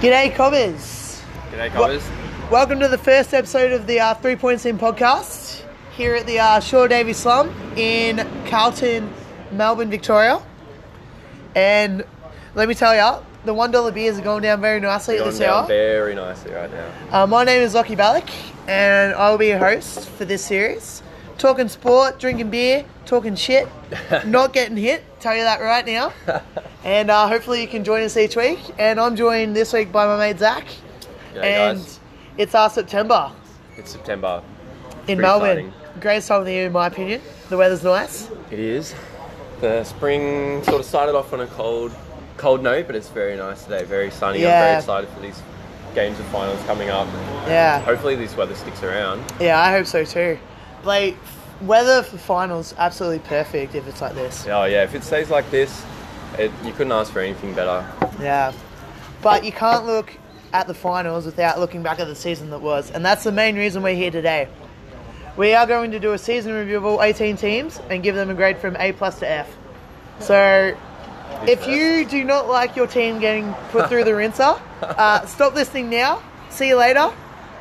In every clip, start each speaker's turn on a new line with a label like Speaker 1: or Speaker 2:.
Speaker 1: G'day, Cobbers.
Speaker 2: G'day, guys.
Speaker 1: Welcome to the first episode of the uh, Three Points In podcast here at the uh, Shaw Davy Slum in Carlton, Melbourne, Victoria. And let me tell you, the $1 beers are going down very nicely at
Speaker 2: Going
Speaker 1: this
Speaker 2: down
Speaker 1: hour.
Speaker 2: very nicely right now.
Speaker 1: Uh, my name is Lockie Balak, and I will be your host for this series. Talking sport, drinking beer, talking shit, not getting hit, tell you that right now. And uh, hopefully you can join us each week. And I'm joined this week by my mate Zach.
Speaker 2: G'day,
Speaker 1: and
Speaker 2: guys.
Speaker 1: it's our September
Speaker 2: It's September.
Speaker 1: in
Speaker 2: Pretty
Speaker 1: Melbourne.
Speaker 2: exciting.
Speaker 1: Greatest time of the year, in my opinion. The weather's nice.
Speaker 2: It is. The spring sort of started off on a cold, cold note, but it's very nice today. Very sunny. I'm
Speaker 1: Yeah.
Speaker 2: very excited for these games of finals coming up.
Speaker 1: Yeah,
Speaker 2: Hopefully, this weather sticks around.
Speaker 1: yeah, I hope so too. Like f- weather for finals, absolutely perfect if it's like this.
Speaker 2: Oh yeah, if it stays like this, it, you couldn't ask for anything better.
Speaker 1: Yeah, but you can't look at the finals without looking back at the season that was, and that's the main reason we're here today. We are going to do a season review of all 18 teams and give them a grade from A plus to F. So If you do not like your team getting put through the rinser, uh, stop listening now. See you later,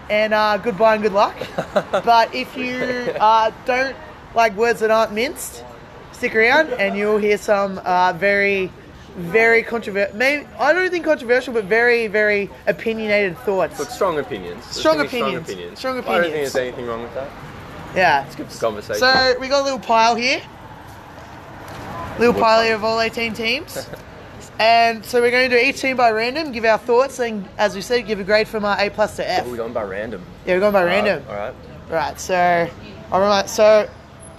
Speaker 1: and uh, goodbye and good luck. But if you uh, don't like words that aren't minced, stick around and you'll hear some uh, very, very controversial. I don't think controversial, but very, very opinionated
Speaker 2: But
Speaker 1: thoughts.
Speaker 2: strong opinions. There's
Speaker 1: Strong
Speaker 2: gonna be
Speaker 1: opinions. Strong
Speaker 2: I don't think
Speaker 1: opinions.
Speaker 2: there's anything wrong with that.
Speaker 1: Yeah.
Speaker 2: It's a conversation.
Speaker 1: So we got a little pile here, little
Speaker 2: Wood
Speaker 1: pile
Speaker 2: pile.
Speaker 1: here of all 18 teams, and so we're going to do each team by random, give our thoughts, and as we said, give a grade from our A plus to F.
Speaker 2: We're going by random.
Speaker 1: Yeah, we're going by random.
Speaker 2: All right.
Speaker 1: Right. So, all right. So,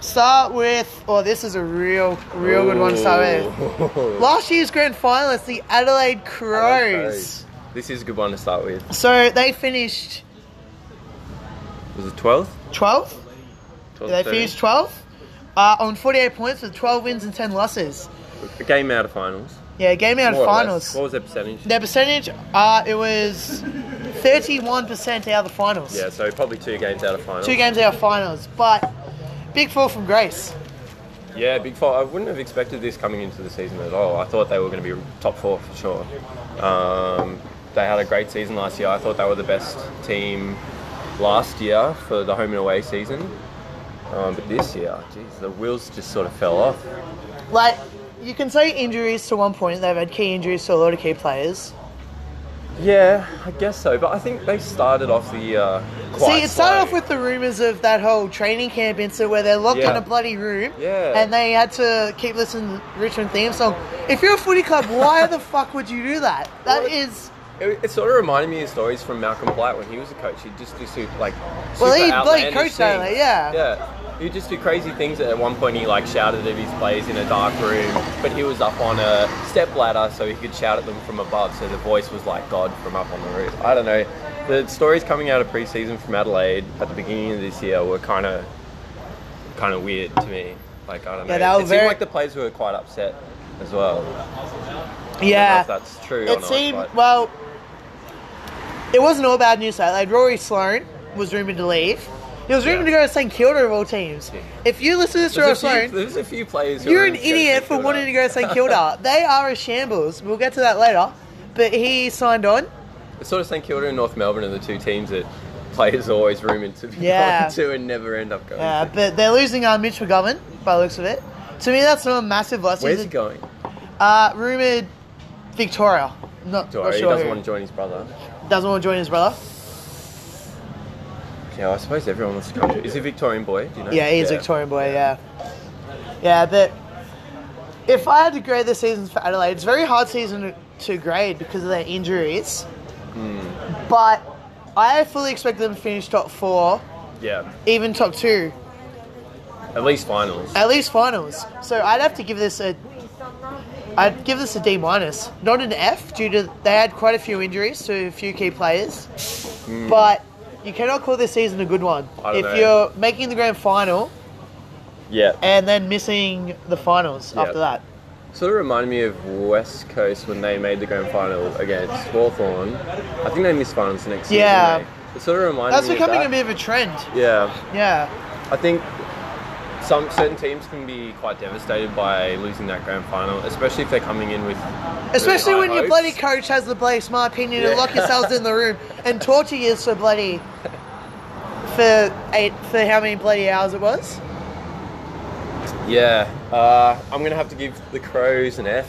Speaker 1: start with. Oh, this is a real, real good one to start with.
Speaker 2: with.
Speaker 1: Last year's grand finalists, the Adelaide Crows.
Speaker 2: This is a good one to start with.
Speaker 1: So they finished
Speaker 2: Was it 12th?
Speaker 1: 12th.
Speaker 2: 12th
Speaker 1: They finished 12th uh, on 48 points with 12 wins and 10 losses.
Speaker 2: A game out of finals.
Speaker 1: Yeah, game out of
Speaker 2: More or less.
Speaker 1: finals.
Speaker 2: What was their percentage?
Speaker 1: Their percentage, uh, it was 31% out of the finals.
Speaker 2: Yeah, so probably two games out of finals.
Speaker 1: Two games out of finals, but big fall from grace.
Speaker 2: Yeah, big fall. I wouldn't have expected this coming into the season at all. I thought they were going to be top four for sure. Um, they had a great season last year. I thought they were the best team last year for the home and away season. Um, but this year, geez, the wheels just sort of fell off.
Speaker 1: Like, you can say injuries to one point, they've had key injuries to a lot of key players.
Speaker 2: Yeah, I guess so. But I think they started off the year quite
Speaker 1: See, it started
Speaker 2: slow.
Speaker 1: off with the rumours of that whole training camp incident where they're locked
Speaker 2: Yeah.
Speaker 1: in a bloody room
Speaker 2: Yeah.
Speaker 1: and they had to keep listening to the Richmond theme song. If you're a footy club, why the fuck would you do that? That
Speaker 2: Well,
Speaker 1: is.
Speaker 2: It, it sort of reminded me of stories from Malcolm Blight when he was a coach. He'd just do super, like super
Speaker 1: Well, he bloody
Speaker 2: outlandish
Speaker 1: coached that,
Speaker 2: things.
Speaker 1: yeah.
Speaker 2: yeah. He'd just do crazy things. At one point, he like shouted at his players in a dark room, but he was up on a step ladder, so he could shout at them from above. So the voice was like God from up on the roof. I don't know. The stories coming out of preseason from Adelaide at the beginning of this year were kind of kind of weird to me. Like I don't
Speaker 1: Yeah,
Speaker 2: know.
Speaker 1: they were
Speaker 2: it
Speaker 1: very-
Speaker 2: seemed like the players were quite upset as well.
Speaker 1: Yeah.
Speaker 2: I don't know if that's true. or
Speaker 1: It
Speaker 2: not,
Speaker 1: seemed
Speaker 2: but-
Speaker 1: well. It wasn't all bad news. Though. Like Rory Sloan was rumored to leave. He was rumored to go to St Kilda of all teams.
Speaker 2: Yeah.
Speaker 1: If you listen to this Rory
Speaker 2: There's a, few,
Speaker 1: Sloan,
Speaker 2: there's a few players. who
Speaker 1: you're
Speaker 2: are
Speaker 1: an
Speaker 2: in St.
Speaker 1: idiot for
Speaker 2: Kilda.
Speaker 1: wanting to go to St Kilda. they are a shambles. We'll get to that later. But he signed on.
Speaker 2: It's sort of St Kilda and North Melbourne are the two teams that players are always rumoured to be
Speaker 1: Yeah.
Speaker 2: going to and never end up going.
Speaker 1: Uh,
Speaker 2: to.
Speaker 1: but they're losing uh, Mitch McGovern by the looks of it. To me, that's not a massive loss.
Speaker 2: Where's
Speaker 1: He's
Speaker 2: he
Speaker 1: a-
Speaker 2: going?
Speaker 1: Uh, rumored Victoria. Not,
Speaker 2: Sorry,
Speaker 1: not
Speaker 2: he
Speaker 1: sure.
Speaker 2: doesn't
Speaker 1: who.
Speaker 2: want to join his brother.
Speaker 1: doesn't want to join his brother.
Speaker 2: Yeah, I suppose everyone wants to come. To, is he a Victorian boy? Do you know?
Speaker 1: Yeah, he's Victorian boy. Yeah, yeah. But if I had to grade the seasons for Adelaide, it's a very hard season to grade because of their injuries.
Speaker 2: Hmm.
Speaker 1: But I fully expect them to finish top four,
Speaker 2: Yeah,
Speaker 1: even top two,
Speaker 2: at least finals.
Speaker 1: at least finals. So I'd have to give this a. I'd give this a D minus, not an F, due to they had quite a few injuries to a few key players. But you cannot call this season a good one.
Speaker 2: Hmm. I
Speaker 1: If
Speaker 2: don't know.
Speaker 1: you're making the grand final
Speaker 2: Yeah,
Speaker 1: and then missing the finals
Speaker 2: Yeah.
Speaker 1: after that.
Speaker 2: sort of reminded me of West Coast when they made the grand final against Hawthorn. I think they missed finals the next year.
Speaker 1: Yeah.
Speaker 2: It sort of reminded
Speaker 1: That's
Speaker 2: me
Speaker 1: becoming a
Speaker 2: of that.
Speaker 1: bit of a trend.
Speaker 2: Yeah.
Speaker 1: Yeah.
Speaker 2: I think some certain teams can be quite devastated by losing that grand final, especially if they're coming in with.
Speaker 1: Especially when
Speaker 2: really high
Speaker 1: your
Speaker 2: hopes.
Speaker 1: bloody coach has the bloody smart opinion and
Speaker 2: Yeah.
Speaker 1: lock yourselves in the room and torture you for bloody for eight for how many bloody hours it was.
Speaker 2: Yeah, uh, I'm gonna have to give the Crows an F.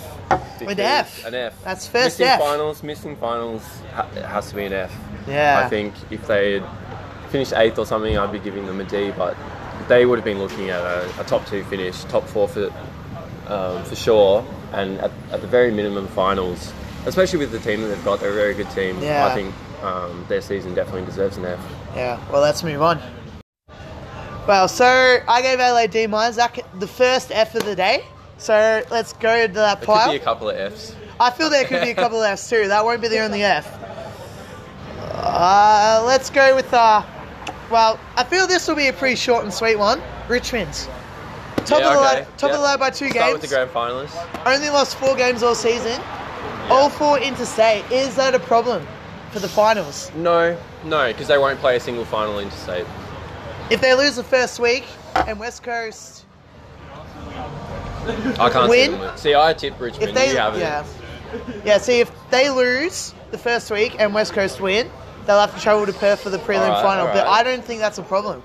Speaker 2: because-
Speaker 1: F.
Speaker 2: An F.
Speaker 1: That's first
Speaker 2: missing
Speaker 1: F.
Speaker 2: finals. Missing finals ha- it has to be an F.
Speaker 1: Yeah.
Speaker 2: I think if they had finished eighth or something, I'd be giving them a D. But they would have been looking at a, a top two finish, top four for um, for sure, and at, at the very minimum finals. Especially with the team that they've got, they're a very good team.
Speaker 1: Yeah.
Speaker 2: I think um, their season definitely deserves an F.
Speaker 1: Yeah, well, let's move on. Well, so I gave LA D minus. That c- the first F of the day. So let's go to that
Speaker 2: There
Speaker 1: pile.
Speaker 2: could be a couple of Fs.
Speaker 1: I feel there could be a couple of Fs too. That won't be the only F. Uh, let's go with uh, well, I feel this will be a pretty short and sweet one. Richmond's top
Speaker 2: Yeah,
Speaker 1: of the
Speaker 2: okay,
Speaker 1: ladder, top
Speaker 2: yeah.
Speaker 1: of the ladder by two
Speaker 2: Start
Speaker 1: games.
Speaker 2: with the grand finalists.
Speaker 1: Only lost four games all season. All four interstate. Is that a problem for the finals?
Speaker 2: No, no, because they won't play a single final interstate.
Speaker 1: If they lose the first week and West Coast,
Speaker 2: I can't
Speaker 1: Win?
Speaker 2: see them. See, I tipped Richmond.
Speaker 1: if they
Speaker 2: you haven't.
Speaker 1: yeah, yeah. See, if they lose the first week and West Coast win, they'll have to travel to Perth for the prelim
Speaker 2: Alright,
Speaker 1: final. But
Speaker 2: alright.
Speaker 1: I don't think that's a problem.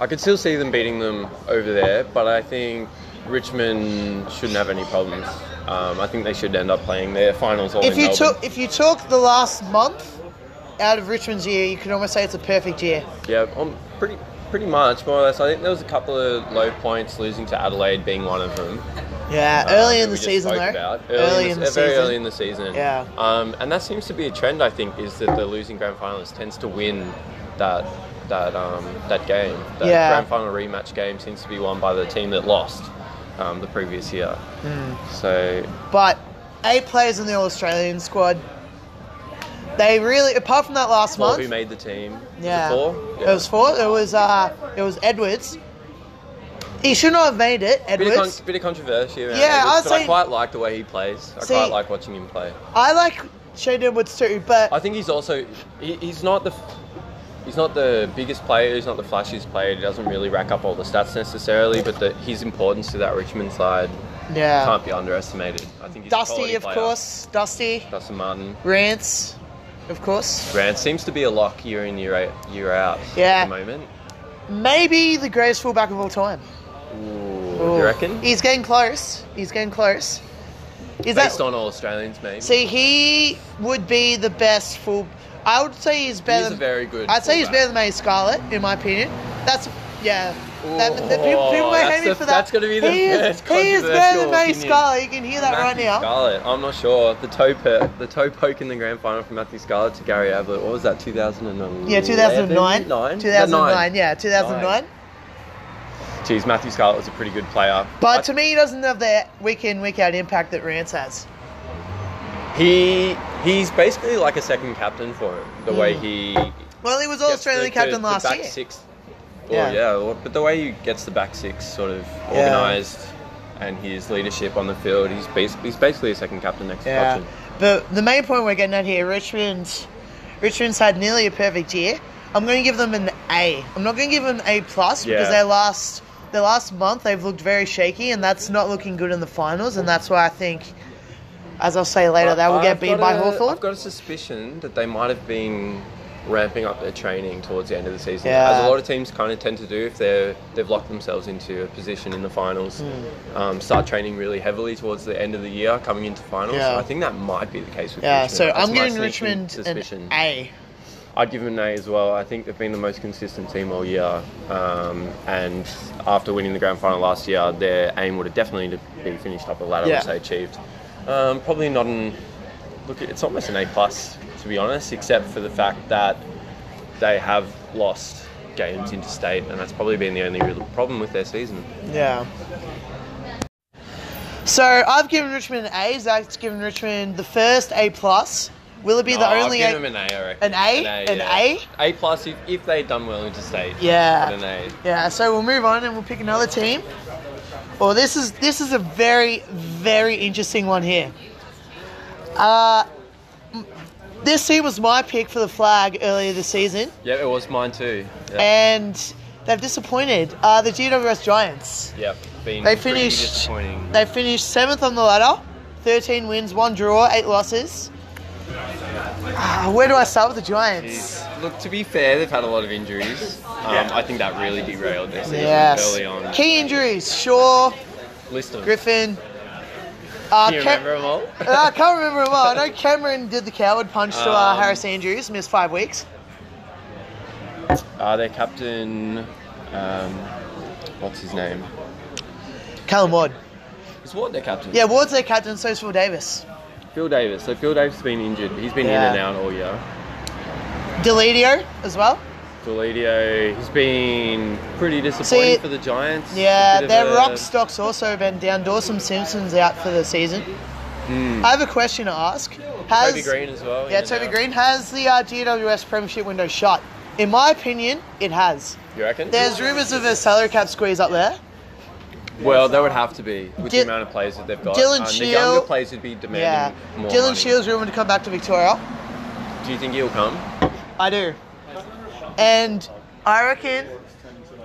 Speaker 2: I could still see them beating them over there, but I think Richmond shouldn't have any problems. Um, I think they should end up playing their finals all
Speaker 1: if
Speaker 2: in
Speaker 1: you
Speaker 2: Melbourne.
Speaker 1: took if you took the last month out of Richmond's year, you could almost say it's a perfect year.
Speaker 2: Yeah, um, pretty pretty much more or less. I think there was a couple of low points, losing to Adelaide being one of them.
Speaker 1: Yeah,
Speaker 2: um,
Speaker 1: early
Speaker 2: that
Speaker 1: in
Speaker 2: we
Speaker 1: the
Speaker 2: just
Speaker 1: season
Speaker 2: spoke
Speaker 1: though.
Speaker 2: about.
Speaker 1: Early in the
Speaker 2: uh, very
Speaker 1: season.
Speaker 2: early in the season.
Speaker 1: Yeah.
Speaker 2: Um, and that seems to be a trend. I think is that the losing grand finalist tends to win that that um, that game. That
Speaker 1: Yeah.
Speaker 2: grand final rematch game seems to be won by the team that lost um, the previous year.
Speaker 1: Hmm.
Speaker 2: So
Speaker 1: But eight players in the All Australian squad. They really, apart from that last
Speaker 2: four
Speaker 1: month,
Speaker 2: who made the team? Was it
Speaker 1: yeah,
Speaker 2: four?
Speaker 1: it was four. It was uh, it was Edwards. He should not have made it,
Speaker 2: Bit of,
Speaker 1: Edwards.
Speaker 2: con- bit of controversy around
Speaker 1: Yeah,
Speaker 2: Edwards,
Speaker 1: I'd
Speaker 2: but I
Speaker 1: say-
Speaker 2: quite like the way he plays. I
Speaker 1: See-
Speaker 2: quite like watching him play.
Speaker 1: I like Shane Edwards too, but
Speaker 2: I think he's also he, he's not the he's not the biggest player. He's not the flashiest player. He doesn't really rack up all the stats necessarily, but the, his importance to that Richmond side
Speaker 1: yeah,
Speaker 2: can't be underestimated. I think he's a
Speaker 1: Dusty
Speaker 2: quality
Speaker 1: of
Speaker 2: player.
Speaker 1: course, Dusty
Speaker 2: Dustin Martin.
Speaker 1: Rance, of course.
Speaker 2: Grant seems to be a lock year in year out, year out
Speaker 1: Yeah.
Speaker 2: at the moment.
Speaker 1: Maybe the greatest fullback of all time.
Speaker 2: Ooh, Do you reckon?
Speaker 1: He's getting close. He's getting close. Is
Speaker 2: Based
Speaker 1: that
Speaker 2: on all Australians, maybe.
Speaker 1: see? He would be the best full. I would say he's better.
Speaker 2: a
Speaker 1: than-
Speaker 2: very good
Speaker 1: I'd say he's
Speaker 2: fullback.
Speaker 1: better than May Scarlett, in my opinion. That's yeah. That, that-
Speaker 2: Ooh,
Speaker 1: people people may
Speaker 2: Oh, that's
Speaker 1: hate me
Speaker 2: the-
Speaker 1: for that.
Speaker 2: that's gonna be the
Speaker 1: he is,
Speaker 2: first
Speaker 1: he is better than
Speaker 2: controversial
Speaker 1: May
Speaker 2: opinion.
Speaker 1: Scarlett. You can hear that right
Speaker 2: Matthew
Speaker 1: now.
Speaker 2: Scarlett, I'm not sure. The toe per, the toe poke in the grand final from Matthew Scarlett to Gary Ablett. What was that? 2009.
Speaker 1: Yeah, 2009.
Speaker 2: Nine?
Speaker 1: 2009. Yeah, 2009.
Speaker 2: Nine. Geez, Matthew Scarlett was a pretty good player.
Speaker 1: But
Speaker 2: I-
Speaker 1: to me, he doesn't have the week in, week out impact that Rance has.
Speaker 2: he he's basically like a second captain for him. The way he
Speaker 1: Well, Hmm. he was All
Speaker 2: gets the-
Speaker 1: Australian
Speaker 2: the-
Speaker 1: captain
Speaker 2: the
Speaker 1: last
Speaker 2: back
Speaker 1: year.
Speaker 2: Six.
Speaker 1: Yeah.
Speaker 2: Well, yeah. well, but the way he gets the back six sort of
Speaker 1: Yeah.
Speaker 2: organised and his leadership on the field, he's bas- he's basically a second captain next
Speaker 1: Yeah.
Speaker 2: captain.
Speaker 1: But the main point we're getting at here, Richmond, Richmond's had nearly a perfect year. I'm going to give them an A. I'm not going to give them an A plus because
Speaker 2: Yeah.
Speaker 1: their last their last month they've looked very shaky, and that's not looking good in the finals. And that's why I think, as I'll say later, they will
Speaker 2: I've
Speaker 1: get beat
Speaker 2: got
Speaker 1: by
Speaker 2: a-
Speaker 1: Hawthorn.
Speaker 2: I've got a suspicion that they might have been ramping up their training towards the end of the season,
Speaker 1: Yeah.
Speaker 2: as a lot of teams kind of tend to do if they're they've locked themselves into a position in the finals.
Speaker 1: Hmm.
Speaker 2: Um, start training really heavily towards the end of the year, coming into finals.
Speaker 1: Yeah.
Speaker 2: I think that might be the case with
Speaker 1: yeah,
Speaker 2: Richmond.
Speaker 1: so
Speaker 2: That's
Speaker 1: I'm
Speaker 2: my
Speaker 1: giving
Speaker 2: sneaking
Speaker 1: Richmond
Speaker 2: suspicion.
Speaker 1: an A.
Speaker 2: I'd give them an A as well. I think they've been the most consistent team all year. Um, and after winning the grand final last year, their aim would have definitely to be finished up the ladder,
Speaker 1: Yeah.
Speaker 2: which they achieved. Um, probably not an look. It's almost an A plus to be honest, except for the fact that they have lost games interstate, and that's probably been the only real problem with their season.
Speaker 1: Yeah. So I've given Richmond an A. Zach's given Richmond the first A plus. Will it be the
Speaker 2: Oh,
Speaker 1: only
Speaker 2: I'd
Speaker 1: A?
Speaker 2: give them an A, I reckon.
Speaker 1: An A? An
Speaker 2: yeah. A plus if, if they'd done well interstate.
Speaker 1: Yeah.
Speaker 2: I'd an A.
Speaker 1: Yeah, so we'll move on and we'll pick another team. Well, this is this is a very very interesting one here. Uh, m- this team was my pick for the flag earlier this season,
Speaker 2: Yeah, it was mine too. Yeah.
Speaker 1: and They've disappointed. Uh, the GWS Giants.
Speaker 2: Yep. Been
Speaker 1: They
Speaker 2: pretty
Speaker 1: finished-
Speaker 2: disappointing.
Speaker 1: They finished seventh on the ladder, 13 wins, one draw, eight losses. Ah, where do I start with the Giants?
Speaker 2: Look, to be fair, they've had a lot of injuries. Um, I think that really derailed their season
Speaker 1: Yes.
Speaker 2: early on.
Speaker 1: Key injuries: Shaw,
Speaker 2: List of.
Speaker 1: Griffin. Uh,
Speaker 2: Do you
Speaker 1: Ke-
Speaker 2: remember them all?
Speaker 1: Uh, I can't remember him well. I know Cameron did the coward punch to uh,
Speaker 2: Um,
Speaker 1: Harris Andrews, missed five weeks.
Speaker 2: Uh, their captain, um, what's his name?
Speaker 1: Callum Ward.
Speaker 2: Is Ward their captain?
Speaker 1: Yeah, Ward's their captain, so's Phil Davis.
Speaker 2: Phil Davis. So Phil Davis has been injured. He's been
Speaker 1: Yeah.
Speaker 2: in and out all year.
Speaker 1: Delidio as well.
Speaker 2: Delidio, he's been pretty disappointing
Speaker 1: See-
Speaker 2: for the Giants.
Speaker 1: Yeah,
Speaker 2: Bit of
Speaker 1: their
Speaker 2: a-
Speaker 1: rock stock's also been down. Dawson Simpson's out for the season. I have a question to ask. Has,
Speaker 2: Hmm. Toby Green as well.
Speaker 1: Yeah,
Speaker 2: in and
Speaker 1: Toby
Speaker 2: out.
Speaker 1: Green. Has the uh, GWS Premiership window shut? In my opinion, it has.
Speaker 2: You reckon?
Speaker 1: There's rumours of a salary cap squeeze up there.
Speaker 2: Well, that would have to be with
Speaker 1: Dil-
Speaker 2: the amount of players that they've got.
Speaker 1: Dylan
Speaker 2: and the
Speaker 1: Shield-
Speaker 2: younger players would be demanding
Speaker 1: Yeah.
Speaker 2: more
Speaker 1: Dylan
Speaker 2: money.
Speaker 1: Shields rumoured to come back to Victoria.
Speaker 2: Do you think he'll come?
Speaker 1: I do. And I reckon,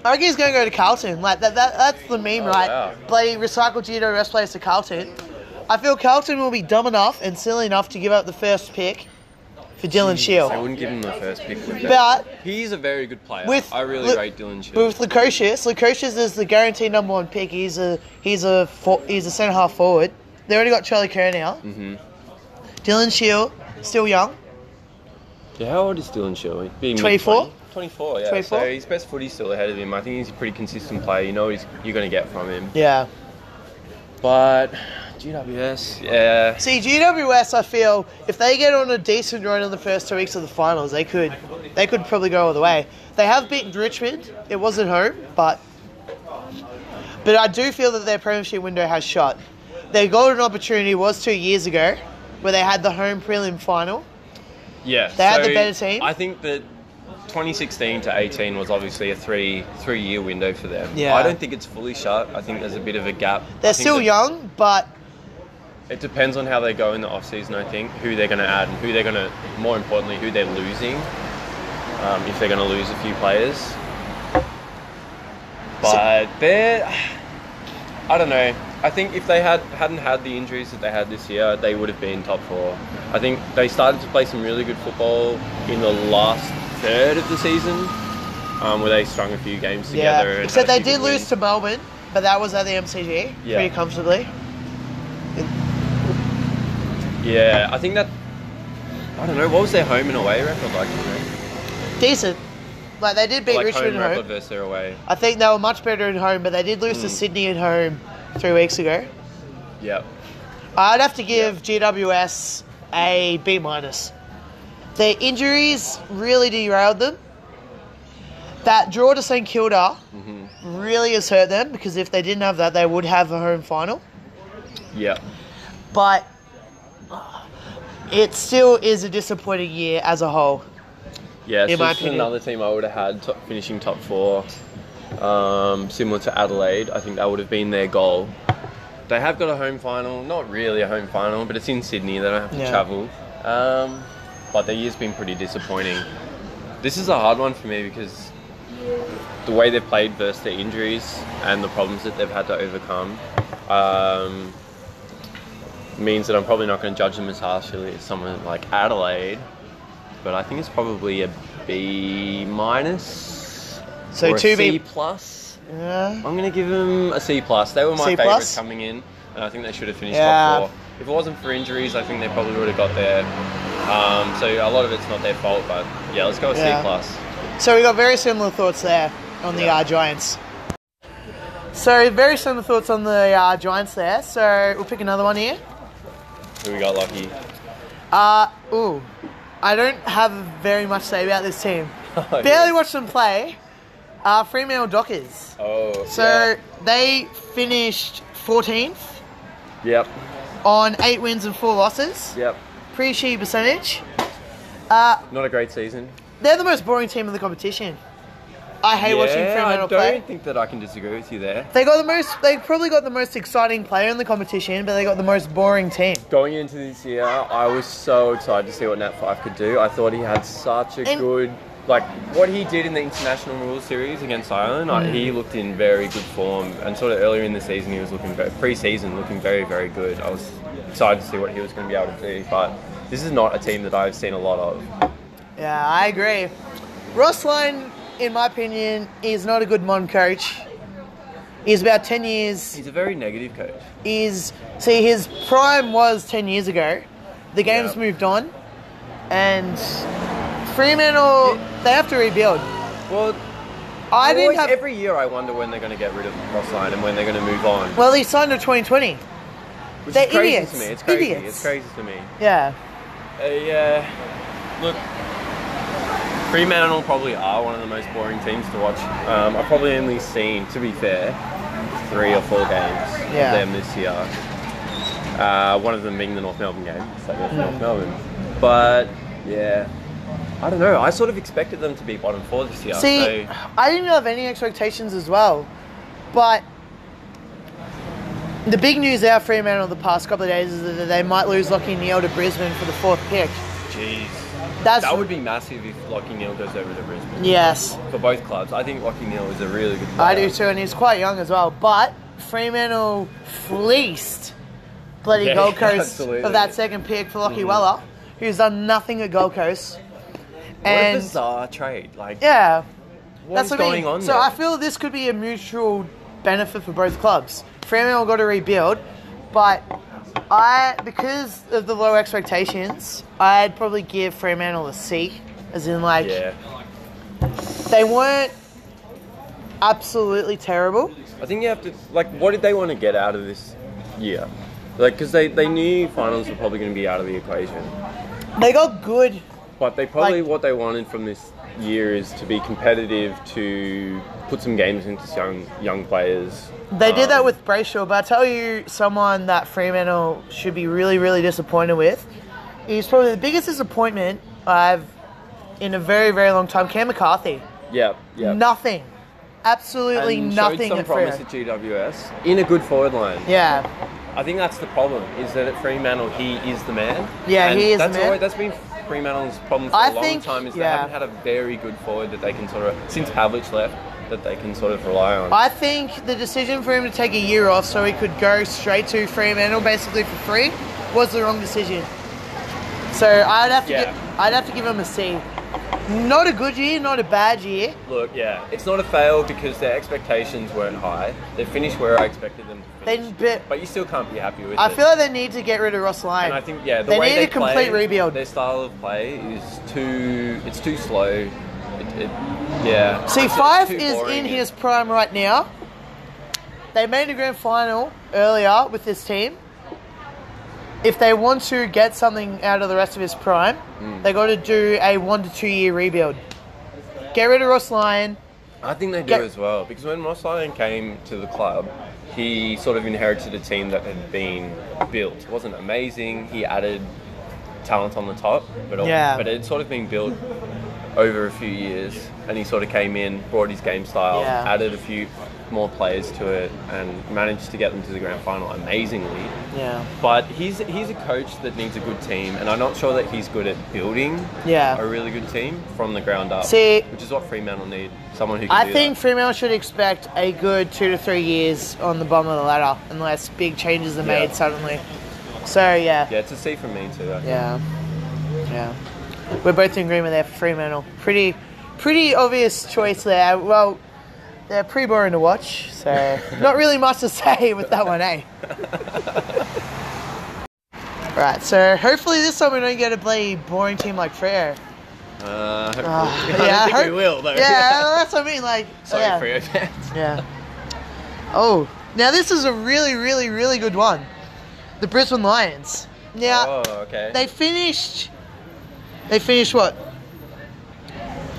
Speaker 1: I reckon he's going to go to Carlton. Like that, that that's the meme,
Speaker 2: Oh,
Speaker 1: right?
Speaker 2: wow.
Speaker 1: Bloody recycled Gito rest players to Carlton. I feel Carlton will be dumb enough and silly enough to give up the first pick for Dylan
Speaker 2: Mm. I
Speaker 1: Shield.
Speaker 2: wouldn't give him the first pick. Would they?
Speaker 1: But
Speaker 2: he's a very good player.
Speaker 1: with
Speaker 2: I really
Speaker 1: Lu-
Speaker 2: rate Dylan Shield.
Speaker 1: But with Lukosius, Lukosius is the guaranteed number one pick. He's a he's a for, he's a centre half forward. They already got Charlie Kerr now. Mm-hmm. Dylan Shield still young.
Speaker 2: Yeah, how old is Dylan Shirley? Being
Speaker 1: 24?
Speaker 2: 24, yeah.
Speaker 1: 24?
Speaker 2: So his best footy's still ahead of him. I think he's a pretty consistent player. You know what he's, you're going to get from him.
Speaker 1: Yeah.
Speaker 2: But GWS, yeah.
Speaker 1: See, GWS, I feel if they get on a decent run in the first two weeks of the finals, they could, they could probably go all the way. They have beaten Richmond. It was at home, but, but I do feel that their premiership window has shot. Their golden opportunity was two years ago, where they had the home prelim final.
Speaker 2: Yeah.
Speaker 1: They had the better team.
Speaker 2: I think that 2016 to 18 was obviously a three three year window for them.
Speaker 1: Yeah.
Speaker 2: I don't think it's fully shut. I think there's a bit of a gap. I
Speaker 1: They're
Speaker 2: think
Speaker 1: still
Speaker 2: that-
Speaker 1: young, but
Speaker 2: It depends on how they go in the off season. I think who they're going to add and who they're going to, more importantly, who they're losing. Um, if they're going to lose a few players, but they're. I don't know. I think if they had hadn't had the injuries that they had this year, they would have been top four. I think they started to play some really good football in the last third of the season, um, where they strung a few games together.
Speaker 1: yeah.
Speaker 2: and
Speaker 1: Except
Speaker 2: had
Speaker 1: they
Speaker 2: a few
Speaker 1: did
Speaker 2: good
Speaker 1: lose to
Speaker 2: wins.
Speaker 1: Melbourne, but that was at the MCG
Speaker 2: Yeah.
Speaker 1: pretty comfortably.
Speaker 2: Yeah, I think that. I don't know. What was their home and away record like? you know?
Speaker 1: Decent. Like they did beat
Speaker 2: like
Speaker 1: Richmond
Speaker 2: home
Speaker 1: at
Speaker 2: record
Speaker 1: home.
Speaker 2: versus their away.
Speaker 1: I think they were much better at home, but they did lose to
Speaker 2: Mm.
Speaker 1: Sydney at home three weeks ago.
Speaker 2: Yep.
Speaker 1: I'd have to give GWS a B minus. Their injuries really derailed them. That draw to St Kilda really has hurt them because if they didn't have that, they would have a home final.
Speaker 2: Yep.
Speaker 1: But uh, it still is a disappointing year as a whole.
Speaker 2: Yeah,
Speaker 1: In
Speaker 2: so
Speaker 1: my
Speaker 2: this is
Speaker 1: opinion.
Speaker 2: another team I would have had top, finishing top four, um, similar to Adelaide. I think that would have been their goal. They have got a home final, not really a home final, but it's in Sydney. They don't have to
Speaker 1: Yeah.
Speaker 2: travel. Um, but their year's been pretty disappointing. This is a hard one for me because the way they've played versus their injuries and the problems that they've had to overcome um, means that I'm probably not going to judge them as harshly as someone like Adelaide. But I think it's probably a B minus.
Speaker 1: So
Speaker 2: or a
Speaker 1: two
Speaker 2: C
Speaker 1: B-
Speaker 2: plus.
Speaker 1: Yeah.
Speaker 2: I'm going to give them a C plus. They were my
Speaker 1: C
Speaker 2: favourites
Speaker 1: plus?
Speaker 2: coming in, and I think they should have finished
Speaker 1: Yeah.
Speaker 2: top four. If it wasn't for injuries, I think they probably would have got there. Um, so a lot of it's not their fault, but yeah, let's go with
Speaker 1: Yeah.
Speaker 2: C plus.
Speaker 1: So we got very similar thoughts there on the
Speaker 2: Yeah.
Speaker 1: uh, Giants. So very similar thoughts on the uh, Giants there. So we'll pick another one here.
Speaker 2: Who we got lucky?
Speaker 1: Uh, ooh, I don't have very much to say about this team.
Speaker 2: Oh,
Speaker 1: Barely watched them play. Uh, Fremantle Dockers.
Speaker 2: Oh,
Speaker 1: So they finished 14th
Speaker 2: yeah. yep,
Speaker 1: on eight wins and four losses.
Speaker 2: yep.
Speaker 1: Pretty shitty percentage. Uh,
Speaker 2: Not a great season.
Speaker 1: they're the most boring team in the competition. I hate watching
Speaker 2: yeah, I
Speaker 1: Fremantle
Speaker 2: don't
Speaker 1: play.
Speaker 2: think that I can disagree with you there.
Speaker 1: They got the most. They probably got the most exciting player in the competition, but they got the most boring team.
Speaker 2: Going into this year, I was so excited to see what Nat Five could do. I thought he had such a
Speaker 1: And-
Speaker 2: good like what he did in the international rules series against Ireland, like,
Speaker 1: Mm.
Speaker 2: he looked in very good form. And sort of earlier in the season, he was looking very, pre-season looking very, very good. I was excited to see what he was going to be able to do. But this is not a team that I've seen a lot of.
Speaker 1: Yeah, I agree. Ross Lyon, in my opinion, is not a good Mon coach. He's about 10 years.
Speaker 2: He's a very negative coach.
Speaker 1: He's, see, his prime was 10 years ago. The game's
Speaker 2: Yeah.
Speaker 1: moved on. And Fremantle, they have to rebuild.
Speaker 2: Well,
Speaker 1: I didn't
Speaker 2: always-
Speaker 1: have.
Speaker 2: every year I wonder when they're going to get rid of Ross Lyon and when they're going to move on.
Speaker 1: well, he signed to 2020.
Speaker 2: Which
Speaker 1: They're
Speaker 2: is crazy
Speaker 1: idiots.
Speaker 2: to me. It's crazy.
Speaker 1: Idiots.
Speaker 2: It's crazy to me.
Speaker 1: Yeah.
Speaker 2: Uh, yeah. uh, Look, Fremantle probably are one of the most boring teams to watch. Um, I've probably only seen, to be fair, three or four games
Speaker 1: Yeah.
Speaker 2: of them this year. Uh, one of them being the North Melbourne game, so North, North Melbourne.
Speaker 1: Mm.
Speaker 2: But yeah, I don't know. I sort of expected them to be bottom four this year.
Speaker 1: See,
Speaker 2: so,
Speaker 1: I didn't have any expectations as well, but the big news out of Fremantle the past couple of days is that they might lose Lockie Neal to Brisbane for the fourth pick.
Speaker 2: jeez,
Speaker 1: That's
Speaker 2: that would be massive if Lockie Neal goes over to Brisbane
Speaker 1: yes,
Speaker 2: for both clubs. I think Lockie Neal is a really good. Player.
Speaker 1: I do too, and he's quite young as well. But Fremantle fleeced bloody
Speaker 2: Yeah,
Speaker 1: Gold Coast for
Speaker 2: absolutely. Mm-hmm.
Speaker 1: that second pick for Lockie Weller, who's done nothing at Gold Coast.
Speaker 2: What a
Speaker 1: And
Speaker 2: bizarre trade! Like,
Speaker 1: yeah,
Speaker 2: what's
Speaker 1: I
Speaker 2: going
Speaker 1: mean.
Speaker 2: on?
Speaker 1: So
Speaker 2: there?
Speaker 1: I feel this could be a mutual benefit for both clubs. Fremantle got to rebuild, but I because of the low expectations, I'd probably give Fremantle a C, as in like
Speaker 2: yeah.
Speaker 1: they weren't absolutely terrible.
Speaker 2: I think you have to like. What did they want to get out of this year? Like, because they they knew finals were probably going to be out of the equation,
Speaker 1: They got good.
Speaker 2: but they probably
Speaker 1: Like-
Speaker 2: what they wanted from this year is to be competitive, to put some games into young young players.
Speaker 1: They did that
Speaker 2: Um,
Speaker 1: with Brayshaw, but I tell you, someone that Fremantle should be really, really disappointed with is probably the biggest disappointment I've in a very, very long time. Cam McCarthy.
Speaker 2: Yeah, yeah.
Speaker 1: Nothing. Absolutely
Speaker 2: And showed
Speaker 1: nothing
Speaker 2: some
Speaker 1: at
Speaker 2: promise
Speaker 1: Freo.
Speaker 2: at GWS in a good forward line.
Speaker 1: Yeah.
Speaker 2: I think that's the problem is that at Fremantle he is the man.
Speaker 1: Yeah,
Speaker 2: And
Speaker 1: he is the
Speaker 2: that's
Speaker 1: man.
Speaker 2: always- that's been Fremantle's problem for
Speaker 1: I
Speaker 2: a long
Speaker 1: think-
Speaker 2: time is
Speaker 1: yeah.
Speaker 2: they haven't had a very good forward that they can sort of since Pavlich left that they can sort of rely on.
Speaker 1: I think the decision for him to take a year off so he could go straight to Fremantle basically for free was the wrong decision. So I'd have to
Speaker 2: Yeah.
Speaker 1: get, I'd have to give him a C. Not a good year, not a bad year.
Speaker 2: Look, yeah, it's not a fail because their expectations weren't high. They finished where I expected them to
Speaker 1: They
Speaker 2: finish.
Speaker 1: but
Speaker 2: but you still can't be happy with
Speaker 1: I
Speaker 2: it.
Speaker 1: feel like they need to get rid of Ross Lyon.
Speaker 2: and I think yeah, the
Speaker 1: they
Speaker 2: way
Speaker 1: need
Speaker 2: they
Speaker 1: a complete
Speaker 2: play,
Speaker 1: rebuild.
Speaker 2: Their style of play is too. It's too slow. It, it, yeah.
Speaker 1: See,
Speaker 2: It's
Speaker 1: Fife
Speaker 2: too
Speaker 1: is
Speaker 2: boring.
Speaker 1: in his prime right now. They made a grand final earlier with this team. If they want to get something out of the rest of his prime,
Speaker 2: Hmm.
Speaker 1: they got to do a one to two year rebuild. Get rid of Ross Lyon.
Speaker 2: I think they do
Speaker 1: Get-
Speaker 2: as well because when Ross Lyon came to the club, he sort of inherited a team that had been built. It wasn't amazing. He added talent on the top, but al-
Speaker 1: Yeah.
Speaker 2: but it had sort of been built over a few years. And he sort of came in, brought his game style,
Speaker 1: Yeah.
Speaker 2: added a few more players to it, and managed to get them to the grand final amazingly.
Speaker 1: Yeah.
Speaker 2: But he's he's a coach that needs a good team, and I'm not sure that he's good at building
Speaker 1: Yeah.
Speaker 2: a really good team from the ground up.
Speaker 1: See-
Speaker 2: which is what Fremantle need someone who. Can
Speaker 1: I
Speaker 2: do
Speaker 1: think
Speaker 2: that.
Speaker 1: Fremantle should expect a good two to three years on the bottom of the ladder unless big changes are made
Speaker 2: Yeah.
Speaker 1: suddenly. So, yeah.
Speaker 2: Yeah, it's a C from me too. I think.
Speaker 1: Yeah. Yeah. We're both in agreement there for Fremantle. Pretty pretty obvious choice there. Well, they're pretty boring to watch, so not really much to say with that one, eh? right, so hopefully this time we don't get a bloody boring team like Freo.
Speaker 2: Uh,
Speaker 1: Uh,
Speaker 2: hopefully. I don't think
Speaker 1: hope-
Speaker 2: we will though.
Speaker 1: Yeah, that's what I mean. Like,
Speaker 2: Sorry,
Speaker 1: yeah.
Speaker 2: Freo fans.
Speaker 1: Yeah. Oh, now this is a really, really, really good one. The Brisbane Lions. Now,
Speaker 2: Oh, okay.
Speaker 1: they finished. They finished what?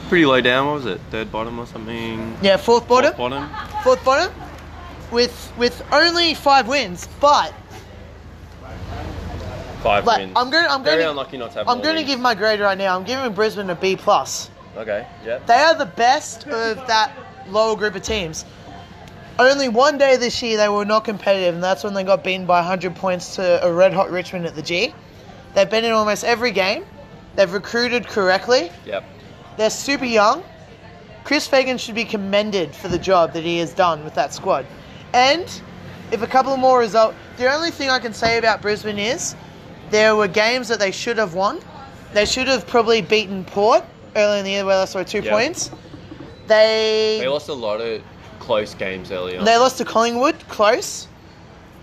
Speaker 2: Pretty low down. What was it? Third bottom or something?
Speaker 1: Yeah, fourth bottom.
Speaker 2: Fourth bottom.
Speaker 1: Fourth bottom. With with only five wins, but
Speaker 2: Five
Speaker 1: like
Speaker 2: wins.
Speaker 1: I'm gonna I'm
Speaker 2: Very
Speaker 1: gonna
Speaker 2: unlucky not to have.
Speaker 1: I'm
Speaker 2: more
Speaker 1: gonna
Speaker 2: wins.
Speaker 1: give my grade right now. I'm giving Brisbane a B plus.
Speaker 2: Okay. Yeah.
Speaker 1: They are the best of that lower group of teams. Only one day this year they were not competitive, and that's when they got beaten by 100 points to a red hot Richmond at the G. They've been in almost every game. They've recruited correctly.
Speaker 2: Yep.
Speaker 1: They're super young. Chris Fagan should be commended for the job that he has done with that squad. And if a couple more result, the only thing I can say about Brisbane is there were games that they should have won. They should have probably beaten Port early in the year where they saw two
Speaker 2: Yeah.
Speaker 1: points. They
Speaker 2: They lost a lot of close games early on.
Speaker 1: they lost to Collingwood, close.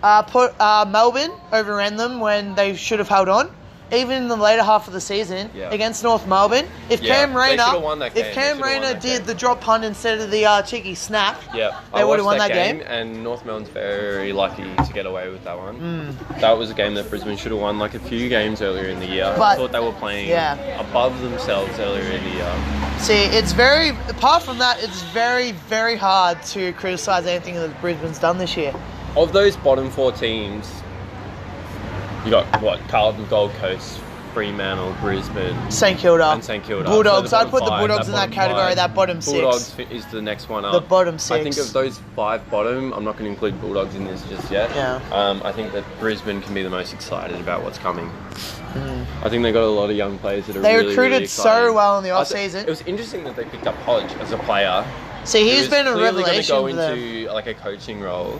Speaker 1: Uh, put, uh, Melbourne overran them when they should have held on. Even in the later half of the season
Speaker 2: Yeah.
Speaker 1: against North Melbourne, if
Speaker 2: Yeah,
Speaker 1: Cam
Speaker 2: they should've won
Speaker 1: Rayner,
Speaker 2: that game.
Speaker 1: if
Speaker 2: They
Speaker 1: Cam
Speaker 2: should've won
Speaker 1: Rayner
Speaker 2: that
Speaker 1: did
Speaker 2: game.
Speaker 1: the drop punt instead of the uh, cheeky snap,
Speaker 2: yeah,
Speaker 1: they
Speaker 2: I
Speaker 1: would've
Speaker 2: watched
Speaker 1: won that
Speaker 2: game,
Speaker 1: game.
Speaker 2: and North Melbourne's very lucky to get away with that one.
Speaker 1: Hmm.
Speaker 2: That was a game that Brisbane should have won like a few games earlier in the year.
Speaker 1: But-
Speaker 2: I thought they were playing
Speaker 1: yeah.
Speaker 2: above themselves earlier in the year.
Speaker 1: See, it's very. Apart from that, it's very, very hard to criticize anything that Brisbane's done this year.
Speaker 2: Of those bottom four teams, you got what Carlton, Gold Coast, Fremantle, Brisbane,
Speaker 1: St Kilda,
Speaker 2: and St Kilda.
Speaker 1: Bulldogs.
Speaker 2: So the
Speaker 1: I'd put
Speaker 2: bottom
Speaker 1: the
Speaker 2: five,
Speaker 1: Bulldogs in that
Speaker 2: bottom
Speaker 1: category.
Speaker 2: five.
Speaker 1: That bottom
Speaker 2: Bulldogs
Speaker 1: six.
Speaker 2: fi- is the next one up.
Speaker 1: The bottom
Speaker 2: I think
Speaker 1: six.
Speaker 2: of those five bottom, I'm not going to include Bulldogs in this just yet.
Speaker 1: Yeah.
Speaker 2: Um, I think that Brisbane can be the most excited about what's coming. I think they got a lot of young players that are
Speaker 1: Hmm. They
Speaker 2: really,
Speaker 1: recruited
Speaker 2: really
Speaker 1: so
Speaker 2: exciting.
Speaker 1: well in the
Speaker 2: I
Speaker 1: off
Speaker 2: thi-
Speaker 1: season.
Speaker 2: It was interesting that they picked up Hodge as a player.
Speaker 1: See,
Speaker 2: who
Speaker 1: he's
Speaker 2: is
Speaker 1: been a
Speaker 2: clearly gonna
Speaker 1: revelation
Speaker 2: go
Speaker 1: for them.
Speaker 2: into like a coaching role,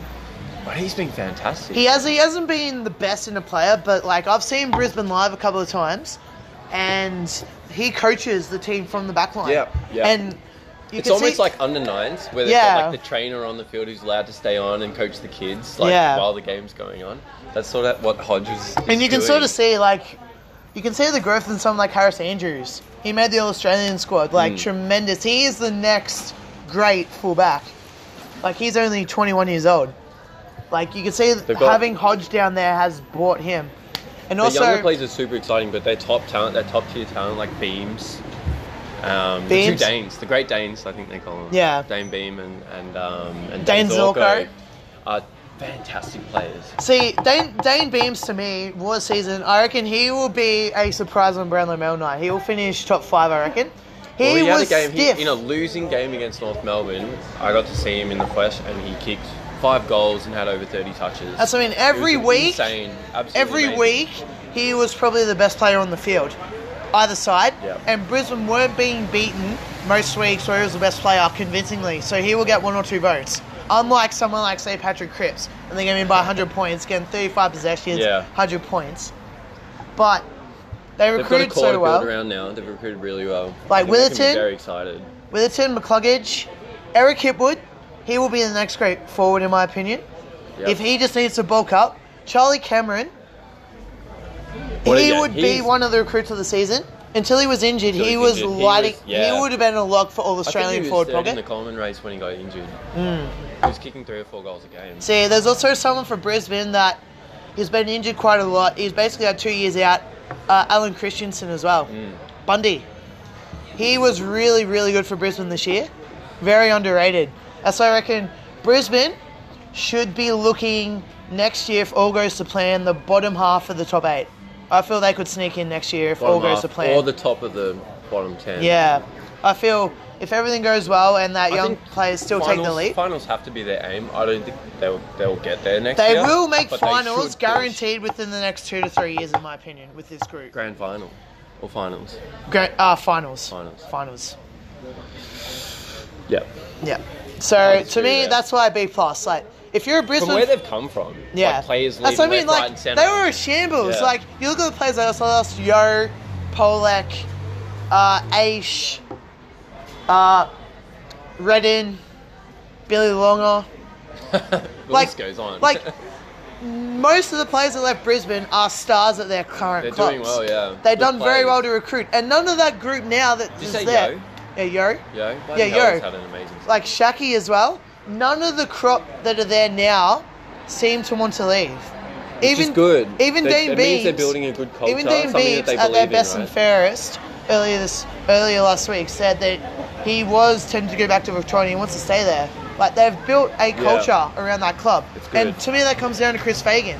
Speaker 2: but he's been fantastic.
Speaker 1: He has. He hasn't been the best in a player, but like I've seen Brisbane live a couple of times, and he coaches the team from the back line.
Speaker 2: Yeah, yeah.
Speaker 1: And you
Speaker 2: It's
Speaker 1: can
Speaker 2: almost
Speaker 1: see,
Speaker 2: like under nines, where they've
Speaker 1: Yeah.
Speaker 2: got like the trainer on the field who's allowed to stay on and coach the kids, like
Speaker 1: Yeah.
Speaker 2: while the game's going on. That's sort of what Hodge is. is
Speaker 1: and you can sort
Speaker 2: doing.
Speaker 1: of see like you can see the growth in someone like Harris Andrews. He made the All Australian squad, like
Speaker 2: Hmm.
Speaker 1: tremendous. He is the next great fullback. Like he's only 21 years old. Like you can see
Speaker 2: They've got-
Speaker 1: having Hodge down there has bought him, and
Speaker 2: the younger
Speaker 1: also
Speaker 2: players are super exciting, but their top talent, their top tier talent, like Beams, um, the two
Speaker 1: Beams.
Speaker 2: Danes, the Great Danes, I think they call them.
Speaker 1: Yeah.
Speaker 2: Dane Beam and and um, and
Speaker 1: Dane
Speaker 2: Dane,
Speaker 1: Zorko.
Speaker 2: Zorko are fantastic players.
Speaker 1: see Dane, Dane Beams to me was season. I reckon he will be a surprise on Brownlow Mel night. He will finish top five. I reckon. He
Speaker 2: Well, he
Speaker 1: was
Speaker 2: had a game
Speaker 1: stiff.
Speaker 2: he, in a losing game against North Melbourne. I got to see him in the flesh, and he kicked five goals and had over thirty touches.
Speaker 1: That's what I mean.
Speaker 2: It was
Speaker 1: Every week-
Speaker 2: insane, absolutely
Speaker 1: Every
Speaker 2: amazing.
Speaker 1: week, he was probably the best player on the field, either side.
Speaker 2: Yep.
Speaker 1: And Brisbane weren't being beaten most weeks where he was the best player convincingly. So he will get one or two votes. Unlike someone like, say, Patrick Cripps, and they get in by 100 points, getting 35 possessions,
Speaker 2: Yeah.
Speaker 1: 100 points. But they
Speaker 2: They've got a
Speaker 1: recruit
Speaker 2: core to
Speaker 1: so well.
Speaker 2: build around now. They've recruited really well.
Speaker 1: Like
Speaker 2: I think they can be
Speaker 1: Witherton?
Speaker 2: very excited.
Speaker 1: Witherton, McCluggage, Eric Hipwood, he will be the next great forward, in my opinion.
Speaker 2: Yep.
Speaker 1: If he just needs to bulk up, Charlie Cameron,
Speaker 2: What a
Speaker 1: he
Speaker 2: game.
Speaker 1: would be
Speaker 2: He's-
Speaker 1: one of the recruits of the season. Until he was injured,
Speaker 2: Until
Speaker 1: he
Speaker 2: he's
Speaker 1: was
Speaker 2: injured, he was-
Speaker 1: lighting. He,
Speaker 2: yeah.
Speaker 1: would have been a lock for all
Speaker 2: I think
Speaker 1: Australian
Speaker 2: he was
Speaker 1: forward
Speaker 2: third in
Speaker 1: pocket. Hmm.
Speaker 2: the Coleman race when he got injured. He was kicking three or four goals a game.
Speaker 1: See, there's also someone from Brisbane that he's been injured quite a lot. He's basically had two years out. Uh, Alan Christensen as well.
Speaker 2: Mm.
Speaker 1: Bundy. He was really, really good for Brisbane this year. Very underrated. That's why I reckon Brisbane should be looking next year, if all goes to plan, the bottom half of the top eight. I feel they could sneak in next year if all
Speaker 2: Bottom
Speaker 1: goes
Speaker 2: half
Speaker 1: to plan.
Speaker 2: Or the top of the bottom ten.
Speaker 1: Yeah, I feel if everything goes well and that
Speaker 2: I
Speaker 1: young
Speaker 2: think
Speaker 1: players still
Speaker 2: finals,
Speaker 1: take the lead,
Speaker 2: Finals have to be their aim. I don't think they'll they'll get there next
Speaker 1: they
Speaker 2: year.
Speaker 1: will make
Speaker 2: but they
Speaker 1: finals
Speaker 2: should push.
Speaker 1: guaranteed within the next two to three years, in my opinion, with this group.
Speaker 2: Grand final or finals.
Speaker 1: Gra- uh, finals.
Speaker 2: Finals.
Speaker 1: Finals.
Speaker 2: Yeah.
Speaker 1: Yeah. So
Speaker 2: Finals
Speaker 1: to me,
Speaker 2: too, yeah.
Speaker 1: that's why B plus. Like, if you're a Brisbane,
Speaker 2: From where they've come from.
Speaker 1: yeah,
Speaker 2: Like players
Speaker 1: that's
Speaker 2: leaving
Speaker 1: what I mean.
Speaker 2: left,
Speaker 1: Like
Speaker 2: right, and centre.
Speaker 1: they were a shambles.
Speaker 2: Yeah.
Speaker 1: Like you look at the players like us, us Yo, Polak, uh, Aish, uh, Redden, Billy Longer.
Speaker 2: the
Speaker 1: like-
Speaker 2: list goes on.
Speaker 1: like, most of the players that left Brisbane are stars at their current
Speaker 2: They're
Speaker 1: clubs.
Speaker 2: doing well, yeah.
Speaker 1: They've
Speaker 2: Good
Speaker 1: done very
Speaker 2: players.
Speaker 1: well to recruit, and none of that group now that
Speaker 2: Did you
Speaker 1: is
Speaker 2: say
Speaker 1: there.
Speaker 2: Yo?
Speaker 1: Yeah, yo,
Speaker 2: yo,
Speaker 1: Yeah,
Speaker 2: Bloody hell,
Speaker 1: yo.
Speaker 2: he's had an amazing.
Speaker 1: like Shaki as well. None of the crop that are there now seem to want to leave.
Speaker 2: Which is good.
Speaker 1: Even
Speaker 2: They-
Speaker 1: Dane
Speaker 2: it means they're
Speaker 1: Beams-
Speaker 2: building a good culture,
Speaker 1: Even Dane
Speaker 2: something that
Speaker 1: Beams
Speaker 2: they
Speaker 1: at their
Speaker 2: believe in,
Speaker 1: best and
Speaker 2: right?
Speaker 1: fairest earlier this earlier last week said that he was tempted to go back to Victoria and wants to stay there. Like they've built a culture around that club,
Speaker 2: It's good.
Speaker 1: and to me that comes down to Chris Fagan.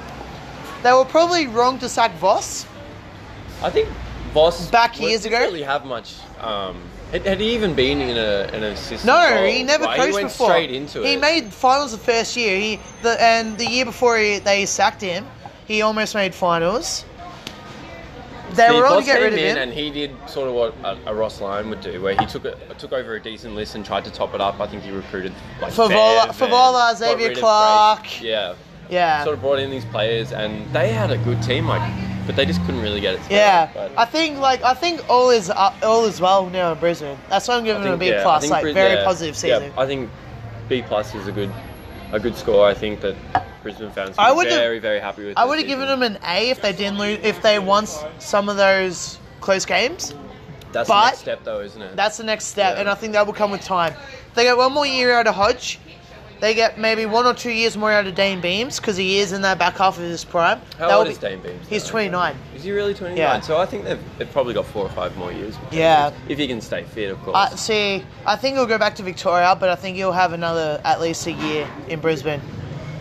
Speaker 1: They were probably wrong to sack Voss.
Speaker 2: I think Voss
Speaker 1: Back
Speaker 2: w-
Speaker 1: years ago?
Speaker 2: Didn't really have much. Um, had, had he even been in a an assistant?
Speaker 1: No,
Speaker 2: role,
Speaker 1: he never
Speaker 2: right?
Speaker 1: coached
Speaker 2: he went
Speaker 1: before.
Speaker 2: Straight into
Speaker 1: he
Speaker 2: it.
Speaker 1: made finals the first year. He the and the year before he, they sacked him, he almost made finals. They
Speaker 2: Steve
Speaker 1: were on
Speaker 2: Boss
Speaker 1: to get
Speaker 2: came
Speaker 1: rid of
Speaker 2: in
Speaker 1: him.
Speaker 2: and he did sort of what a, a Ross Lyon would do, where he took a, took over a decent list and tried to top it up. I think he recruited like
Speaker 1: Favola-
Speaker 2: Bev and
Speaker 1: Favola,
Speaker 2: got
Speaker 1: Xavier
Speaker 2: rid of
Speaker 1: Clark.
Speaker 2: Grace. Yeah,
Speaker 1: yeah.
Speaker 2: sort of brought in these players, and they had a good team, like, but they just couldn't really get it. Together.
Speaker 1: yeah,
Speaker 2: But
Speaker 1: I think like I think all is uh, all is well now in Brisbane. That's why I'm
Speaker 2: I
Speaker 1: giving it a
Speaker 2: think-
Speaker 1: B
Speaker 2: yeah, I
Speaker 1: plus.
Speaker 2: think
Speaker 1: Like
Speaker 2: Bri-
Speaker 1: very
Speaker 2: yeah,
Speaker 1: positive
Speaker 2: yeah,
Speaker 1: season.
Speaker 2: I think B plus is a good a good score. I think that Brisbane fans
Speaker 1: I
Speaker 2: were
Speaker 1: would've-
Speaker 2: very very happy with.
Speaker 1: I
Speaker 2: their
Speaker 1: would have
Speaker 2: season.
Speaker 1: given them an A if they didn't lose if they won s- some of those close games.
Speaker 2: That's
Speaker 1: but-
Speaker 2: the next step, though, isn't it?
Speaker 1: That's the next step,
Speaker 2: Yeah.
Speaker 1: and I think that will come with time. If they get one more year out of Hodge. They get maybe one or two years more out of Dane Beams because he is in that back half of his prime.
Speaker 2: How
Speaker 1: That
Speaker 2: old
Speaker 1: will
Speaker 2: is Dane Beams
Speaker 1: He's
Speaker 2: now?
Speaker 1: 29.
Speaker 2: Is he really 29?
Speaker 1: Yeah.
Speaker 2: So I think they've, they've probably got four or five more years.
Speaker 1: Yeah.
Speaker 2: If he can stay fit, of course.
Speaker 1: I see. I think he'll go back to Victoria, but I think he'll have another at least a year in Brisbane.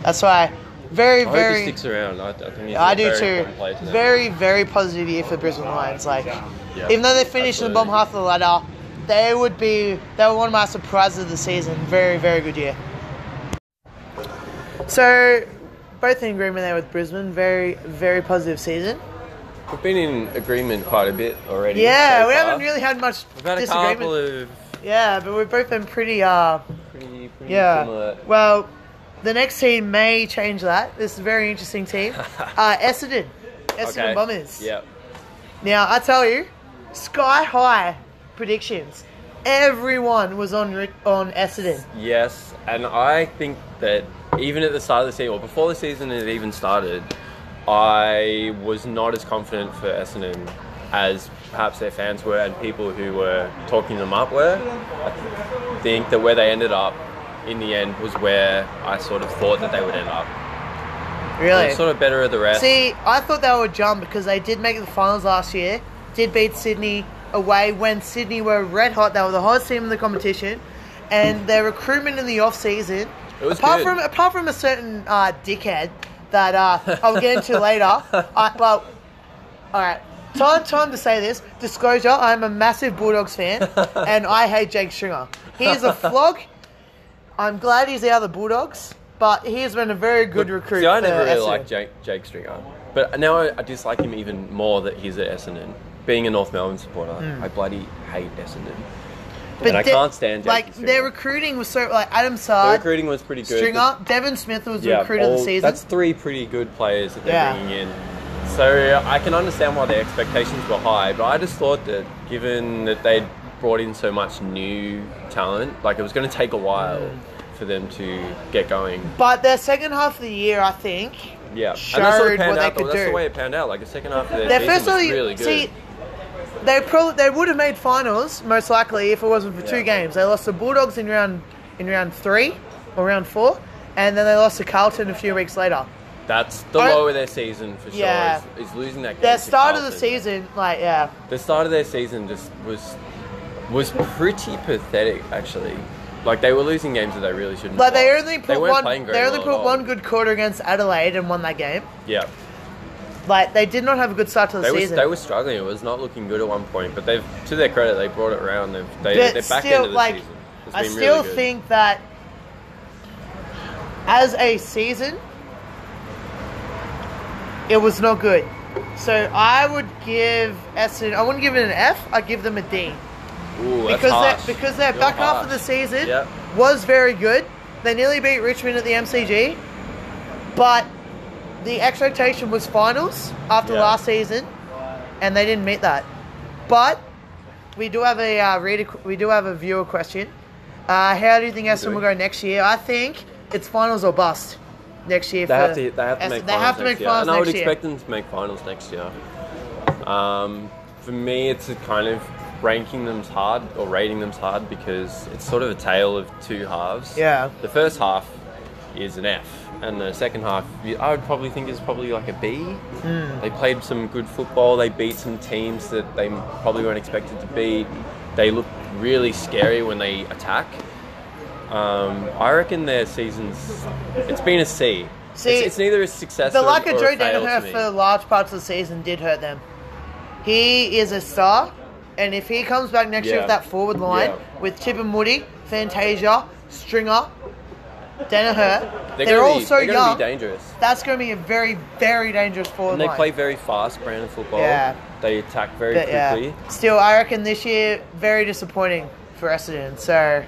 Speaker 1: That's why. Very,
Speaker 2: I hope he
Speaker 1: very.
Speaker 2: sticks around. I, I think he's
Speaker 1: I
Speaker 2: a
Speaker 1: do
Speaker 2: very
Speaker 1: too.
Speaker 2: important player to them.
Speaker 1: Very, very positive year for Brisbane Lions. Like,
Speaker 2: Yeah,
Speaker 1: even though they finished in the bottom
Speaker 2: absolutely.
Speaker 1: half of the ladder, they would be they were one of my surprises of the season. Very, very good year. So, both in agreement there with Brisbane. Very, very positive season.
Speaker 2: We've been in agreement quite a bit already.
Speaker 1: Yeah,
Speaker 2: so
Speaker 1: we
Speaker 2: far.
Speaker 1: haven't really had much
Speaker 2: We've had a
Speaker 1: disagreement.
Speaker 2: couple of
Speaker 1: Yeah, but we've both been pretty. Uh,
Speaker 2: pretty, pretty
Speaker 1: Yeah.
Speaker 2: similar.
Speaker 1: Well, the next team may change that. This is a very interesting team. Uh, Essendon. Essendon
Speaker 2: Okay.
Speaker 1: Bombers.
Speaker 2: Yeah.
Speaker 1: Now, I tell you, sky high predictions. Everyone was on Rick- on Essendon.
Speaker 2: Yes, and I think that even at the start of the season, or before the season had even started, I was not as confident for Essendon as perhaps their fans were and people who were talking them up were. I think that where they ended up in the end was where I sort of thought that they would end up.
Speaker 1: Really?
Speaker 2: They're sort of better at the rest.
Speaker 1: See, I thought they would jump because they did make the finals last year, did beat Sydney away when Sydney were red hot. They were the hottest team in the competition, and their recruitment in the off season,
Speaker 2: It was
Speaker 1: apart
Speaker 2: good.
Speaker 1: from apart from a certain uh, dickhead that uh, I'll get into later. I, well, all right. Time, time to say this. Disclosure: I'm a massive Bulldogs fan, and I hate Jake Stringer. He is a flog. I'm glad he's out of the Bulldogs, but he has been a very good recruit.
Speaker 2: See, I
Speaker 1: for
Speaker 2: never really
Speaker 1: Essendon.
Speaker 2: liked Jake, Jake Stringer, but now I, I dislike him even more that he's at Essendon. Being a North Melbourne supporter,
Speaker 1: Hmm.
Speaker 2: I bloody hate Essendon. And I
Speaker 1: de-
Speaker 2: can't stand Jake
Speaker 1: like
Speaker 2: Stringer.
Speaker 1: their recruiting was so like Adam
Speaker 2: The
Speaker 1: Sard,
Speaker 2: recruiting was pretty good.
Speaker 1: Uh, Stringer, Devin Smith was
Speaker 2: Yeah,
Speaker 1: recruited of the
Speaker 2: all-
Speaker 1: season.
Speaker 2: That's three pretty good players that they're
Speaker 1: Yeah.
Speaker 2: bringing in. So I can understand why their expectations were high, but I just thought that given that they'd brought in so much new talent, like it was going to take a while
Speaker 1: Hmm.
Speaker 2: for them to get going.
Speaker 1: but their second half of the year, I think,
Speaker 2: Yeah,
Speaker 1: showed
Speaker 2: that's
Speaker 1: what
Speaker 2: panned
Speaker 1: they
Speaker 2: out, though.
Speaker 1: could
Speaker 2: That's
Speaker 1: do.
Speaker 2: the way it panned out. Like the second half of their,
Speaker 1: their
Speaker 2: season
Speaker 1: first
Speaker 2: was
Speaker 1: only
Speaker 2: really good.
Speaker 1: see. They probably they would have made finals most likely if it wasn't for two
Speaker 2: Yeah.
Speaker 1: games. They lost the Bulldogs in round in round three or round four, and then they lost to Carlton a few weeks later.
Speaker 2: that's the
Speaker 1: I-
Speaker 2: low of their season for sure.
Speaker 1: Yeah.
Speaker 2: Is, is losing that game.
Speaker 1: Their
Speaker 2: to
Speaker 1: start of the
Speaker 2: Carlton.
Speaker 1: season, like yeah,
Speaker 2: The start of their season just was was pretty pathetic, actually. Like they were losing games that they really shouldn't.
Speaker 1: like
Speaker 2: have
Speaker 1: they
Speaker 2: lost.
Speaker 1: only put
Speaker 2: they weren't
Speaker 1: one
Speaker 2: Playing very
Speaker 1: they only
Speaker 2: well
Speaker 1: put
Speaker 2: at all.
Speaker 1: one good quarter against Adelaide and won that game.
Speaker 2: Yeah,
Speaker 1: Like they did not have a good start to the
Speaker 2: they were
Speaker 1: season.
Speaker 2: they were struggling. It was not looking good at one point, but they've to their credit, they brought it around. They've they,
Speaker 1: But
Speaker 2: they're back
Speaker 1: still,
Speaker 2: into the
Speaker 1: like,
Speaker 2: season. It's
Speaker 1: I
Speaker 2: been
Speaker 1: still
Speaker 2: really good.
Speaker 1: think that as a season, it was not good. So I would give Essendon. I wouldn't give it an F. I'd give them a D
Speaker 2: Ooh, that's
Speaker 1: because
Speaker 2: harsh.
Speaker 1: their because their
Speaker 2: Real
Speaker 1: back half of the
Speaker 2: harsh.
Speaker 1: season
Speaker 2: Yep.
Speaker 1: was very good. They nearly beat Richmond at the MCG, but the expectation was finals after
Speaker 2: Yeah.
Speaker 1: last season, and they didn't meet that. But we do have a uh, reader, we do have a viewer question. Uh, how do you think Essendon
Speaker 2: do.
Speaker 1: will go next year? I think it's finals or bust next year.
Speaker 2: They
Speaker 1: for
Speaker 2: have to. They have to
Speaker 1: Essendon.
Speaker 2: make.
Speaker 1: They
Speaker 2: finals
Speaker 1: have to make
Speaker 2: next year.
Speaker 1: finals
Speaker 2: and I would
Speaker 1: next year.
Speaker 2: expect them to make finals next year. Um, for me, it's a kind of ranking them's hard or rating them's hard because it's sort of a tale of two halves.
Speaker 1: Yeah.
Speaker 2: The first half is an F, and the second half you- I would probably think is probably like a B.
Speaker 1: Hmm.
Speaker 2: They played some good football. They beat some teams that they probably weren't expected to beat. They look really scary when they attack. Um, I reckon their season's it's been a C.
Speaker 1: See,
Speaker 2: it's, it's neither a success.
Speaker 1: The
Speaker 2: or,
Speaker 1: lack of
Speaker 2: or
Speaker 1: Joe
Speaker 2: a fail to
Speaker 1: Danaher
Speaker 2: me.
Speaker 1: for large parts of the season did hurt them. He is a star, and if he comes back next year
Speaker 2: Yeah.
Speaker 1: with that forward line
Speaker 2: Yeah.
Speaker 1: with Chip and Woody, Fantasia, Stringer, Danaher,
Speaker 2: they're,
Speaker 1: they're,
Speaker 2: gonna
Speaker 1: all
Speaker 2: be,
Speaker 1: so
Speaker 2: they're gonna
Speaker 1: young.
Speaker 2: be dangerous.
Speaker 1: That's going to be a very, very dangerous forward
Speaker 2: And they
Speaker 1: line.
Speaker 2: play very fast brand of football.
Speaker 1: Yeah.
Speaker 2: They attack very
Speaker 1: But
Speaker 2: quickly.
Speaker 1: yeah, still, I reckon this year very disappointing for Essendon. So,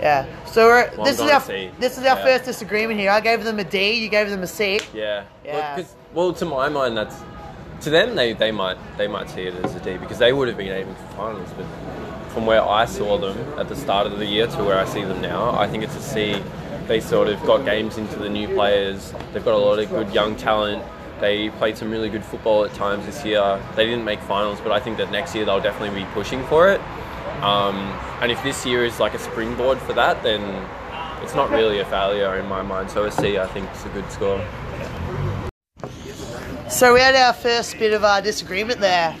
Speaker 1: yeah. So we're,
Speaker 2: Well,
Speaker 1: this
Speaker 2: I'm
Speaker 1: is our
Speaker 2: gonna see.
Speaker 1: this is our
Speaker 2: Yeah.
Speaker 1: first disagreement here. I gave them a D. You gave them a C.
Speaker 2: Yeah.
Speaker 1: Yeah.
Speaker 2: Well, 'cause- well, to my mind, that's to them they, they might they might see it as a D because they would have been aiming for finals, but from where I saw them at the start of the year to where I see them now, I think it's a C. They sort of got games into the new players. They've got a lot of good young talent. They played some really good football at times this year. They didn't make finals, but I think that next year they'll definitely be pushing for it. Um, and if this year is like a springboard for that, then it's not really a failure in my mind. So a C, I think, is a good score.
Speaker 1: So we had our first bit of our disagreement there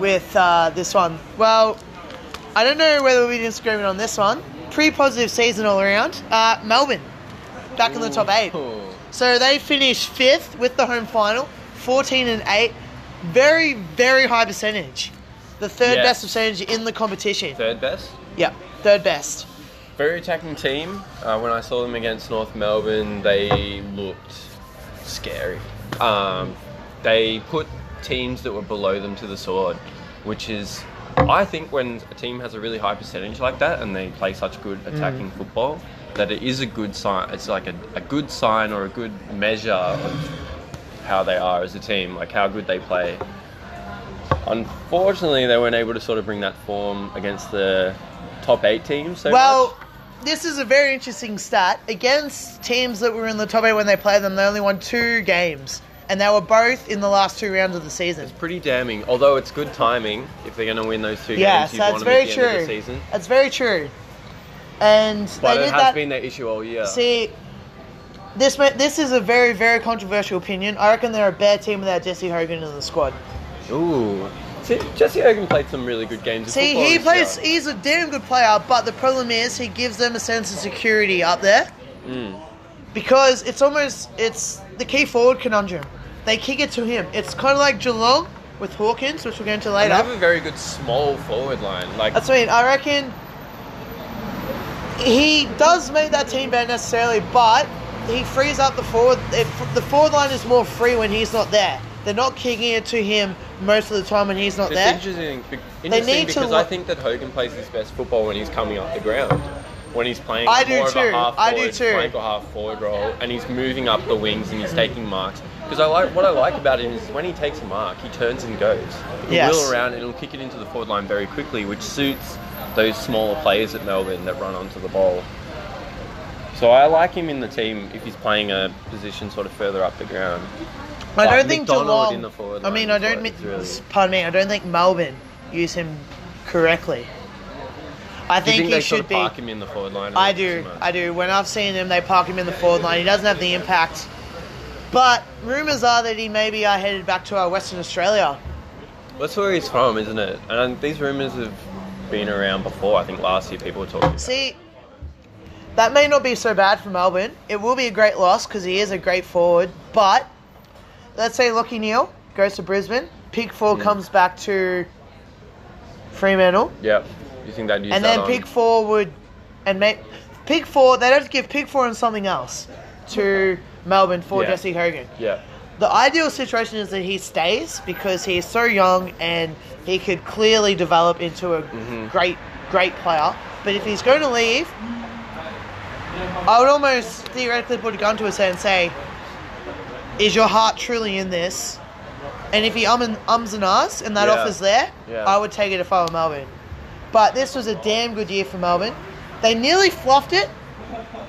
Speaker 1: with uh, this one. Well, I don't know whether we disagreement on this one. Pretty positive season all around. Uh, Melbourne back in the top eight.
Speaker 2: Ooh.
Speaker 1: So they finished fifth with the home final, 14 and 8. Very, very high percentage. The third
Speaker 2: Yeah.
Speaker 1: best percentage in the competition.
Speaker 2: Third best.
Speaker 1: Yeah, third best.
Speaker 2: Very attacking team. Uh, when I saw them against North Melbourne, they looked scary. Um, they put teams that were below them to the sword, which is, I think, when a team has a really high percentage like that and they play such good attacking football, that it is a good sign. It's like a, a good sign or a good measure of how they are as a team, like how good they play. Unfortunately, they weren't able to sort of bring that form against the top eight teams. So
Speaker 1: well,
Speaker 2: much.
Speaker 1: this is a very interesting stat. Against teams that were in the top eight when they played them, they only won two games. And they were both in the last two rounds of the season.
Speaker 2: pretty damning. Although it's good timing if they're going to win those two
Speaker 1: Yes,
Speaker 2: games. You'd
Speaker 1: that's
Speaker 2: want them at
Speaker 1: very
Speaker 2: the
Speaker 1: true.
Speaker 2: End of the season.
Speaker 1: That's very true. And
Speaker 2: But
Speaker 1: they
Speaker 2: it
Speaker 1: did
Speaker 2: has
Speaker 1: that.
Speaker 2: been their issue all year.
Speaker 1: See, this ma- this is a very very controversial opinion. I reckon they're a bad team without Jesse Hogan in the squad.
Speaker 2: Ooh. See, Jesse Hogan played some really good games. of
Speaker 1: See,
Speaker 2: football
Speaker 1: he plays.
Speaker 2: this year.
Speaker 1: He's a damn good player, but the problem is he gives them a sense of security up there
Speaker 2: Mm.
Speaker 1: because it's almost it's the key forward conundrum. They kick it to him. It's kind of like Geelong with Hawkins, which we'll get into
Speaker 2: They
Speaker 1: later.
Speaker 2: have a very good small forward line. Like
Speaker 1: That's what I mean. I reckon he does make that team better necessarily, but he frees up the forward. If the forward line is more free when he's not there. They're not kicking it to him most of the time when he's not
Speaker 2: it's
Speaker 1: there.
Speaker 2: interesting, be- interesting
Speaker 1: need to
Speaker 2: because
Speaker 1: wa-
Speaker 2: I think that Hogan plays his best football when he's coming up the ground. When he's playing
Speaker 1: I do
Speaker 2: more of
Speaker 1: too.
Speaker 2: a half
Speaker 1: I do
Speaker 2: forward,
Speaker 1: too.
Speaker 2: flank or half forward role, and he's moving up the wings and he's taking marks. Because I like what I like about him is when he takes a mark, he turns and goes. He'll
Speaker 1: Yes.
Speaker 2: wheel around and he'll kick it into the forward line very quickly, which suits those smaller players at Melbourne that run onto the ball. So I like him in the team if he's playing a position sort of further up the ground.
Speaker 1: I
Speaker 2: Like
Speaker 1: don't think
Speaker 2: McDonald
Speaker 1: Geelong.
Speaker 2: in the forward
Speaker 1: I
Speaker 2: line
Speaker 1: mean, I
Speaker 2: is
Speaker 1: don't.
Speaker 2: what
Speaker 1: mean
Speaker 2: it's really-
Speaker 1: Pardon me. I don't think Melbourne use him correctly. I think,
Speaker 2: Do you think
Speaker 1: he
Speaker 2: they
Speaker 1: should
Speaker 2: sort of
Speaker 1: be.
Speaker 2: park him in the forward line?
Speaker 1: I
Speaker 2: and not
Speaker 1: do,
Speaker 2: so much?
Speaker 1: I do. When I've seen him, they park him in the forward line. He doesn't have the impact. But rumours are that he maybe are headed back to uh, Western Australia.
Speaker 2: That's where he's from, isn't it? And um, these rumors have been around before. I think last year people were talking. About.
Speaker 1: See, that may not be so bad for Melbourne. It will be a great loss because he is a great forward. But let's say Lockie Neal goes to Brisbane,
Speaker 2: Hmm.
Speaker 1: Pickford comes back to Fremantle,
Speaker 2: Yeah, you think they'd use
Speaker 1: and
Speaker 2: that
Speaker 1: then
Speaker 2: on-
Speaker 1: Pickford would and make Pickford. They don't give Pickford and something else to Melbourne for
Speaker 2: Yeah.
Speaker 1: Jesse Hogan.
Speaker 2: Yeah,
Speaker 1: The ideal situation is that he stays because he is so young and he could clearly develop into a
Speaker 2: Mm-hmm.
Speaker 1: great, great player. But if he's going to leave, I would almost theoretically put a gun to his head and say, "Is your heart truly in this?" And if he um and, ums and ahs and that
Speaker 2: Yeah.
Speaker 1: offer's there,
Speaker 2: Yeah.
Speaker 1: I would take it if I were Melbourne. But this was a damn good year for Melbourne. They nearly fluffed it.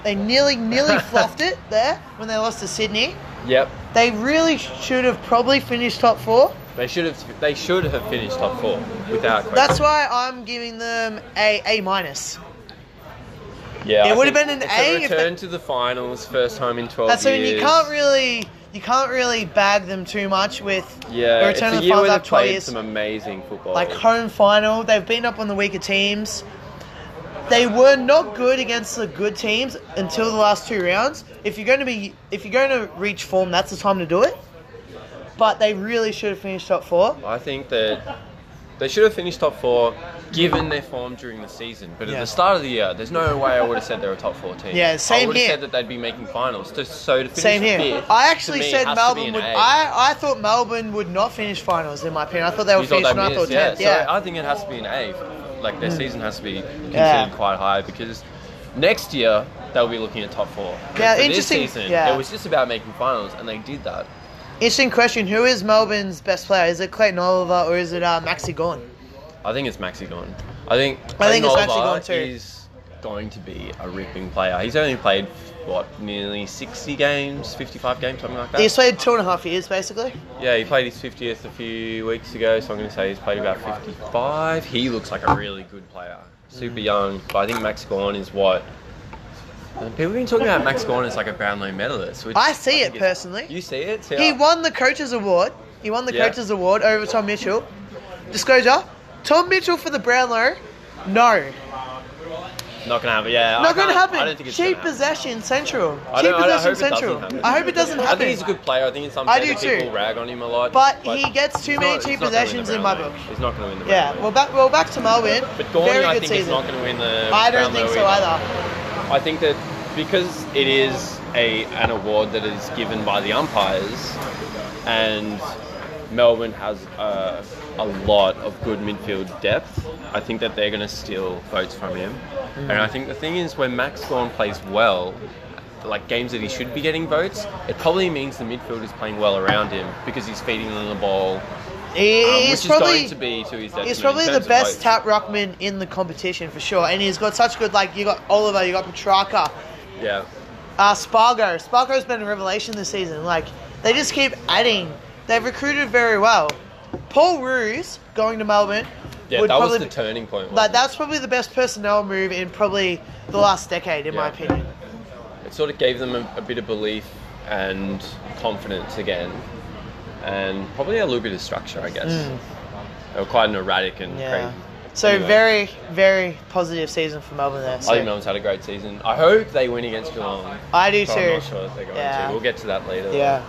Speaker 1: They nearly, nearly fluffed it there when they lost to Sydney.
Speaker 2: yep.
Speaker 1: They really should have probably finished top four.
Speaker 2: They should have. They should have finished top four without. Question.
Speaker 1: That's why I'm giving them a A minus.
Speaker 2: yeah.
Speaker 1: it
Speaker 2: I
Speaker 1: would have
Speaker 2: think
Speaker 1: been an
Speaker 2: it's
Speaker 1: A
Speaker 2: A
Speaker 1: if
Speaker 2: return
Speaker 1: they-
Speaker 2: to the finals, first time in twelve
Speaker 1: That's I
Speaker 2: years.
Speaker 1: mean, you can't really you can't really bag them too much with
Speaker 2: Yeah,
Speaker 1: the
Speaker 2: it's
Speaker 1: return
Speaker 2: a
Speaker 1: of the
Speaker 2: year
Speaker 1: finals
Speaker 2: where they
Speaker 1: after twelve
Speaker 2: played
Speaker 1: years.
Speaker 2: some amazing football.
Speaker 1: Like home final, they've been up on the weaker teams. They were not good against the good teams until the last two rounds. If you're going to be if you're going to reach form, that's the time to do it. But they really should have finished top four.
Speaker 2: I think that They should have finished top four, given their form during the season. But at
Speaker 1: Yeah.
Speaker 2: the start of the year, there's no way I would have said they were a top four team.
Speaker 1: Yeah, same
Speaker 2: I would have
Speaker 1: here.
Speaker 2: said that they'd be making finals. To, so to finish
Speaker 1: Same here.
Speaker 2: fifth,
Speaker 1: I
Speaker 2: to
Speaker 1: actually
Speaker 2: me,
Speaker 1: said
Speaker 2: has to be
Speaker 1: Melbourne
Speaker 2: an
Speaker 1: would.
Speaker 2: A.
Speaker 1: I, I thought Melbourne would not finish finals. In my opinion, I thought they
Speaker 2: You
Speaker 1: would
Speaker 2: thought
Speaker 1: finish
Speaker 2: they'd
Speaker 1: ninth or
Speaker 2: miss, yeah.
Speaker 1: tenth. Yeah, Hmm.
Speaker 2: So I think it has to be an A. Like their season has to be considered
Speaker 1: Yeah.
Speaker 2: quite high because next year they'll be looking at top four. But
Speaker 1: Yeah,
Speaker 2: for
Speaker 1: interesting-
Speaker 2: This season,
Speaker 1: yeah.
Speaker 2: it was just about making finals, and they did that.
Speaker 1: Interesting question. Who is Melbourne's best player? Is it Clayton Oliver or is it uh, Maxi Gorn?
Speaker 2: I think it's Maxi gone. I think
Speaker 1: I think it's Maxi
Speaker 2: Oliver
Speaker 1: Gawn too.
Speaker 2: is going to be a ripping player. He's only played what nearly sixty games, fifty-five games, something like that.
Speaker 1: He's played two and a half years basically.
Speaker 2: Yeah, he played his fiftieth a few weeks ago, so I'm going to say he's played about fifty-five. He looks like a really good player, super
Speaker 1: Mm.
Speaker 2: young. But I think Max Gorn is what. And people have been talking about Max Gorn as like a Brownlow medalist. Which
Speaker 1: I see it
Speaker 2: think is-
Speaker 1: personally.
Speaker 2: You see it? too?
Speaker 1: He won the coaches award. He won the
Speaker 2: Yeah.
Speaker 1: coaches award over Tom Mitchell. Disclosure: Tom Mitchell for the Brownlow. No,
Speaker 2: Not going to happen. Yeah, I
Speaker 1: not going to
Speaker 2: can't-
Speaker 1: happen.
Speaker 2: I don't think it's
Speaker 1: Cheap
Speaker 2: gonna happen.
Speaker 1: possession central.
Speaker 2: I
Speaker 1: Cheap
Speaker 2: don't- I don't-
Speaker 1: possession
Speaker 2: I hope it doesn't
Speaker 1: central.
Speaker 2: happen.
Speaker 1: I hope it doesn't happen.
Speaker 2: I think he's a good player. I think it's
Speaker 1: I
Speaker 2: unfair
Speaker 1: do
Speaker 2: that
Speaker 1: too.
Speaker 2: people rag on him a lot.
Speaker 1: But he gets too
Speaker 2: he's
Speaker 1: many
Speaker 2: not-
Speaker 1: cheap
Speaker 2: he's not gonna win the
Speaker 1: possessions in my
Speaker 2: Brownlow.
Speaker 1: book.
Speaker 2: He's not going to win the
Speaker 1: Yeah,
Speaker 2: Brownlow.
Speaker 1: well back well back to Melbourne.
Speaker 2: But Gorn,
Speaker 1: Very
Speaker 2: I
Speaker 1: good
Speaker 2: think, is
Speaker 1: season.
Speaker 2: not going to win the.
Speaker 1: I don't think
Speaker 2: Brownlow
Speaker 1: so
Speaker 2: either.
Speaker 1: either.
Speaker 2: I think that because it is a an award that is given by the umpires, and Melbourne has a, a lot of good midfield depth, I think that they're going to steal votes from him. And I think the thing is, when Max Gorn plays well, like games that he should be getting votes, it probably means the midfield is playing well around him because he's feeding them the ball,
Speaker 1: He-
Speaker 2: um, which
Speaker 1: he's
Speaker 2: is
Speaker 1: probably
Speaker 2: going to be to his detriment.
Speaker 1: he's
Speaker 2: in
Speaker 1: probably the
Speaker 2: terms of
Speaker 1: best
Speaker 2: votes.
Speaker 1: tap ruckman in the competition for sure, and he's got such good like you got Oliver, you got Petrarca,
Speaker 2: Yeah.
Speaker 1: uh, Spargo. Spargo's been a revelation this season. Like they just keep adding. They've recruited very well. Paul Roos going to Melbourne
Speaker 2: Yeah,
Speaker 1: would
Speaker 2: that was
Speaker 1: probably
Speaker 2: the
Speaker 1: be-
Speaker 2: turning point.
Speaker 1: like
Speaker 2: wasn't it?
Speaker 1: that's probably the best personnel move in probably the last decade in my
Speaker 2: Yeah.
Speaker 1: opinion.
Speaker 2: it sort of gave them a, a bit of belief and confidence again, and probably a little bit of structure, I guess. They were quite an erratic and
Speaker 1: Hmm. Yeah.
Speaker 2: crazy.
Speaker 1: So
Speaker 2: Anyway,
Speaker 1: very very positive season for Melbourne there.
Speaker 2: I
Speaker 1: So.
Speaker 2: think Melbourne's had a great season. I hope they win against Geelong.
Speaker 1: I do
Speaker 2: but
Speaker 1: too.
Speaker 2: I'm not sure if they're going
Speaker 1: Yeah.
Speaker 2: to. We'll get to that later.
Speaker 1: Yeah.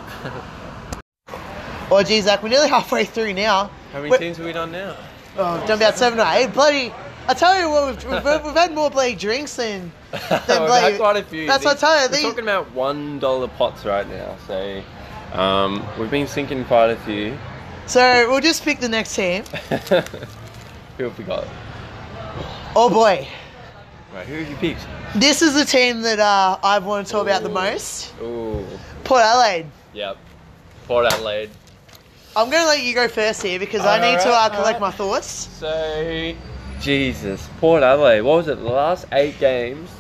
Speaker 1: oh, geez, Zach, we're nearly halfway through now.
Speaker 2: How many
Speaker 1: We're-
Speaker 2: teams have we done now?
Speaker 1: Oh, we've done about seven or eight. Bloody. I tell you what, we've, we've, we've had more bloody drinks than.
Speaker 2: We've
Speaker 1: bloody-
Speaker 2: had quite a few.
Speaker 1: That's what I
Speaker 2: These-
Speaker 1: tell you.
Speaker 2: We're
Speaker 1: These,
Speaker 2: talking about one dollar pots right now, so um, we've been sinking quite a few.
Speaker 1: so we'll just pick the next team.
Speaker 2: Who have we got?
Speaker 1: Oh boy,
Speaker 2: Right, who have you picked?
Speaker 1: this is the team that uh, I want to talk about the most.
Speaker 2: Ooh,
Speaker 1: Port Adelaide.
Speaker 2: yep. Port Adelaide.
Speaker 1: I'm going to let you go first here because I need to uh,
Speaker 2: Alright,
Speaker 1: collect
Speaker 2: alright.
Speaker 1: my thoughts.
Speaker 2: So, Jesus, Port Adelaide. What was it? The last eight games,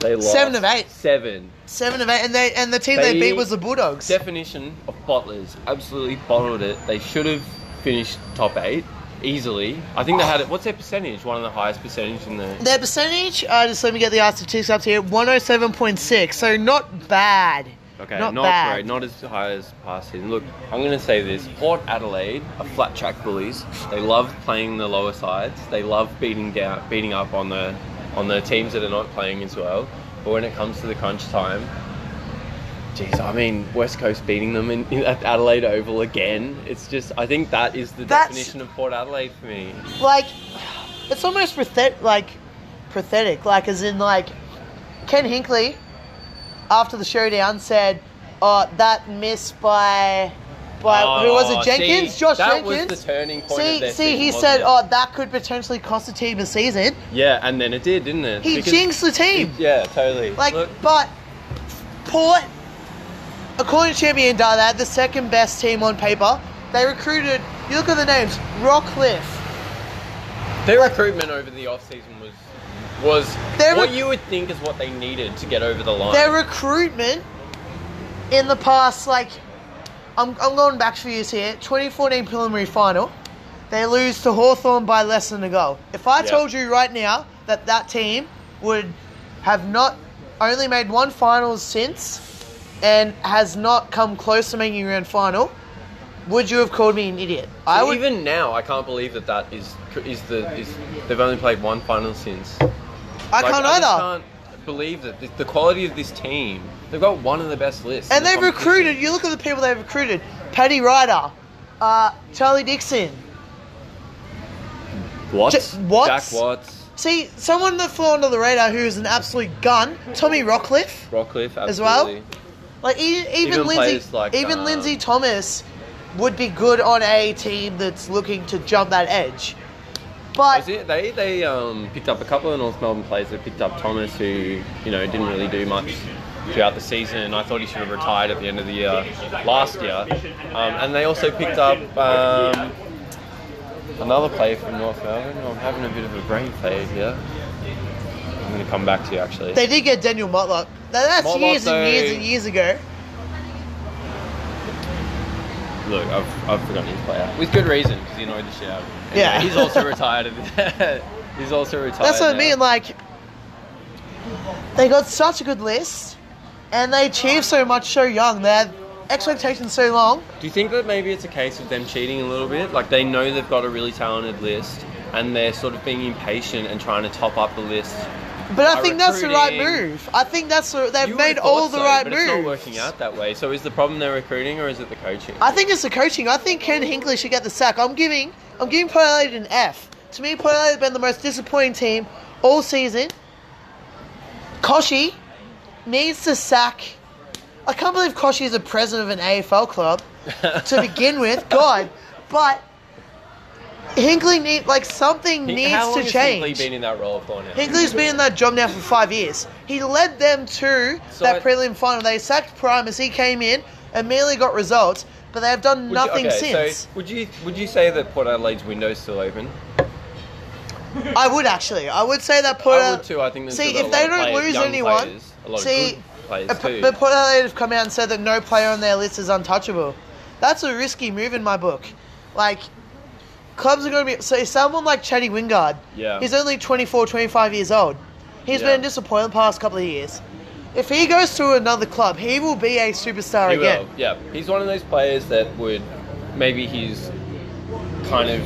Speaker 2: they lost
Speaker 1: Seven of eight.
Speaker 2: Seven.
Speaker 1: Seven of eight, and they and the team they,
Speaker 2: They-
Speaker 1: beat was the Bulldogs.
Speaker 2: Definition of bottlers. Absolutely bottled it. They should have finished top eight easily. I think they had it. What's their percentage? One of the highest percentage in the.
Speaker 1: Their percentage, uh, just let me get the statistics up here, 107.6, so not bad.
Speaker 2: Okay,
Speaker 1: not,
Speaker 2: not,
Speaker 1: bad.
Speaker 2: great, not as high as past season. Look, I'm going to say this: Port Adelaide are flat track bullies. They love playing the lower sides. They love beating down, beating up on the on the teams that are not playing as well. But when it comes to the crunch time, geez, I mean, West Coast beating them in, in at Adelaide Oval again. It's just, I think that is the
Speaker 1: That's-
Speaker 2: definition of Port Adelaide for me.
Speaker 1: Like, it's almost pathetic, like, pathetic, like, as in, like, Ken Hinkley, after the showdown, said, oh, that miss by, by, who was
Speaker 2: Oh,
Speaker 1: it, Jenkins?
Speaker 2: see,
Speaker 1: Josh
Speaker 2: that
Speaker 1: Jenkins?
Speaker 2: was the turning point. of
Speaker 1: See,
Speaker 2: their
Speaker 1: see,
Speaker 2: season,
Speaker 1: he
Speaker 2: wasn't
Speaker 1: said,
Speaker 2: it?
Speaker 1: "Oh, that could potentially cost the team a season."
Speaker 2: yeah," and then it did, didn't it?
Speaker 1: He
Speaker 2: Because-
Speaker 1: jinxed the team.
Speaker 2: Yeah, totally.
Speaker 1: Like,
Speaker 2: Look,
Speaker 1: but Port, according to Champion Data, the second best team on paper. They recruited. You look at the names: Rockcliffe.
Speaker 2: Their recruitment over the off season was was
Speaker 1: Their
Speaker 2: what
Speaker 1: rec-
Speaker 2: you would think is what they needed to get over the line.
Speaker 1: Their recruitment in the past, like, I'm, I'm going back for years here. 2014 preliminary final, they lose to Hawthorn by less than a goal. If I
Speaker 2: Yeah.
Speaker 1: told you right now that that team would have not only made one finals since and has not come close to making a grand final, would you have called me an idiot? I would.
Speaker 2: Even now, I can't believe that that is is the is they've only played one final since.
Speaker 1: I can't
Speaker 2: I just
Speaker 1: either.
Speaker 2: can't believe that the, the quality of this team. They've got one of the best lists, in
Speaker 1: And
Speaker 2: the
Speaker 1: they've
Speaker 2: competition.
Speaker 1: recruited. You look at the people they've recruited: Paddy Ryder, uh, Charlie Dixon,
Speaker 3: Watts.
Speaker 1: J- Watts?
Speaker 2: Jack Watts,
Speaker 1: See, someone that flew under the radar who is an absolute gun, Tommy Rockcliffe.
Speaker 2: Rockcliffe, absolutely.
Speaker 1: As well? Like e- even,
Speaker 2: Even
Speaker 1: Lindsay,
Speaker 2: players like,
Speaker 1: even
Speaker 2: uh,
Speaker 1: Lindsay Thomas would be good on a team that's looking to jump that edge. But
Speaker 2: Was it? They they um, picked up a couple of North Melbourne players. They picked up Thomas, who you know didn't really do much throughout the season. I thought he should have retired at the end of the year last year. Um, and they also picked up um, another player from North Melbourne. I'm having a bit of a brain fade here. I'm going to come back to you actually.
Speaker 1: they did get Daniel Motlock. Now, that's
Speaker 2: Motlop,
Speaker 1: years and years
Speaker 2: though-
Speaker 1: and years ago.
Speaker 2: Look, I've, I've forgotten his player with good reason because he annoyed the shit out. of me. Anyway,
Speaker 1: Yeah.
Speaker 2: he's also retired. of- he's also retired.
Speaker 1: That's what I
Speaker 2: now.
Speaker 1: mean. Like, they got such a good list, and they achieved so much so young. They had expectations so long.
Speaker 2: Do you think that maybe it's a case of them cheating a little bit? Like they know they've got a really talented list and they're sort of being impatient and trying to top up the list.
Speaker 1: But I
Speaker 2: By
Speaker 1: think that's the right
Speaker 2: recruiting-
Speaker 1: move. I think that's the, they've
Speaker 2: You
Speaker 1: made
Speaker 2: would've
Speaker 1: all
Speaker 2: thought
Speaker 1: the
Speaker 2: so,
Speaker 1: right
Speaker 2: but
Speaker 1: moves.
Speaker 2: It's not working out that way. So is the problem they're recruiting or is it the coaching?
Speaker 1: I think it's the coaching. I think Ken Hinkley should get the sack. I'm giving I'm giving Port Adelaide an F. To me, Port Adelaide have been the most disappointing team all season. Koshi needs to sack. I can't believe Koshi is the president of an AFL club to begin with. God, but Hinkley need like something
Speaker 2: He-
Speaker 1: needs
Speaker 2: How long
Speaker 1: to
Speaker 2: has
Speaker 1: change.
Speaker 2: Hinkley been in that role for now?
Speaker 1: Hinkley's been in that job now for five years. He led them to
Speaker 2: So
Speaker 1: that
Speaker 2: I-
Speaker 1: prelim final. They sacked Primus. He came in, immediately got results, but they have done
Speaker 2: Would you-
Speaker 1: nothing
Speaker 2: okay,
Speaker 1: since.
Speaker 2: So would you would you say that Port Adelaide's window's still open?
Speaker 1: I would actually. I would say that Port
Speaker 2: I
Speaker 1: Adelaide.
Speaker 2: would too. I think they've
Speaker 1: see,
Speaker 2: still
Speaker 1: if
Speaker 2: got
Speaker 1: they
Speaker 2: a lot
Speaker 1: don't
Speaker 2: of players,
Speaker 1: lose
Speaker 2: young
Speaker 1: anyone-
Speaker 2: players, a lot
Speaker 1: see,
Speaker 2: of good
Speaker 1: uh,
Speaker 2: players
Speaker 1: P-
Speaker 2: too.
Speaker 1: but Port Adelaide have come out and said that no player on their list is untouchable. That's a risky move in my book. Like, clubs are going to be. So, someone like Chatty Wingard,
Speaker 2: Yeah.
Speaker 1: he's only 24, 25 years old. He's
Speaker 2: Yeah.
Speaker 1: been a disappointment the past couple of years. If he goes to another club, he will be a superstar
Speaker 2: He
Speaker 1: again.
Speaker 2: will. Yeah, he's one of those players that would maybe he's kind of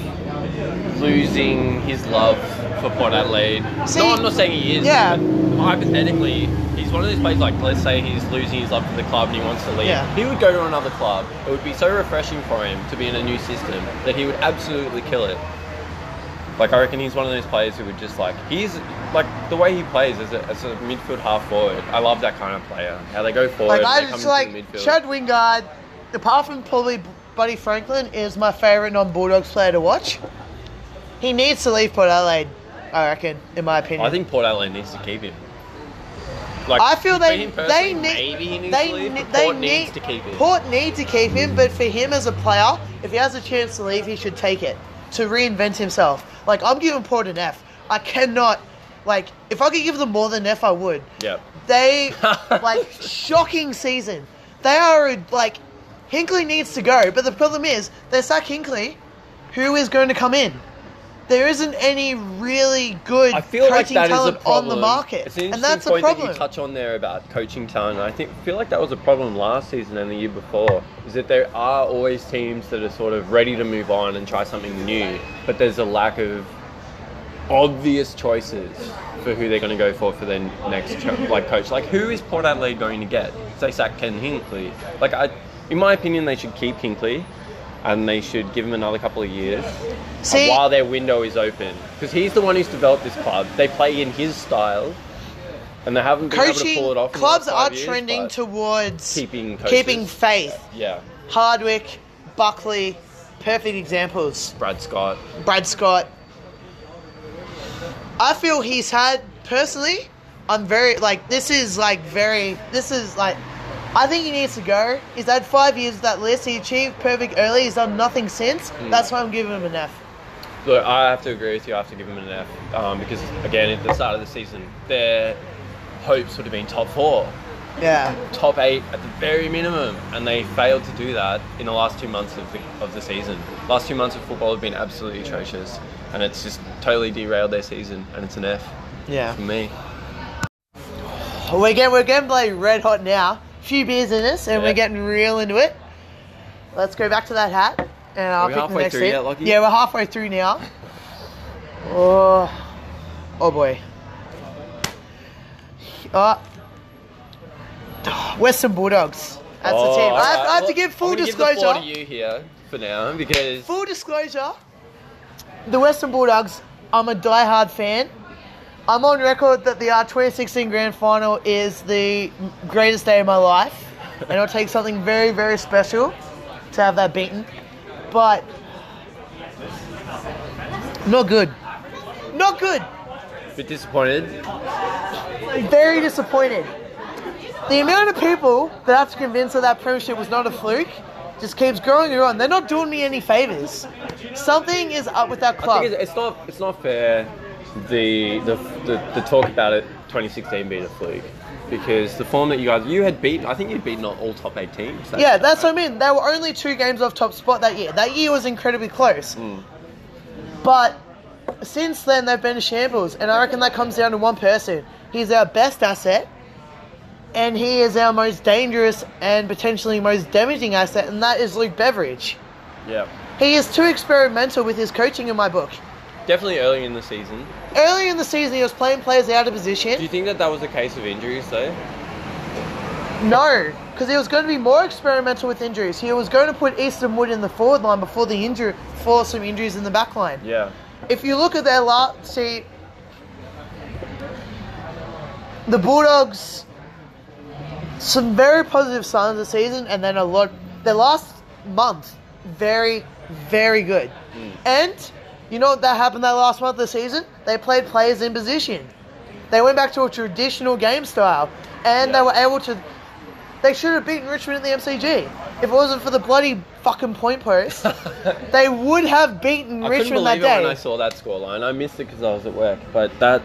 Speaker 2: losing his love for Port Adelaide.
Speaker 1: See-
Speaker 2: no, I'm not saying he is.
Speaker 1: Yeah.
Speaker 2: but hypothetically, he's one of those players. Like, let's say he's losing his love for the club and he wants to leave.
Speaker 1: Yeah.
Speaker 2: He would go to another club. It would be so refreshing for him to be in a new system that he would absolutely kill it. Like I reckon he's one of those players who would just like he's like the way he plays as a, as a midfield half forward. I love that kind of player. How they go forward,
Speaker 1: Like
Speaker 2: and
Speaker 1: I
Speaker 2: they come
Speaker 1: just
Speaker 2: into
Speaker 1: like
Speaker 2: the midfield.
Speaker 1: Chad Wingard, apart from probably Buddy Franklin, is my favourite non Bulldogs player to watch. He needs to leave Port Adelaide, I reckon, in my opinion.
Speaker 2: I think Port Adelaide needs to keep him. Like,
Speaker 1: I feel
Speaker 2: for
Speaker 1: they
Speaker 2: him
Speaker 1: they
Speaker 2: personally,
Speaker 1: need
Speaker 2: maybe he needs
Speaker 1: they
Speaker 2: to leave,
Speaker 1: ne-
Speaker 2: but
Speaker 1: they
Speaker 2: Port
Speaker 1: need
Speaker 2: needs to keep him.
Speaker 1: Port need to keep him, but for him as a player, if he has a chance to leave, he should take it to reinvent himself. Like I'm giving Port an F. I cannot like if I could give them more than an F, I would.
Speaker 2: yeah.
Speaker 1: They like shocking season. They are like Hinkley needs to go, but the problem is they sack Hinkley. Who is going to come in? There isn't any really good
Speaker 2: I feel like
Speaker 1: coaching
Speaker 2: that is a
Speaker 1: talent on
Speaker 2: problem.
Speaker 1: the market,
Speaker 2: It's an
Speaker 1: and
Speaker 2: interesting
Speaker 1: that's
Speaker 2: point
Speaker 1: a problem.
Speaker 2: that you touch on there about coaching talent. I think feel like that was a problem last season and the year before. Is that there are always teams that are sort of ready to move on and try something new, but there's a lack of obvious choices for who they're going to go for for their next cho- like coach. Like who is Port Adelaide going to get? Say sack Ken Hinkley. Like I, in my opinion, they should keep Hinkley. And they should give him another couple of years uh,
Speaker 1: See,
Speaker 2: while their window is open. Because he's the one who's developed this club. They play in his style, and they haven't been able to pull
Speaker 1: coaching
Speaker 2: it off. in the
Speaker 1: clubs
Speaker 2: last
Speaker 1: are
Speaker 2: five years,
Speaker 1: trending
Speaker 2: but-
Speaker 1: towards
Speaker 2: keeping coaches.
Speaker 1: keeping faith.
Speaker 2: Yeah,
Speaker 1: Hardwick, Buckley, perfect examples.
Speaker 2: Brad Scott.
Speaker 1: Brad Scott. I feel he's had personally. I'm very like this is like very this is like. I think he needs to go. He's had five years with that list. He achieved perfect early. He's done nothing since. That's why I'm giving him an F.
Speaker 2: Look, I have to agree with you. I have to give him an F um, because again, at the start of the season, their hopes would have been top four,
Speaker 1: Yeah.
Speaker 2: top eight at the very minimum, and they failed to do that in the last two months of the, of the season. Last two months of football have been absolutely atrocious, and it's just totally derailed their season. And it's an F
Speaker 1: Yeah.
Speaker 2: for me.
Speaker 1: We're getting we're getting bloody red hot now. Few beers in us, and
Speaker 2: Yeah.
Speaker 1: we're getting real into it. Let's go back to that hat, and I'll pick
Speaker 2: we
Speaker 1: the
Speaker 2: halfway
Speaker 1: next
Speaker 2: through
Speaker 1: hit.
Speaker 2: yet, Lockie?
Speaker 1: Yeah, we're halfway through now. Oh, oh boy. Uh, Western Bulldogs. That's
Speaker 2: Oh,
Speaker 1: the team. I have,
Speaker 2: alright.
Speaker 1: I have
Speaker 2: Well,
Speaker 1: to give full
Speaker 2: I'm gonna
Speaker 1: disclosure.
Speaker 2: Give the floor to you here for now because
Speaker 1: Full disclosure, the Western Bulldogs I'm a diehard fan. I'm on record that the uh, 2016 Grand Final is the greatest day of my life, and it'll take something very, very special to have that beaten. But not good. Not good.
Speaker 2: Bit disappointed.
Speaker 1: Very disappointed. The amount of people that I have to convince that that premiership was not a fluke just keeps growing and growing. They're not doing me any favors. Something is up with that
Speaker 2: I
Speaker 1: club.
Speaker 2: think it's, it's not it's not fair the the, the the talk about it 2016 being a fluke because the form that you guys you had beaten I think you'd beaten all top eight teams. that
Speaker 1: Yeah,
Speaker 2: year,
Speaker 1: that's
Speaker 2: right?
Speaker 1: what I mean. They were only two games off top spot that year. That year was incredibly close. But since then, they've been shambles, and I reckon that comes down to one person. He's our best asset, and he is our most dangerous and potentially most damaging asset, and that is Luke Beveridge.
Speaker 2: yeah.
Speaker 1: He is too experimental with his coaching in my book.
Speaker 2: Definitely early in the season.
Speaker 1: Earlier in the season, he was playing players out of
Speaker 2: Do you
Speaker 1: position.
Speaker 2: think that that was a case of injuries though?
Speaker 1: No, because he was going to be more experimental with injuries. He was going to put Easton Wood in the forward line before the injury, for some injuries in the back line.
Speaker 2: Yeah.
Speaker 1: if you look at their lot, see, the Bulldogs, some very positive signs this season, and then a lot. Their last month, very, very good.
Speaker 2: Hmm.
Speaker 1: And you know what that happened that last month of the season? They played players in position. They went back to a traditional game style, and
Speaker 2: Yeah.
Speaker 1: they were able to. They should have beaten Richmond at the MCG. If it wasn't for the bloody fucking point post, they would have beaten
Speaker 2: I couldn't
Speaker 1: Richmond that
Speaker 2: believe it
Speaker 1: day.
Speaker 2: when I saw that scoreline. I missed it because I was at work. But that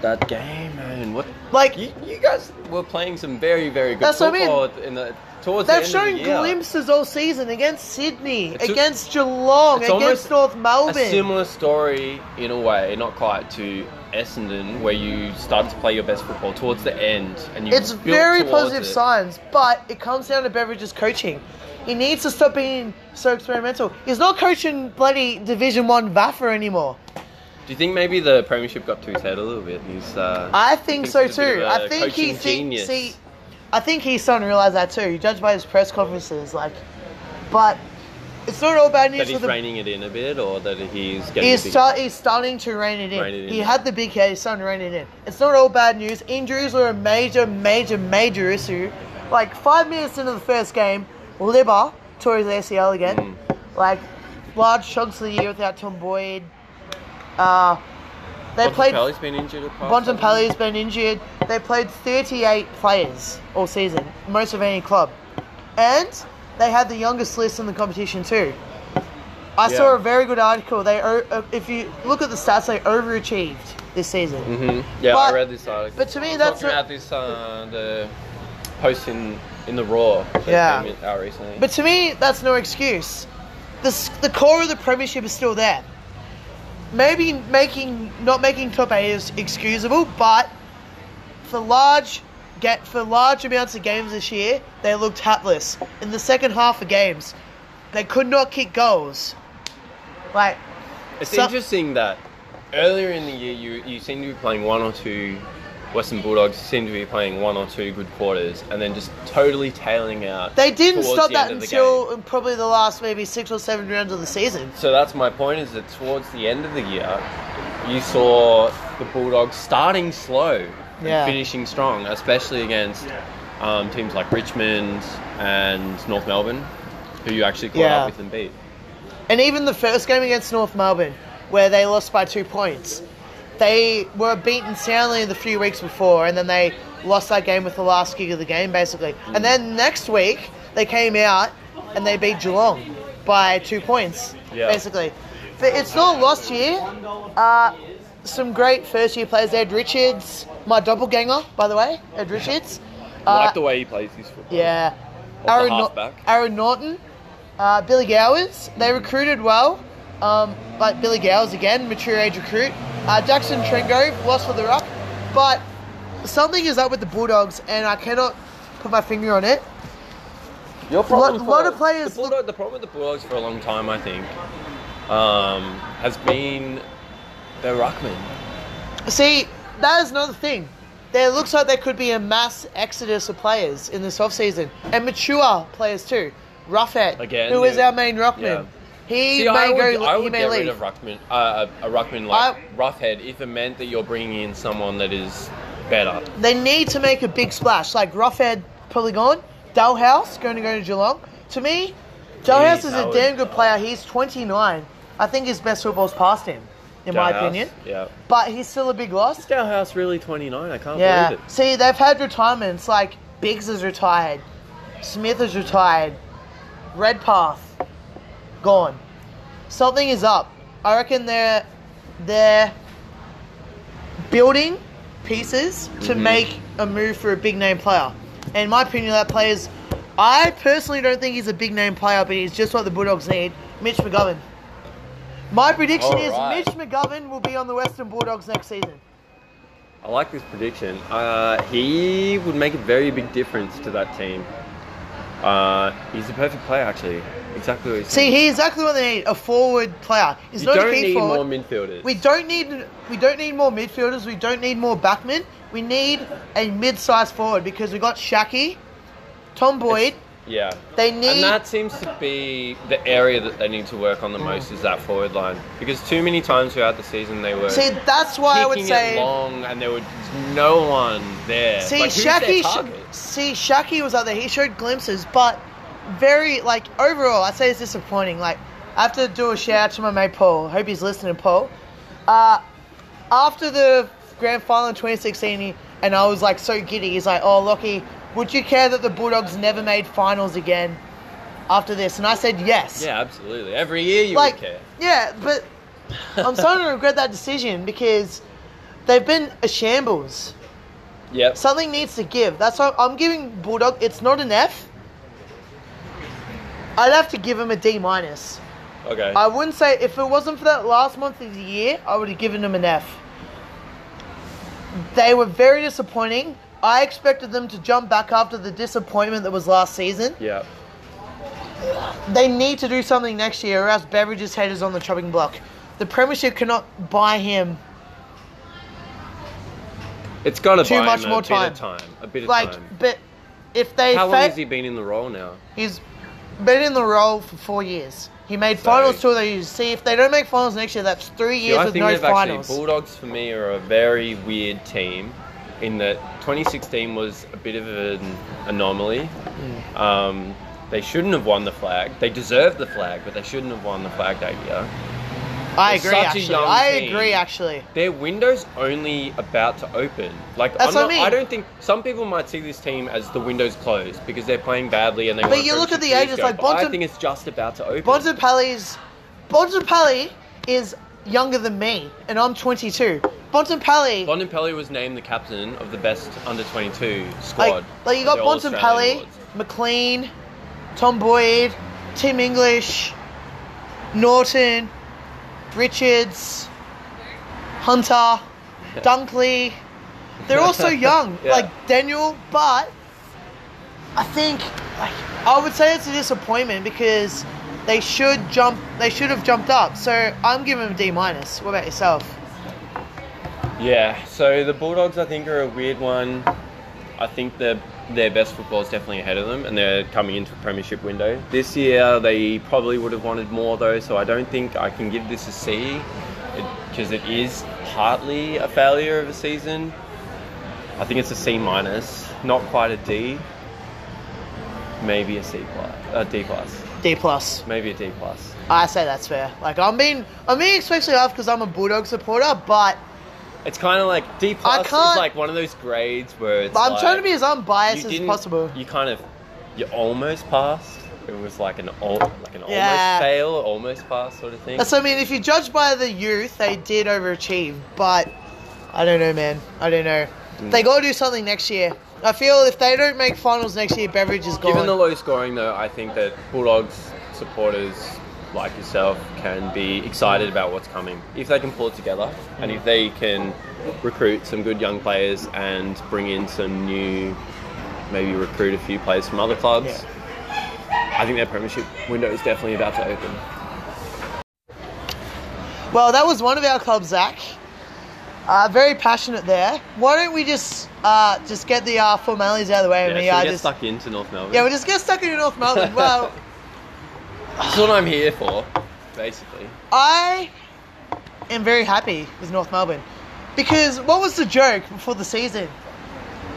Speaker 2: that game, man, what
Speaker 1: Like-
Speaker 2: you, you guys were playing some very very good
Speaker 1: That's what I mean.
Speaker 2: football in the towards
Speaker 1: They've
Speaker 2: the end
Speaker 1: shown
Speaker 2: of the year.
Speaker 1: glimpses all season against Sydney,
Speaker 2: It's a-
Speaker 1: against Geelong,
Speaker 2: It's
Speaker 1: against
Speaker 2: almost
Speaker 1: North Melbourne.
Speaker 2: A similar story in a way, not quite to Essendon, where you started to play your best football towards the end, and you.
Speaker 1: it's
Speaker 2: built
Speaker 1: very
Speaker 2: towards
Speaker 1: positive
Speaker 2: it.
Speaker 1: signs, but it comes down to Beveridge's coaching. He needs to stop being so experimental. He's not coaching bloody Division One Vaffa anymore.
Speaker 2: Do you think maybe the premiership got to his head a little bit? and He's. Uh,
Speaker 1: I think
Speaker 2: he's
Speaker 1: so
Speaker 2: a bit
Speaker 1: too.
Speaker 2: of a
Speaker 1: I think he
Speaker 2: coaching
Speaker 1: thinks
Speaker 2: genius.
Speaker 1: see. I think he's starting to realize that too. You judge by his press conferences, like, but it's not all bad
Speaker 2: that
Speaker 1: news for
Speaker 2: he's
Speaker 1: the
Speaker 2: reining it in a bit, or that he's getting.
Speaker 1: He's,
Speaker 2: big-
Speaker 1: start, he's starting to rein it in.
Speaker 2: Rein it in,
Speaker 1: He
Speaker 2: yeah.
Speaker 1: had the big head, he's starting to rein it in. It's not all bad news. Injuries were a major, major, major issue. Like five minutes into the first game, Libba tore his ACL again.
Speaker 2: Mm.
Speaker 1: Like large chunks of the year without Tom Boyd. Uh, they played.
Speaker 2: Bontempelli's been injured. at past, hasn't he?
Speaker 1: Bontempelli's been injured. They played 38 players all season, most of any club. And they had the youngest list in the competition too. I
Speaker 2: Yeah.
Speaker 1: saw a very good article. They, o- uh, if you look at the stats, they overachieved this season.
Speaker 2: Mm-hmm. Yeah, I
Speaker 1: But-
Speaker 2: read this article.
Speaker 1: but to me,
Speaker 2: Talking
Speaker 1: that's a-
Speaker 2: about this uh, the post in in the raw. that
Speaker 1: Yeah.
Speaker 2: came out recently.
Speaker 1: But to me, that's no excuse. The, s- the core of the premiership is still there. Maybe making not making top eight is excusable, but for large get for large amounts of games this year, they looked hapless. In the second half of games, they could not kick goals. Like
Speaker 2: It's
Speaker 1: So-
Speaker 2: interesting that earlier in the year you you seem to be playing one or two Western Bulldogs seem to be playing one or two good quarters and then just totally tailing out.
Speaker 1: they didn't
Speaker 2: towards
Speaker 1: stop
Speaker 2: the
Speaker 1: that
Speaker 2: end of the game.
Speaker 1: until probably the last maybe six or seven rounds of the season.
Speaker 2: So that's my point is that towards the end of the year you saw the Bulldogs starting slow
Speaker 1: Yeah.
Speaker 2: and finishing strong, especially against um, teams like Richmond and North Melbourne, who you actually caught
Speaker 1: Yeah.
Speaker 2: up with and beat.
Speaker 1: And even the first game against North Melbourne, where they lost by two points, they were beaten soundly the few weeks before, and then they lost that game with the last gig of the game, basically. And then next week, they came out and they beat Geelong by two points,
Speaker 2: Yeah.
Speaker 1: basically. But it's not lost here. Uh, some great first year players, Ed Richards, my doppelganger, by the way, Ed Richards. Uh,
Speaker 2: like the way he plays his football.
Speaker 1: yeah.
Speaker 2: the
Speaker 1: Aaron, Nor-
Speaker 2: halfback. Mm-hmm.
Speaker 1: Aaron Norton, uh, Billy Gowers, they recruited well. Um, like Billy Gowers again, mature age recruit. Uh, Jackson Trengo, lost for the Ruck. But something is up with the Bulldogs, and I cannot put my finger on it.
Speaker 2: Your
Speaker 1: Lot- lot of players
Speaker 2: The, Bulldog, the problem with the Bulldogs for a long time, I think, um, has been the ruckman.
Speaker 1: See, that is another thing. There looks like there could be a mass exodus of players in this offseason, and mature players too. Ruffett,
Speaker 2: Again,
Speaker 1: who is
Speaker 2: yeah.
Speaker 1: our main rockman.
Speaker 2: Yeah.
Speaker 1: He
Speaker 2: See, I
Speaker 1: may
Speaker 2: would,
Speaker 1: go.
Speaker 2: I
Speaker 1: he
Speaker 2: would
Speaker 1: may
Speaker 2: get
Speaker 1: leave.
Speaker 2: rid of Ruckman, uh, a a Ruckman like
Speaker 1: I-
Speaker 2: roughhead if it meant that you're bringing in someone that is better.
Speaker 1: they need to make a big splash. Like Roughhead probably gone. Dalhouse going to go to Geelong. To me, Dalhouse
Speaker 2: Jeez,
Speaker 1: is
Speaker 2: that
Speaker 1: a
Speaker 2: would-
Speaker 1: damn good player. He's 29. I think his best football's past him, in my
Speaker 2: Dalhouse,
Speaker 1: opinion.
Speaker 2: Yeah.
Speaker 1: But he's still a big loss.
Speaker 2: Dalhouse really 29. I can't
Speaker 1: Yeah.
Speaker 2: believe it.
Speaker 1: See, they've had retirements. Like Biggs is retired, Smith is retired, Redpath gone. Something is up. I reckon they're they're building pieces to
Speaker 2: Mhm.
Speaker 1: make a move for a big name player. And in my opinion, that player's. I personally don't think he's a big name player, but he's just what the Bulldogs need. Mitch McGovern. My prediction
Speaker 2: All
Speaker 1: is
Speaker 2: right.
Speaker 1: Mitch McGovern will be on the Western Bulldogs next season.
Speaker 2: I like this prediction. Uh, he would make a very big difference to that team. Uh, he's a perfect player, actually. Exactly what he's
Speaker 1: See, he's exactly what they need. A forward player. He's
Speaker 2: You
Speaker 1: not
Speaker 2: don't
Speaker 1: a key
Speaker 2: need
Speaker 1: forward.
Speaker 2: more midfielders.
Speaker 1: we don't need we don't need more midfielders. We don't need more backmen. We need a mid-sized forward because we got Shaki, Tom Boyd.
Speaker 2: yeah.
Speaker 1: They need
Speaker 2: And that seems to be the area that they need to work on the
Speaker 1: Mm.
Speaker 2: most is that forward line. Because too many times throughout the season they were
Speaker 1: see. That's why I would
Speaker 2: kicking it
Speaker 1: say.
Speaker 2: long and there was no one there.
Speaker 1: See,
Speaker 2: like, who's their
Speaker 1: Shaki.
Speaker 2: target?
Speaker 1: Sh- see, Shaki was out there. He showed glimpses, but very like overall, I'd say it's disappointing. Like, I have to do a shout out to my mate Paul. Hope he's listening, Paul. Uh, after the grand final in 2016, he, and I was like so giddy. He's like, "Oh, Lockie, would you care that the Bulldogs never made finals again after this?" And I said, "Yes."
Speaker 2: Yeah, absolutely. Every year you
Speaker 1: like,
Speaker 2: would care.
Speaker 1: yeah, but I'm starting to regret that decision because they've been a shambles.
Speaker 2: Yep.
Speaker 1: Something needs to give. That's why I'm giving Bulldog. It's not an F. I'd have to give him a D minus.
Speaker 2: okay.
Speaker 1: I wouldn't say if it wasn't for that last month of the year, I would have given them an F. They were very disappointing. I expected them to jump back after the disappointment that was last season.
Speaker 2: yeah.
Speaker 1: They need to do something next year, or else Beveridge's head is on the chopping block. The Premiership cannot buy him.
Speaker 2: It's got to
Speaker 1: Too
Speaker 2: buy
Speaker 1: much
Speaker 2: him
Speaker 1: more
Speaker 2: a
Speaker 1: time.
Speaker 2: bit of time. A bit of
Speaker 1: Like,
Speaker 2: time.
Speaker 1: but if they
Speaker 2: How long
Speaker 1: fa-
Speaker 2: has he been in the role now?
Speaker 1: He's been in the role for four years. He made
Speaker 2: So-
Speaker 1: finals two of those years. See, if they don't make finals next year, that's three years
Speaker 2: Yeah, I
Speaker 1: with
Speaker 2: think
Speaker 1: no
Speaker 2: they've
Speaker 1: finals.
Speaker 2: actually Bulldogs for me are a very weird team, in that 2016 was a bit of an anomaly.
Speaker 1: Mm.
Speaker 2: Um, they shouldn't have won the flag. They deserved the flag, but they shouldn't have won the flag that year.
Speaker 1: I
Speaker 2: It's
Speaker 1: agree,
Speaker 2: such a
Speaker 1: actually.
Speaker 2: young
Speaker 1: I
Speaker 2: team.
Speaker 1: agree, actually.
Speaker 2: Their window's only about to open. Like
Speaker 1: That's
Speaker 2: I'm
Speaker 1: what I
Speaker 2: not,
Speaker 1: mean.
Speaker 2: I don't think some people might see this team as the window's closed because they're playing badly and they.
Speaker 1: But
Speaker 2: want
Speaker 1: you look at the
Speaker 2: premiership
Speaker 1: ages,
Speaker 2: to go,
Speaker 1: like
Speaker 2: but I
Speaker 1: Bonton-
Speaker 2: think it's just about to open.
Speaker 1: Bontempelli's Bontempelli is younger than me, and I'm 22. Bontempelli,
Speaker 2: Bontempelli was named the captain of the best under 22 squad.
Speaker 1: like, like you
Speaker 2: at
Speaker 1: got
Speaker 2: the All-Australian
Speaker 1: Bontempelli,
Speaker 2: Awards.
Speaker 1: McLean, Tom Boyd, Tim English, Norton, Richards, Hunter, Dunkley. They're all so young,
Speaker 2: Yeah.
Speaker 1: like Daniel. But I think like, I would say it's a disappointment because they should jump. They should have jumped up. So I'm giving them a D minus. What about yourself?
Speaker 2: Yeah, so the Bulldogs I think are a weird one. I think their their best football is definitely ahead of them, and they're coming into a premiership window this year. They probably would have wanted more though, so I don't think I can give this a C because it is partly a failure of a season. I think it's a C minus, not quite a D. Maybe a C plus, a D plus,
Speaker 1: D plus.
Speaker 2: maybe a D plus.
Speaker 1: I say that's fair. Like I'm being, I'm being especially off because I'm a Bulldog supporter, but
Speaker 2: It's kind of like D plus is
Speaker 1: can't-
Speaker 2: like one of those grades where it's.
Speaker 1: but I'm trying to
Speaker 2: like-
Speaker 1: be as unbiased as
Speaker 2: didn't-
Speaker 1: possible.
Speaker 2: You kind of, you almost passed. It was like an al- like an
Speaker 1: Yeah.
Speaker 2: almost fail, almost pass sort of thing.
Speaker 1: That's what I mean. If you judge by the youth, they did overachieve, but I don't know, man. I don't know.
Speaker 2: Mm.
Speaker 1: They got to do something next year. I feel if they don't make finals next year, Beveridge is gone.
Speaker 2: Given the low scoring, though, I think that Bulldogs supporters like yourself can be excited about what's coming if they can pull it together and if they can recruit some good young players and bring in some new, maybe recruit a few players from other clubs. I think their premiership window is definitely about to open.
Speaker 1: well, that was one of our clubs, Zach. Uh, very passionate there. Why don't we just uh, just get the uh, formalities out of the way?
Speaker 2: Yeah,
Speaker 1: and
Speaker 2: should we
Speaker 1: we, uh,
Speaker 2: get
Speaker 1: just,
Speaker 2: stuck into North Melbourne.
Speaker 1: yeah, we just get stuck in North Melbourne. Well,
Speaker 2: That's what I'm here for. basically.
Speaker 1: I am very happy with North Melbourne because what was the joke before the season?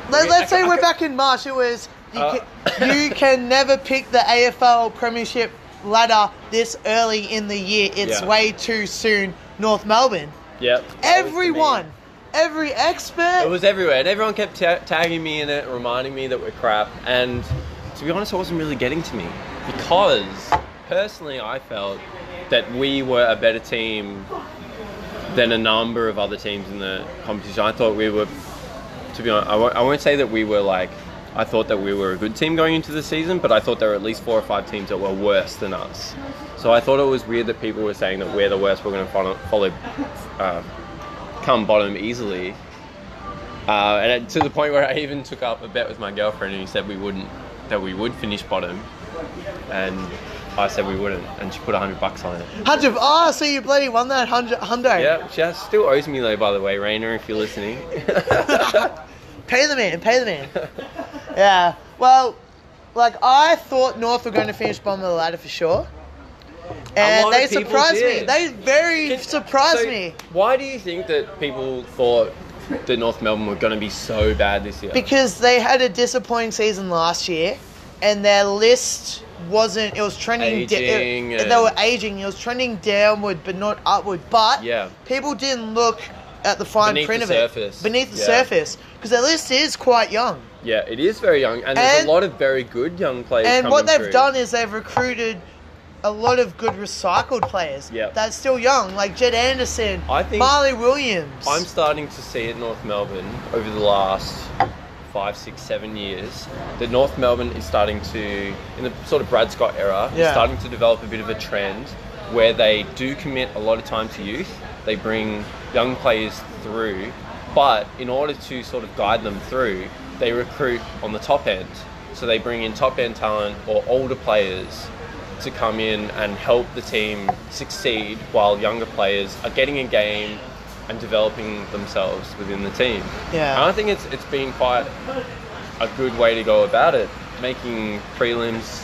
Speaker 1: Let,
Speaker 2: Okay,
Speaker 1: let's
Speaker 2: I ca-
Speaker 1: say
Speaker 2: I
Speaker 1: we're
Speaker 2: ca-
Speaker 1: back in March. It was you,
Speaker 2: Uh.
Speaker 1: can, you can never pick the AFL Premiership ladder this early in the year. It's
Speaker 2: Yeah.
Speaker 1: way too soon. North Melbourne.
Speaker 2: Yep.
Speaker 1: Everyone, every expert.
Speaker 2: It was everywhere, and everyone kept ta- tagging me in it, reminding me that we're crap. And to be honest, it wasn't really getting to me because personally, I felt that we were a better team than a number of other teams in the competition. I thought we were, to be honest, I won't, I won't say that we were like. I thought that we were a good team going into the season, but I thought there were at least four or five teams that were worse than us. So I thought it was weird that people were saying that we're the worst. We're going to follow, follow uh, come bottom easily. Uh, and it, to the point where I even took up a bet with my girlfriend, and he said we wouldn't, that we would finish bottom, and I said we wouldn't, and she put hundred bucks on it.
Speaker 1: Hundred. Ah, so you bloody won that hundred. Hundo.
Speaker 2: Yeah, she has- still owes me though, by the way, Rainer, if you're listening.
Speaker 1: Pay the man. Pay the man. yeah. Well, like I thought North were going to finish bottom of the ladder for sure,
Speaker 2: lot
Speaker 1: and
Speaker 2: of
Speaker 1: they
Speaker 2: people
Speaker 1: surprised me.
Speaker 2: did.
Speaker 1: They very surprised
Speaker 2: So,
Speaker 1: me
Speaker 2: Why do you think that people thought that North Melbourne were going to be so bad this year?
Speaker 1: because they had a disappointing season last year, and their list wasn't. It was trending. da- it-
Speaker 2: Aging
Speaker 1: they were
Speaker 2: and-
Speaker 1: aging. It was trending downward, but not upward. But
Speaker 2: Yeah.
Speaker 1: people didn't look at the fine
Speaker 2: Beneath
Speaker 1: print
Speaker 2: the
Speaker 1: of
Speaker 2: surface.
Speaker 1: it beneath the
Speaker 2: Yeah.
Speaker 1: surface because their list is quite young.
Speaker 2: yeah, it is very young, and there's
Speaker 1: And-
Speaker 2: a lot of very good young players.
Speaker 1: And
Speaker 2: coming
Speaker 1: what they've
Speaker 2: through.
Speaker 1: done is they've recruited a lot of good recycled players
Speaker 2: Yep.
Speaker 1: that's still young, like Jed Anderson,
Speaker 2: I think-
Speaker 1: Marley Williams.
Speaker 2: I'm starting to see at North Melbourne over the last five, six, seven years that North Melbourne is starting to, in the sort of Brad Scott era, is
Speaker 1: Yeah.
Speaker 2: starting to develop a bit of a trend where they do commit a lot of time to youth. They bring young players through, but in order to sort of guide them through, they recruit on the top end. So they bring in top end talent or older players to come in and help the team succeed while younger players are getting a game and developing themselves within the team.
Speaker 1: Yeah.
Speaker 2: And I think it's it's been quite a good way to go about it, making prelims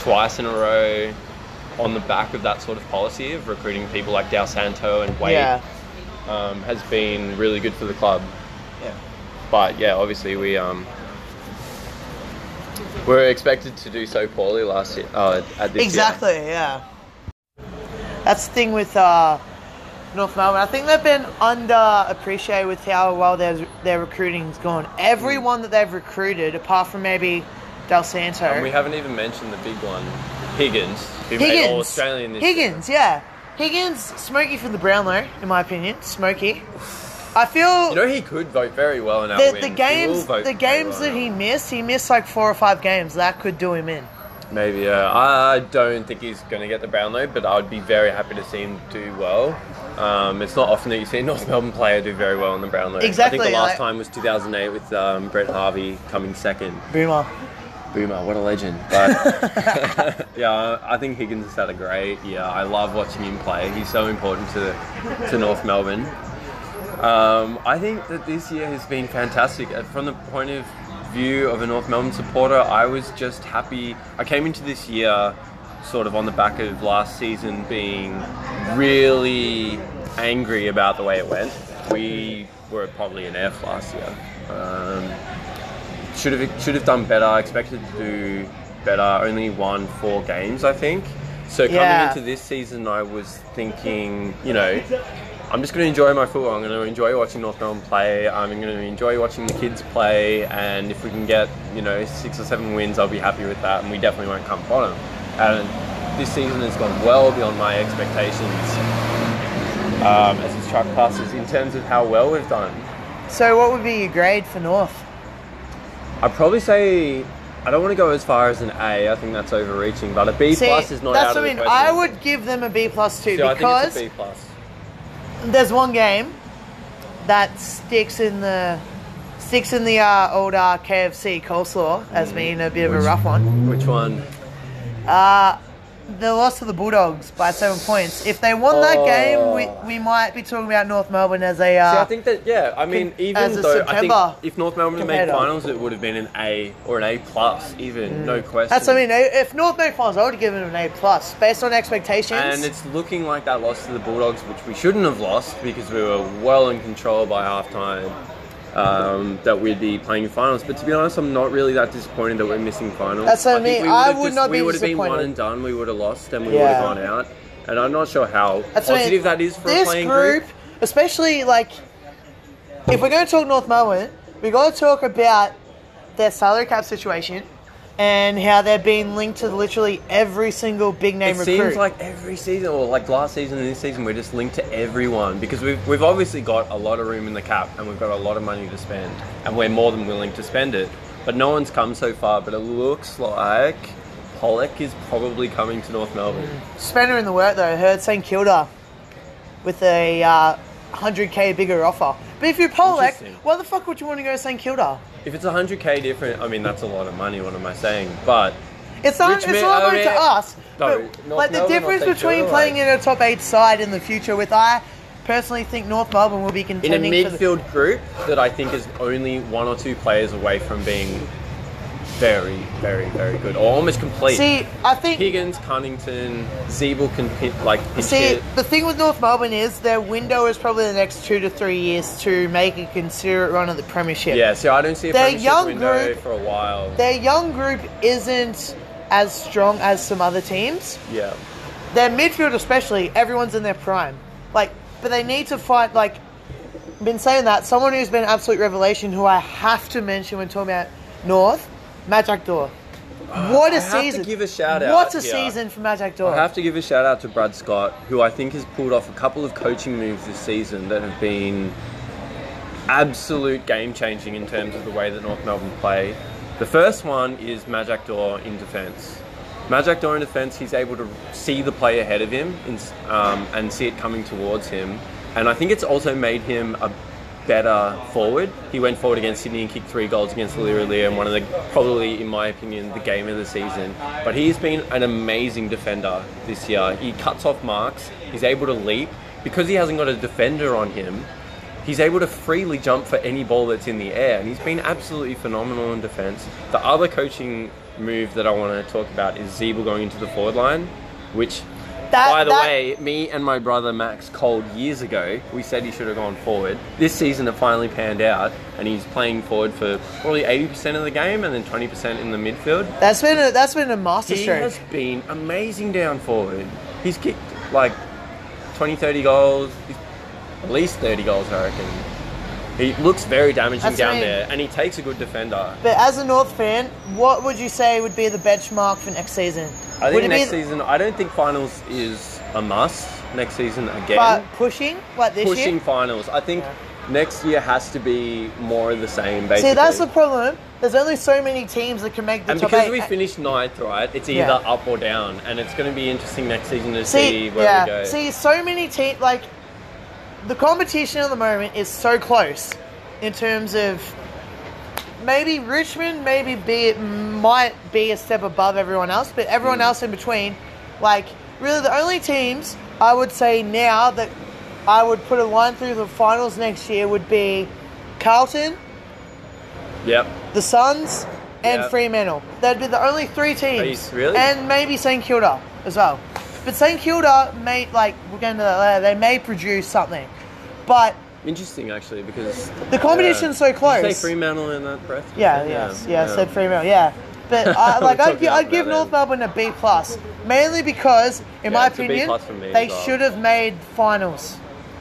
Speaker 2: twice in a row on the back of that sort of policy of recruiting people like Dal Santo and Wade
Speaker 1: yeah.
Speaker 2: um, has been really good for the club.
Speaker 1: yeah.
Speaker 2: But yeah, obviously we um, we were expected to do so poorly last year. Uh, at this year.
Speaker 1: Exactly, yeah. That's the thing with uh, North Melbourne. I think they've been underappreciated with how well their their recruiting's gone. Everyone that they've recruited, apart from maybe Del Santo,
Speaker 2: And we haven't even mentioned the big one, Higgins, who
Speaker 1: Higgins.
Speaker 2: made All Australian this
Speaker 1: Higgins, yeah. Higgins, smoky from the Brownlow, in my opinion. Smoky. I feel
Speaker 2: year. You know he could vote very well in our
Speaker 1: the,
Speaker 2: win.
Speaker 1: the
Speaker 2: He will
Speaker 1: games
Speaker 2: vote
Speaker 1: the
Speaker 2: very
Speaker 1: games
Speaker 2: well in
Speaker 1: that
Speaker 2: our
Speaker 1: he
Speaker 2: win.
Speaker 1: missed, he missed like four or five games. That could do him in.
Speaker 2: Maybe uh, I don't think he's going to get the Brownlow, but I'd be very happy to see him do well. Um, it's not often that you see a North Melbourne player do very well in the Brownlow. I
Speaker 1: Exactly,
Speaker 2: think the last
Speaker 1: like-
Speaker 2: time was 2008 with um, Brett Harvey coming second.
Speaker 1: Boomer.
Speaker 2: Boomer, what a legend! But yeah, I think Higgins has had a great year. I love watching him play. He's so important to to North Melbourne. Um, I think that this year has been fantastic. Uh, From the point of view of a North Melbourne supporter, I was just happy. I came into this year sort of on the back of last season being really angry about the way it went. We were probably an F last year. Um, should have should have done better. I expected to do better. Only won four games, I think. So coming
Speaker 1: Yeah.
Speaker 2: into this season, I was thinking, you know, I'm just going to enjoy my football. I'm going to enjoy watching North Melbourne play. I'm going to enjoy watching the kids play. And if we can get, you know, six or seven wins, I'll be happy with that. And we definitely won't come bottom. And this season has gone well beyond my expectations um, as his truck passes in terms of how well we've done.
Speaker 1: So what would be your grade for North?
Speaker 2: I'd probably say I don't want to go as far as an A. I think that's overreaching, but a B
Speaker 1: See,
Speaker 2: plus is not
Speaker 1: that's
Speaker 2: out of
Speaker 1: what I
Speaker 2: the
Speaker 1: mean.
Speaker 2: question.
Speaker 1: I would give them a B plus too
Speaker 2: See, I think
Speaker 1: because
Speaker 2: it's a B plus.
Speaker 1: there's one game that sticks in the sticks in the uh, old uh, KFC coleslaw as being a bit of a rough one.
Speaker 2: Which one?
Speaker 1: Uh, the loss to the Bulldogs by seven points. If they won that
Speaker 2: Oh.
Speaker 1: game, we, we might be talking about North Melbourne as a. Uh,
Speaker 2: See, I think that yeah. I mean,
Speaker 1: Con-
Speaker 2: even
Speaker 1: as of
Speaker 2: though I
Speaker 1: September
Speaker 2: think if North Melbourne had made
Speaker 1: competitor.
Speaker 2: finals, it would have been an A or an A plus, even no question.
Speaker 1: Mm. that's what I mean. If North Melbourne finals, I would have given them an A plus based on expectations.
Speaker 2: And it's looking like that loss to the Bulldogs, which we shouldn't have lost because we were well in control by halftime, um, that we'd be playing finals. But to be honest, I'm not really that disappointed that we're missing finals.
Speaker 1: That's what I mean.
Speaker 2: think we
Speaker 1: I
Speaker 2: would've
Speaker 1: would
Speaker 2: just-
Speaker 1: not
Speaker 2: We
Speaker 1: be
Speaker 2: would have been one
Speaker 1: disappointed.
Speaker 2: and done. We would have lost, and we would
Speaker 1: Yeah.
Speaker 2: have gone out. And I'm not sure how
Speaker 1: That's what I mean.
Speaker 2: positive that is for
Speaker 1: this
Speaker 2: a playing
Speaker 1: group, especially like if we're going to talk North Melbourne, we got to talk about their salary cap situation and how they're being linked to literally every single big name
Speaker 2: It
Speaker 1: recruit.
Speaker 2: seems like every season, or like last season and this season, we're just linked to everyone because we've, we've obviously got a lot of room in the cap and we've got a lot of money to spend, and we're more than willing to spend it. But no one's come so far, but it looks like Pollock is probably coming to North Melbourne.
Speaker 1: Mm. Spanner in the work though. I heard St Kilda with a uh, 100k bigger offer. But if you're Pollock,
Speaker 2: Interesting.
Speaker 1: why the fuck would you want to go to St Kilda?
Speaker 2: If it's 100k different, I mean, that's a lot of money, what am I saying? But
Speaker 1: It's not.
Speaker 2: Which
Speaker 1: it's
Speaker 2: may-
Speaker 1: not
Speaker 2: I
Speaker 1: going
Speaker 2: mean-
Speaker 1: to us.
Speaker 2: No,
Speaker 1: but,
Speaker 2: uh, North
Speaker 1: like the
Speaker 2: Melbourne or
Speaker 1: difference
Speaker 2: St
Speaker 1: between
Speaker 2: Kilda,
Speaker 1: playing
Speaker 2: like-
Speaker 1: in a top eight side in the future, with I personally think North Melbourne will be
Speaker 2: in a
Speaker 1: contending for the,
Speaker 2: midfield group that I think is only one or two players away from being very, very, very good, or almost complete.
Speaker 1: See, I think.
Speaker 2: Higgins, Cunnington, Zeeble can pin, like pinch
Speaker 1: See,
Speaker 2: it.
Speaker 1: the thing with North Melbourne is their window is probably the next two to three years to make a considerate run at the Premiership.
Speaker 2: Yeah, so I don't see a
Speaker 1: Their
Speaker 2: premiership
Speaker 1: young
Speaker 2: window
Speaker 1: group-
Speaker 2: for a while.
Speaker 1: Their young group isn't as strong as some other teams.
Speaker 2: Yeah,
Speaker 1: Their midfield, especially, everyone's in their prime. Like, but they need to find like. Been saying that someone who's been an absolute revelation, who I have to mention when talking about North, Magic Door. What a
Speaker 2: I have to
Speaker 1: season!
Speaker 2: give a shout out
Speaker 1: What a
Speaker 2: here.
Speaker 1: season for Magic
Speaker 2: I
Speaker 1: Door.
Speaker 2: have to give a shout out to Brad Scott, who I think has pulled off a couple of coaching moves this season that have been absolute game changing in terms of the way that North Melbourne play. The first one is Magic Door in defence. Magic Door in defence, he's able to see the play ahead of him and, s- um, and see it coming towards him. And I think it's also made him a better forward. He went forward against Sydney and kicked three goals against Lirilier and one of the, probably in my opinion, the game of the season. But he's been an amazing defender this year. He cuts off marks, he's able to leap. Because he hasn't got a defender on him, He's able to freely jump for any ball that's in the air, and he's been absolutely phenomenal in defence. The other coaching move that I want to talk about is Zeeble going into the forward line, which,
Speaker 1: That-
Speaker 2: by the
Speaker 1: that-
Speaker 2: way, me and my brother Max called years ago. We said he should have gone forward. This season it finally panned out, and he's playing forward for probably 80% of the game and then 20% in the midfield.
Speaker 1: That's been a, that's been a masterstroke.
Speaker 2: He has been amazing down forward. He's kicked like 20, 30 goals, He's- at least 30 goals, I reckon. He looks very damaging
Speaker 1: That's
Speaker 2: down
Speaker 1: right.
Speaker 2: there, and he takes a good defender.
Speaker 1: But as a North fan, what would you say would be the benchmark for next season?
Speaker 2: I
Speaker 1: would
Speaker 2: think next
Speaker 1: be
Speaker 2: season, I don't think finals is a must next season again.
Speaker 1: but pushing like this
Speaker 2: Pushing
Speaker 1: year?
Speaker 2: finals. I think next year has to be more of the same, basically.
Speaker 1: See, that's the problem. There's only so many teams that can make the
Speaker 2: and
Speaker 1: top
Speaker 2: because
Speaker 1: eight.
Speaker 2: we finished ninth, right, it's either
Speaker 1: Yeah.
Speaker 2: up or down, and it's going to be interesting next season to see,
Speaker 1: see,
Speaker 2: where
Speaker 1: yeah,
Speaker 2: we go.
Speaker 1: see, so many teams like the competition at the moment is so close in terms of maybe Richmond, maybe be it might be a step above everyone else, but everyone
Speaker 2: Hmm.
Speaker 1: else in between, like really the only teams I would say now that I would put a line through the finals next year would be Carlton,
Speaker 2: yep.
Speaker 1: the Suns, and
Speaker 2: Yeah.
Speaker 1: Fremantle. That'd be the only three teams.
Speaker 2: you- really?
Speaker 1: And maybe St Kilda as well. But St Kilda may like we're going to that later. They may produce something, but
Speaker 2: Interesting, actually, because uh,
Speaker 1: The competition's so
Speaker 2: Did you
Speaker 1: close.
Speaker 2: say Fremantle in that breath?
Speaker 1: yeah, yes, yeah, I said Fremantle, yeah. But I, like
Speaker 2: We'll
Speaker 1: I'd,
Speaker 2: talk
Speaker 1: gi-
Speaker 2: about
Speaker 1: I'd
Speaker 2: that
Speaker 1: give
Speaker 2: then.
Speaker 1: North Melbourne a B plus, mainly because in
Speaker 2: Yeah,
Speaker 1: my
Speaker 2: it's a B
Speaker 1: opinion
Speaker 2: plus for me
Speaker 1: they
Speaker 2: as well.
Speaker 1: should have made finals.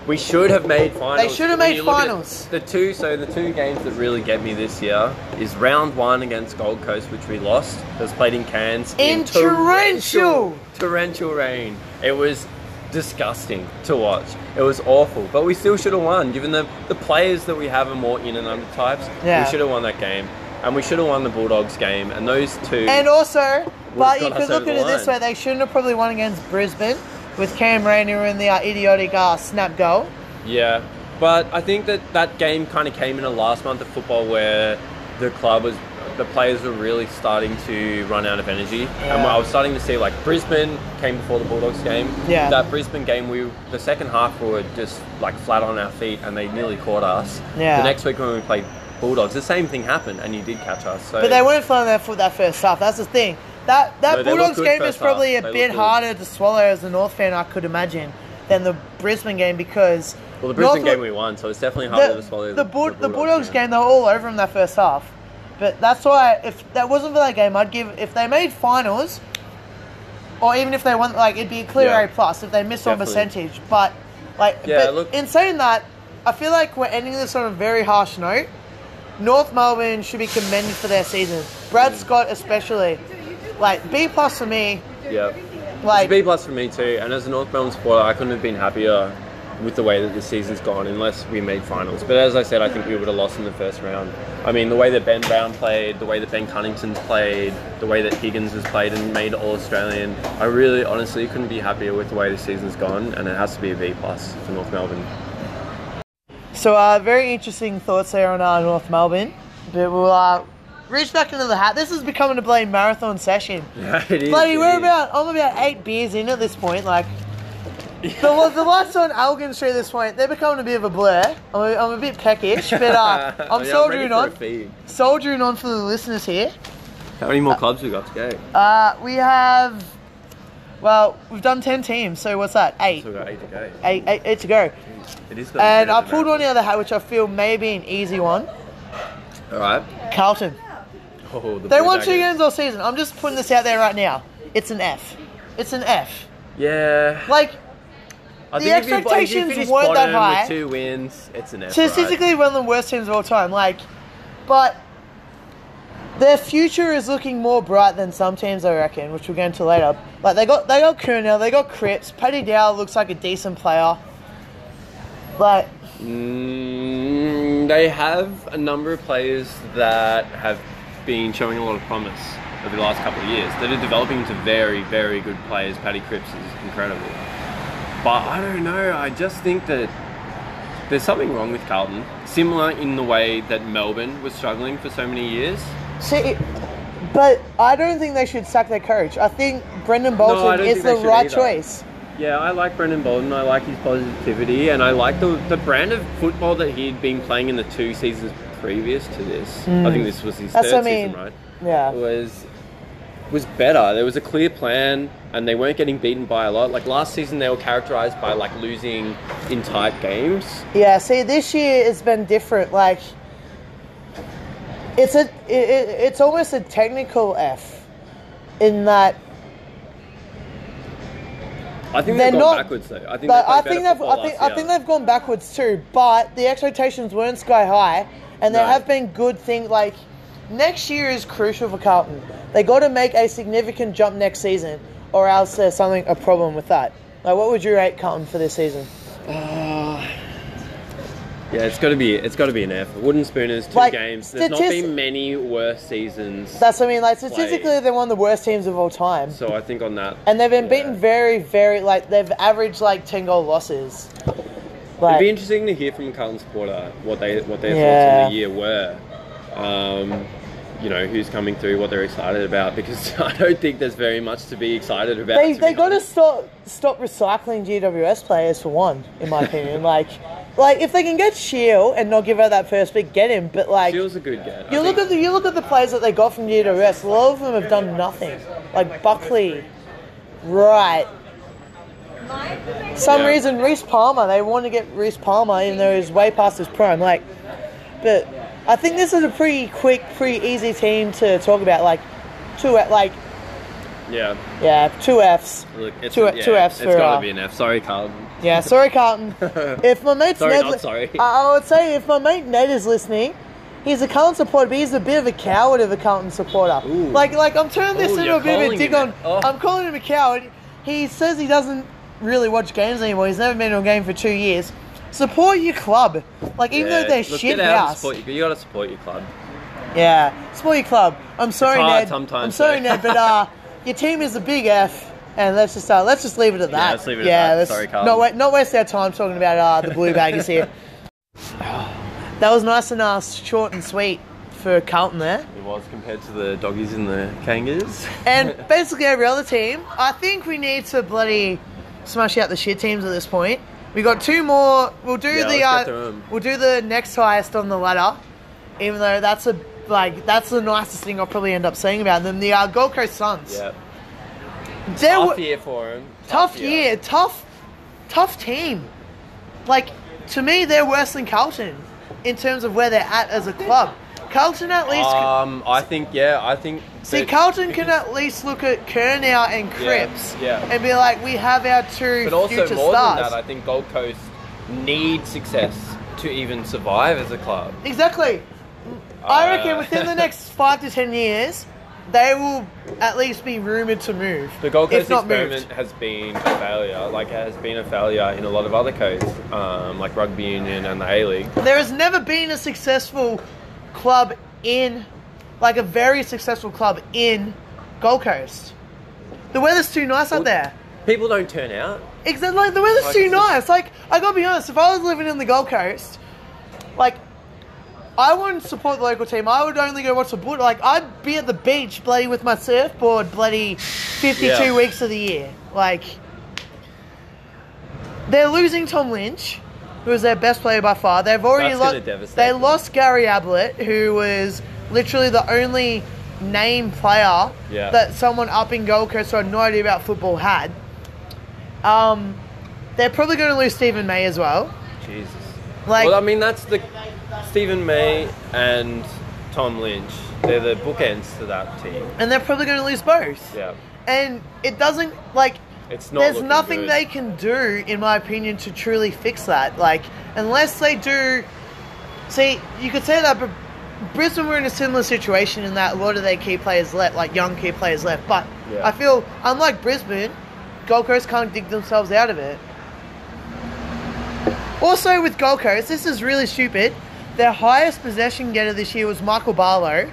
Speaker 2: We should have made finals.
Speaker 1: They should have
Speaker 2: When
Speaker 1: made
Speaker 2: you look at
Speaker 1: finals.
Speaker 2: The two, so the two games that really get me this year is round one against Gold Coast, which we lost. It was played in Cairns
Speaker 1: In torrential-
Speaker 2: torrential rain. It was disgusting to watch. It was awful, but we still should have won. Given the the players that we have are more in and under types,
Speaker 1: Yeah.
Speaker 2: we should have won that game, and we should have won the Bulldogs game. And those two,
Speaker 1: And also, but
Speaker 2: got
Speaker 1: you
Speaker 2: us
Speaker 1: could look
Speaker 2: over
Speaker 1: at
Speaker 2: the
Speaker 1: it this way:
Speaker 2: line.
Speaker 1: they shouldn't have probably won against Brisbane with Cam Rainer in the uh, idiotic uh, snap goal.
Speaker 2: Yeah, but I think that that game kind of came in a last month of football where the club was the players were really starting to run out of energy, and
Speaker 1: Yeah.
Speaker 2: I was starting to see like Brisbane came before the Bulldogs game.
Speaker 1: Yeah.
Speaker 2: That Brisbane game, we the second half we were just like flat on our feet, and they nearly caught us.
Speaker 1: Yeah.
Speaker 2: The next week when we played Bulldogs, the same thing happened, and you did catch us. So
Speaker 1: But they weren't flying their foot that first half. That's the thing. That that
Speaker 2: No, they looked
Speaker 1: Bulldogs
Speaker 2: good
Speaker 1: game
Speaker 2: first
Speaker 1: is probably
Speaker 2: half.
Speaker 1: a
Speaker 2: They
Speaker 1: bit
Speaker 2: looked good.
Speaker 1: harder to swallow as a North fan, I could imagine, than the Brisbane game because.
Speaker 2: well, the Brisbane
Speaker 1: North
Speaker 2: game
Speaker 1: were-
Speaker 2: we won, so it's definitely harder
Speaker 1: the,
Speaker 2: to swallow.
Speaker 1: the, Bull- the Bulldogs
Speaker 2: yeah.
Speaker 1: game, they were all over them that first half. But that's why if that wasn't for that game, I'd give if they made finals, or even if they won, like it'd be a clear
Speaker 2: Yeah.
Speaker 1: A plus if they missed on
Speaker 2: Definitely.
Speaker 1: percentage. But like,
Speaker 2: Yeah,
Speaker 1: but
Speaker 2: look-
Speaker 1: in saying that, I feel like we're ending this on a very harsh note. North Melbourne should be commended for their season. Brad
Speaker 2: Mm.
Speaker 1: Scott especially, like B plus for me.
Speaker 2: Yeah.
Speaker 1: Like
Speaker 2: It's a B plus for me too. And as a North Melbourne supporter, I couldn't have been happier with the way that the season's gone, unless we made finals. But as I said, I think we would have lost in the first round. I mean, the way that Ben Brown played, the way that Ben Cunnington's played, the way that Higgins has played and made All Australian, I really, honestly, couldn't be happier with the way the season's gone. And it has to be a B plus for North Melbourne.
Speaker 1: So, uh, very interesting thoughts there on uh, North Melbourne. But we'll uh, reach back into the hat. This is becoming a bloody marathon session.
Speaker 2: Yeah, it is.
Speaker 1: Bloody,
Speaker 2: it
Speaker 1: we're
Speaker 2: is.
Speaker 1: about I'm about eight beers in at this point. Like the, the lights on Elgin Street at this point, they're becoming a bit of a blur. I'm a, I'm a bit peckish, but uh,
Speaker 2: Yeah,
Speaker 1: I'm
Speaker 2: ready
Speaker 1: soldiering
Speaker 2: for a
Speaker 1: on.
Speaker 2: feed.
Speaker 1: Soldiering on for the listeners here.
Speaker 2: How many more clubs we got to go?
Speaker 1: Uh, we have, well, we've done ten teams. So what's that? Eight.
Speaker 2: So we got eight to go.
Speaker 1: Eight, eight, eight to go.
Speaker 2: It is. gonna be
Speaker 1: And
Speaker 2: better
Speaker 1: I
Speaker 2: than
Speaker 1: pulled
Speaker 2: that.
Speaker 1: one the other hat, which I feel may be an easy one.
Speaker 2: All right.
Speaker 1: Carlton.
Speaker 2: Oh, the
Speaker 1: They
Speaker 2: Blue
Speaker 1: won two
Speaker 2: Daggers.
Speaker 1: games all season. I'm just putting this out there right now. It's an F. It's an F.
Speaker 2: Yeah.
Speaker 1: Like
Speaker 2: I
Speaker 1: The
Speaker 2: think if you- if you
Speaker 1: expectations
Speaker 2: finish
Speaker 1: weren't that
Speaker 2: bottom
Speaker 1: high.
Speaker 2: With two wins, it's an F.
Speaker 1: statistically,
Speaker 2: right?
Speaker 1: one of the worst teams of all time. Like, but their future is looking more bright than some teams, I reckon, which we'll get into later. Like they got they got Kuna, they got Cripps. Paddy Dow looks like a decent player. Like
Speaker 2: Mm, they have a number of players that have been showing a lot of promise over the last couple of years. That are developing into very, very good players. Paddy Cripps is incredible, but I don't know. I just think that there's something wrong with Carlton. Similar in the way that Melbourne was struggling for so many years.
Speaker 1: see. But I don't think they should sack their coach. I think Brendan
Speaker 2: I
Speaker 1: Bolton
Speaker 2: don't
Speaker 1: is
Speaker 2: think they
Speaker 1: the
Speaker 2: should
Speaker 1: right
Speaker 2: either.
Speaker 1: choice.
Speaker 2: Yeah, I like Brendan Bolden. I like his positivity, and I like the the brand of football that he'd been playing in the two seasons previous to this. I think this was his
Speaker 1: Mm. That's
Speaker 2: third
Speaker 1: what I mean.
Speaker 2: season, right?
Speaker 1: Yeah.
Speaker 2: Was was better. There was a clear plan, and they weren't getting beaten by a lot. Like last season, they were characterized by like losing in tight games.
Speaker 1: Yeah, see, this year it's been different. Like, it's a, it, it, it's almost a technical F, in that
Speaker 2: I think
Speaker 1: They're
Speaker 2: they've gone
Speaker 1: not-
Speaker 2: backwards though. I think
Speaker 1: But
Speaker 2: they
Speaker 1: I
Speaker 2: played
Speaker 1: think
Speaker 2: better
Speaker 1: they've I
Speaker 2: football
Speaker 1: think,
Speaker 2: last
Speaker 1: I think
Speaker 2: year.
Speaker 1: they've gone backwards too. But the expectations weren't sky high, and there
Speaker 2: No.
Speaker 1: have been good things. Like next year is crucial for Carlton. They got to make a significant jump next season, or else there's something a problem with that. Like, what would you rate Carlton for this season?
Speaker 2: Yeah, it's got to be it's got to be an F. Wooden Spooners two
Speaker 1: Like,
Speaker 2: games. There's not
Speaker 1: statis-
Speaker 2: been many worse seasons.
Speaker 1: That's what I mean. Like statistically, they're one of the worst teams of all time,
Speaker 2: so I think on that.
Speaker 1: and they've been
Speaker 2: yeah.
Speaker 1: beaten very, very like they've averaged like ten goal losses.
Speaker 2: It'd be
Speaker 1: Like,
Speaker 2: interesting to hear from a Carlton supporter what they what their
Speaker 1: Yeah.
Speaker 2: thoughts on the year were. Um, you know who's coming through, what they're excited about, because I don't think there's very much to be excited about.
Speaker 1: they
Speaker 2: to
Speaker 1: they
Speaker 2: be
Speaker 1: got to
Speaker 2: honest.
Speaker 1: stop stop recycling GWS players for one, in my opinion. like, like if they can get Shield and not give her that first pick, get him. But like,
Speaker 2: Shield's a good get. I
Speaker 1: you look at
Speaker 2: think-
Speaker 1: the you look at the players that they got from GWS. A lot of them have done nothing. Like Buckley, right? Some
Speaker 2: Yeah.
Speaker 1: reason Reese Palmer. They want to get Reese Palmer, even though he's way past his prime. Like, but I think this is a pretty quick, pretty easy team to talk about. Like, two at like.
Speaker 2: yeah,
Speaker 1: Yeah, two Fs.
Speaker 2: look, it's,
Speaker 1: two,
Speaker 2: yeah,
Speaker 1: two Fs
Speaker 2: It's
Speaker 1: for.
Speaker 2: got
Speaker 1: Uh,
Speaker 2: to be an F. Sorry, Carlton.
Speaker 1: yeah, sorry, Carlton. If my mate
Speaker 2: Sorry,
Speaker 1: Ned,
Speaker 2: not sorry.
Speaker 1: I, I would say if my mate Ned is listening, he's a Carlton supporter, but he's a bit of a coward of a Carlton supporter.
Speaker 2: Ooh.
Speaker 1: Like, like I'm turning this
Speaker 2: Ooh,
Speaker 1: into
Speaker 2: you're
Speaker 1: a bit of a
Speaker 2: calling
Speaker 1: dig
Speaker 2: him
Speaker 1: on.
Speaker 2: it. Oh.
Speaker 1: I'm calling him a coward. He says he doesn't really watch games anymore. He's never been to a game for two years. Support your club, like even
Speaker 2: Yeah,
Speaker 1: though they're
Speaker 2: look, get
Speaker 1: shit
Speaker 2: out and
Speaker 1: house.
Speaker 2: support your- You got to support your club.
Speaker 1: Yeah, support your club. I'm sorry,
Speaker 2: hard
Speaker 1: Ned.
Speaker 2: sometimes, eh?
Speaker 1: I'm sorry,
Speaker 2: though.
Speaker 1: Ned, but uh, your team is a big F. And let's just uh, let's just leave it at that.
Speaker 2: let's leave it at
Speaker 1: Yeah,
Speaker 2: that.
Speaker 1: let's
Speaker 2: Sorry, Carlton.
Speaker 1: Not, wa- not waste our time talking about uh, the blue baggers here. that was nice and uh, short and sweet for Carlton there.
Speaker 2: It was compared to the doggies and the kangaroos.
Speaker 1: And basically every other team, I think we need to bloody smash out the shit teams at this point. We got two more. We'll do
Speaker 2: Yeah,
Speaker 1: the
Speaker 2: let's get
Speaker 1: uh,
Speaker 2: through 'em.
Speaker 1: we'll do the next highest on the ladder, even though that's a like that's the nicest thing I'll probably end up saying about them. The uh, Gold Coast Suns.
Speaker 2: yeah.
Speaker 1: They
Speaker 2: Tough
Speaker 1: were-
Speaker 2: year for him.
Speaker 1: tough year, tough, tough team. Like to me, they're worse than Carlton in terms of where they're at as a club. Carlton at least.
Speaker 2: Um, I think yeah, I think.
Speaker 1: See,
Speaker 2: that-
Speaker 1: Carlton can at least look at Kernow and Cripps
Speaker 2: yeah.
Speaker 1: and be like, we have our two
Speaker 2: But also
Speaker 1: future
Speaker 2: more
Speaker 1: stars.
Speaker 2: than that, I think Gold Coast need success to even survive as a club.
Speaker 1: exactly. I reckon
Speaker 2: Uh,
Speaker 1: within the next five to ten years, they will at least be rumored to move.
Speaker 2: The Gold Coast
Speaker 1: if not
Speaker 2: experiment
Speaker 1: moved.
Speaker 2: has been a failure, like it has been a failure in a lot of other coasts, um, like rugby union and the A League.
Speaker 1: There has never been a successful club in, like a very successful club in Gold Coast. The weather's too nice up
Speaker 2: Well-
Speaker 1: there.
Speaker 2: People don't turn out.
Speaker 1: Exactly, like the weather's
Speaker 2: Like,
Speaker 1: too
Speaker 2: it's just-
Speaker 1: nice. Like I gotta be honest, if I was living in the Gold Coast, like I wouldn't support the local team. I would only go watch the boot. Like I'd be at the beach, bloody with my surfboard, bloody fifty-two
Speaker 2: Yeah.
Speaker 1: weeks of the year. Like they're losing Tom Lynch, who was their best player by far. They've already
Speaker 2: That's gonna
Speaker 1: lost.
Speaker 2: devastate
Speaker 1: They
Speaker 2: them.
Speaker 1: lost Gary Ablett, who was literally the only name player
Speaker 2: Yeah.
Speaker 1: that someone up in Gold Coast who had no idea about football had. Um, they're probably going to lose Stephen May as well.
Speaker 2: Jesus.
Speaker 1: Like-
Speaker 2: well, I mean, that's the Stephen May and Tom Lynch. They're the bookends to that team.
Speaker 1: And they're probably going to lose both.
Speaker 2: Yeah,
Speaker 1: And it doesn't, like,
Speaker 2: it's not.
Speaker 1: there's
Speaker 2: looking
Speaker 1: nothing
Speaker 2: good.
Speaker 1: they can do, in my opinion, to truly fix that. Like, unless they do. See, you could say that, but Brisbane were in a similar situation in that a lot of their key players left, like young key players left. But
Speaker 2: Yeah.
Speaker 1: I feel, unlike Brisbane, Gold Coast can't dig themselves out of it. Also, with Gold Coast, this is really stupid. Their highest possession getter this year was Michael Barlow.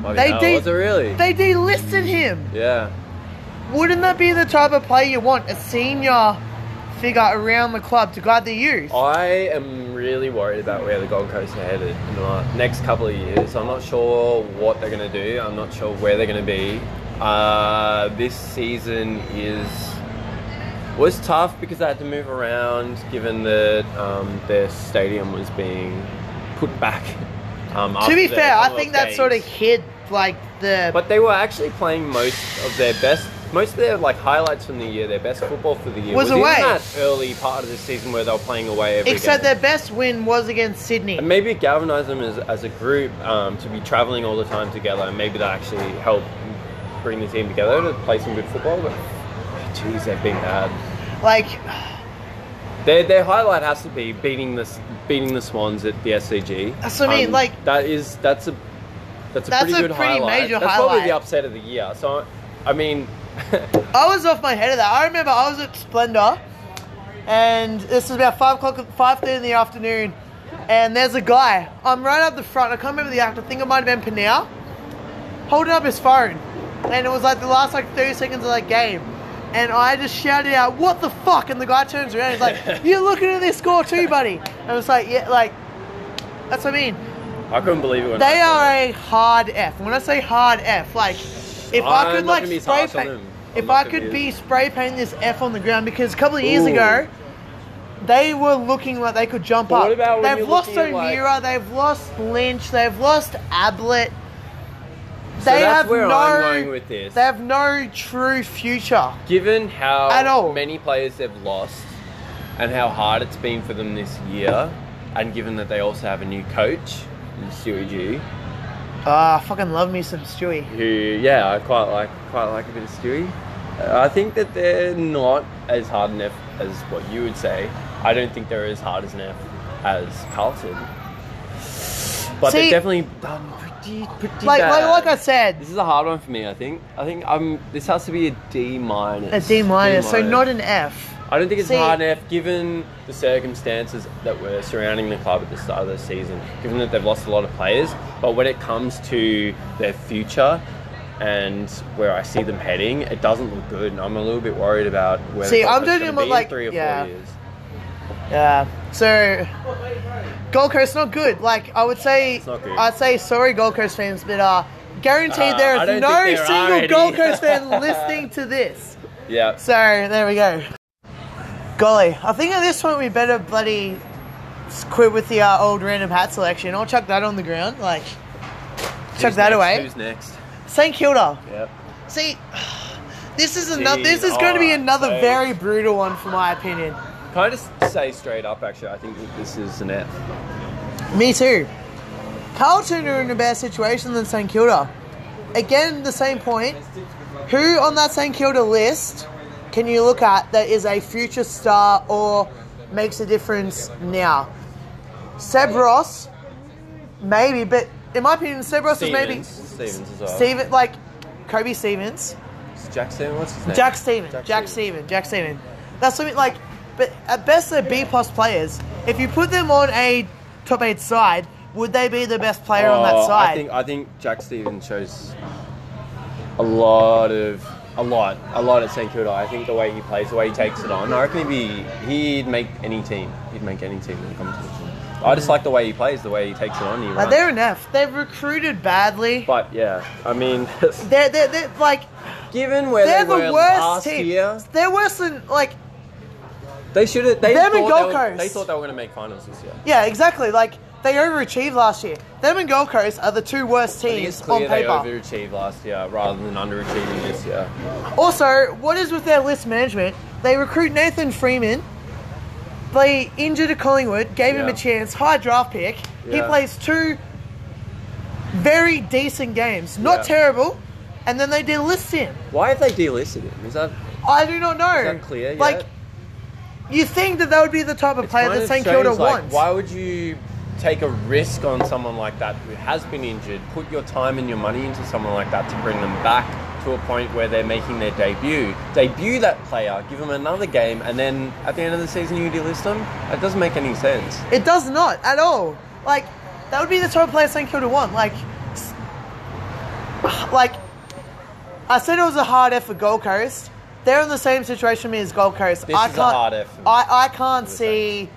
Speaker 2: Bloody
Speaker 1: they
Speaker 2: hell,
Speaker 1: de-
Speaker 2: was it really?
Speaker 1: They delisted him.
Speaker 2: yeah.
Speaker 1: Wouldn't that be the type of player you want? A senior figure around the club to guide the youth.
Speaker 2: I am really worried about where the Gold Coast are headed in the la- next couple of years. I'm not sure what they're going to do. I'm not sure where they're going to be. Uh, this season is was tough because they had to move around, given that um, their stadium was being put back. Um,
Speaker 1: to
Speaker 2: after
Speaker 1: be
Speaker 2: the
Speaker 1: fair, I
Speaker 2: Commonwealth
Speaker 1: think that
Speaker 2: Games.
Speaker 1: sort of hid like the.
Speaker 2: But they were actually playing most of their best, most of their like highlights from the year, their best football for the year
Speaker 1: Was
Speaker 2: in
Speaker 1: away.
Speaker 2: that early part of the season where they were playing away. Every
Speaker 1: except
Speaker 2: game.
Speaker 1: their best win was against Sydney.
Speaker 2: And maybe it galvanized them as, as a group um, to be traveling all the time together, and maybe that actually helped bring the team together to play some good football. But jeez, they've been bad.
Speaker 1: Like,
Speaker 2: Their, their highlight has to be beating the s- beating the Swans at the SCG.
Speaker 1: That's what I mean, like-
Speaker 2: Um, that is that's a that's a
Speaker 1: That's
Speaker 2: pretty
Speaker 1: a
Speaker 2: good
Speaker 1: pretty
Speaker 2: highlight.
Speaker 1: major
Speaker 2: that's probably
Speaker 1: highlight.
Speaker 2: the upset of the year. So I mean,
Speaker 1: I was off my head of that. I remember I was at Splendor, and this was about five o'clock, five thirty in the afternoon, and there's a guy. I'm right up the front. I can't remember the act. I think it might have been Panau, holding up his phone, and it was like the last like thirty seconds of that game. And I just shouted out, "What the fuck!" And the guy turns around. He's like, "You're looking at this score too, buddy." And it's like, "Yeah, like, that's what I mean."
Speaker 2: I couldn't believe it. When I
Speaker 1: They
Speaker 2: saw it.
Speaker 1: are a hard F. When I say hard F, like if i
Speaker 2: I'm
Speaker 1: could
Speaker 2: not
Speaker 1: like
Speaker 2: gonna be as
Speaker 1: spray
Speaker 2: harsh on
Speaker 1: paint,
Speaker 2: them. I'm
Speaker 1: if
Speaker 2: not
Speaker 1: I
Speaker 2: gonna
Speaker 1: could
Speaker 2: be
Speaker 1: be
Speaker 2: as-
Speaker 1: spray painting this F on the ground because a couple of years
Speaker 2: Ooh.
Speaker 1: ago they were looking like they could jump
Speaker 2: But
Speaker 1: up.
Speaker 2: what about when
Speaker 1: they've
Speaker 2: you're
Speaker 1: lost
Speaker 2: looking at, like-
Speaker 1: O'Meara, they've lost Lynch, they've lost Ablett. They
Speaker 2: So that's
Speaker 1: have
Speaker 2: where
Speaker 1: no.
Speaker 2: I'm going with this.
Speaker 1: They have no true future.
Speaker 2: Given how
Speaker 1: At all.
Speaker 2: many players they've lost and how hard it's been for them this year, and given that they also have a new coach, in Stewie G,
Speaker 1: Ah, fucking love me some Stewie.
Speaker 2: who yeah, I quite like quite like a bit of Stewie. Uh, I think that they're not as hard an F as what you would say. I don't think they're as hard as an F as Carlton. But
Speaker 1: See-
Speaker 2: they've definitely done pretty pretty
Speaker 1: Like, like,
Speaker 2: bad.
Speaker 1: like I said,
Speaker 2: This is a hard one for me, I think. I think I'm this has to be a D minus.
Speaker 1: a D minus, so not an F.
Speaker 2: I don't think it's
Speaker 1: See-
Speaker 2: hard enough given the circumstances that were surrounding the club at the start of the season, given that they've lost a lot of players. But when it comes to their future and where I see them heading, it doesn't look good, and I'm a little bit worried about where
Speaker 1: See,
Speaker 2: the
Speaker 1: I'm
Speaker 2: club is
Speaker 1: judging
Speaker 2: gonna
Speaker 1: them
Speaker 2: be
Speaker 1: like-
Speaker 2: in three or
Speaker 1: yeah.
Speaker 2: four years.
Speaker 1: Yeah. So, Gold Coast not good. Like I would say,
Speaker 2: not good.
Speaker 1: I'd say sorry, Gold Coast fans, but uh, guaranteed
Speaker 2: Uh,
Speaker 1: there
Speaker 2: I
Speaker 1: is
Speaker 2: don't
Speaker 1: no
Speaker 2: think there are
Speaker 1: single
Speaker 2: any.
Speaker 1: Gold Coast fan listening to this.
Speaker 2: Yeah.
Speaker 1: So there we go. Golly, I think at this point we better bloody quit with the uh, old random hat selection. I'll chuck that on the ground. Like, chuck
Speaker 2: Who's
Speaker 1: that
Speaker 2: next?
Speaker 1: away.
Speaker 2: Who's next?
Speaker 1: St Kilda.
Speaker 2: Yep.
Speaker 1: See, this is another.
Speaker 2: Jeez,
Speaker 1: This is going to be
Speaker 2: alright,
Speaker 1: another
Speaker 2: oh, so-
Speaker 1: very brutal one, for my opinion.
Speaker 2: Can I just say straight up, actually, I think that this is an F.
Speaker 1: Me too. Carlton are in a better situation than St Kilda. Again, the same point. Who on that St Kilda list can you look at that is a future star or makes a difference now? Seb Ross, maybe, but in my opinion, Seb Ross is maybe
Speaker 2: Stevens. Stevens as well.
Speaker 1: Steven, like Kobe Stevens.
Speaker 2: Is Jack Stevens? What's his name?
Speaker 1: Jack Steven. Jack,
Speaker 2: Stevens.
Speaker 1: Steven. Jack Steven. That's something like, but at best they're B plus players. If you put them on a top eight side, would they be the best player on that
Speaker 2: Oh,
Speaker 1: side?
Speaker 2: I think I think Jack Stevens shows a lot of a lot, a lot at St Kilda. I think the way he plays, the way he takes it on, I reckon he'd be he'd make any team. He'd make any team in the competition. I just like the way he plays, the way he takes it on. He
Speaker 1: like
Speaker 2: runs.
Speaker 1: they're enough. They've recruited badly.
Speaker 2: But yeah, I mean,
Speaker 1: They're, they're, they're like
Speaker 2: given where
Speaker 1: they're
Speaker 2: they were
Speaker 1: the worst
Speaker 2: last
Speaker 1: team.
Speaker 2: year,
Speaker 1: They're worse than like
Speaker 2: they should have. They
Speaker 1: Them and
Speaker 2: thought they
Speaker 1: Gold
Speaker 2: were-
Speaker 1: Coast.
Speaker 2: They thought they were going to make finals this year.
Speaker 1: yeah, exactly. Like they overachieved last year. Them and Gold Coast are the two worst
Speaker 2: I think
Speaker 1: teams
Speaker 2: it's
Speaker 1: on
Speaker 2: clear they
Speaker 1: paper.
Speaker 2: overachieved last year rather than underachieving this year.
Speaker 1: Also, what is with their list management? They recruit Nathan Freeman. They injured a Collingwood, gave him
Speaker 2: Yeah.
Speaker 1: a chance, high draft pick. He
Speaker 2: Yeah.
Speaker 1: plays two very decent games, not
Speaker 2: Yeah.
Speaker 1: terrible, and then they delist him.
Speaker 2: Why have they delisted him? Is that
Speaker 1: I do not know.
Speaker 2: Is that clear yet?
Speaker 1: Like, you think that that would be the type of player
Speaker 2: kind
Speaker 1: that
Speaker 2: of
Speaker 1: St
Speaker 2: strange,
Speaker 1: Kilda
Speaker 2: like,
Speaker 1: wants?
Speaker 2: Why would you take a risk on someone like that who has been injured? Put your time and your money into someone like that to bring them back to a point where they're making their debut. Debut that player, give them another game, and then at the end of the season you delist them. That doesn't make any sense.
Speaker 1: It does not at all. Like that would be the type of player St Kilda want. Like, s- like I said, it was a hard F for Gold Coast. They're in the same situation me as Gold Coast.
Speaker 2: This
Speaker 1: I
Speaker 2: is a
Speaker 1: can't,
Speaker 2: hard F for me.
Speaker 1: I, I can't
Speaker 2: the
Speaker 1: see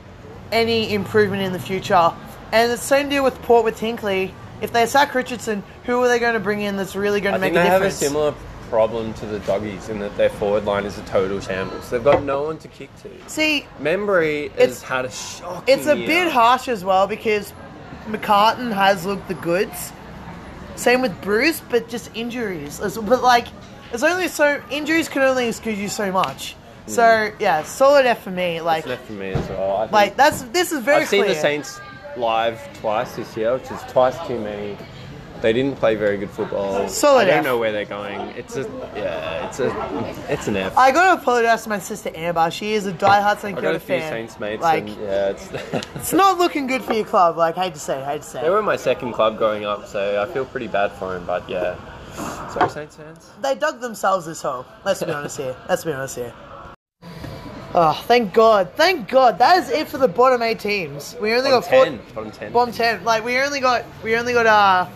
Speaker 1: any improvement in the future. And the same deal with Port with Hinkley. If they sack Richardson, who are they going to bring in that's really going
Speaker 2: I
Speaker 1: to make
Speaker 2: think they
Speaker 1: a
Speaker 2: have a
Speaker 1: difference?
Speaker 2: similar problem to the doggies in that their forward line is a total shambles. They've got no one to kick to.
Speaker 1: see,
Speaker 2: Memory
Speaker 1: It's-
Speaker 2: has had a shock.
Speaker 1: It's a bit harsh as well because McCartan has looked the goods. Same with Bruce, but just injuries. As- But like, it's only so injuries can only excuse you so much. So yeah, solid F for me. Like,
Speaker 2: Mm. It's left for me as well. I think-
Speaker 1: like that's this is very
Speaker 2: I've seen
Speaker 1: clear.
Speaker 2: the Saints live twice this year, which is twice too many. They didn't play very good football.
Speaker 1: Solid
Speaker 2: I don't
Speaker 1: F.
Speaker 2: know where they're going. It's a yeah, it's a it's an F. I
Speaker 1: I gotta apologize to my sister Amber. She is a diehard St
Speaker 2: got
Speaker 1: Kilda
Speaker 2: a few
Speaker 1: fan.
Speaker 2: Saints mates,
Speaker 1: like,
Speaker 2: and yeah, it's,
Speaker 1: it's not looking good for your club. Like, hate to say, hate to say.
Speaker 2: they were my second club growing up, so I feel pretty bad for them. But yeah, sorry, Saints fans.
Speaker 1: they dug themselves this hole. Let's be honest here. Let's be honest here. Oh, thank God. Thank God. That is it for the bottom eight teams. We only
Speaker 2: Bottom
Speaker 1: got four
Speaker 2: ten, bottom ten,
Speaker 1: bottom ten. Like we only got we only got uh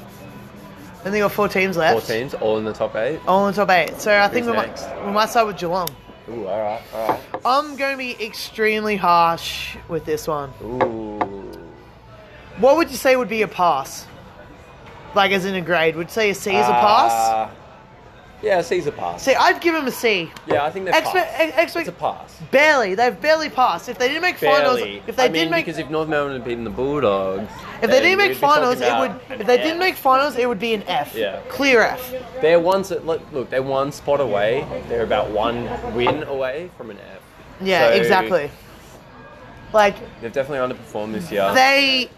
Speaker 1: only got four teams
Speaker 2: four
Speaker 1: left.
Speaker 2: teams, all in the top eight.
Speaker 1: All in the top eight. So I think we
Speaker 2: Who's
Speaker 1: might
Speaker 2: next?
Speaker 1: we might start with Geelong.
Speaker 2: Ooh, all right, all right.
Speaker 1: I'm gonna be extremely harsh with this one.
Speaker 2: Ooh,
Speaker 1: What would you say would be a pass? Like as in a grade? Would you say a C is a pass?
Speaker 2: Uh, Yeah, C's a pass.
Speaker 1: See, I'd give him a C.
Speaker 2: yeah, I think they're
Speaker 1: Expe-
Speaker 2: pass.
Speaker 1: ex- expect-
Speaker 2: it's a pass.
Speaker 1: Barely. They've barely passed. If they didn't make
Speaker 2: Barely.
Speaker 1: finals, if they
Speaker 2: I
Speaker 1: did
Speaker 2: mean,
Speaker 1: make
Speaker 2: because if North Melbourne had beaten the Bulldogs,
Speaker 1: If they
Speaker 2: then
Speaker 1: didn't
Speaker 2: we'd
Speaker 1: make
Speaker 2: be talking
Speaker 1: finals, it would.
Speaker 2: about
Speaker 1: If they
Speaker 2: an
Speaker 1: didn't
Speaker 2: F.
Speaker 1: make finals, it would be an F.
Speaker 2: Yeah.
Speaker 1: Clear F.
Speaker 2: they're one s- look, look, they're one spot away. They're about one win away from an F.
Speaker 1: Yeah,
Speaker 2: So,
Speaker 1: exactly. Like
Speaker 2: They've definitely underperformed this year.
Speaker 1: they,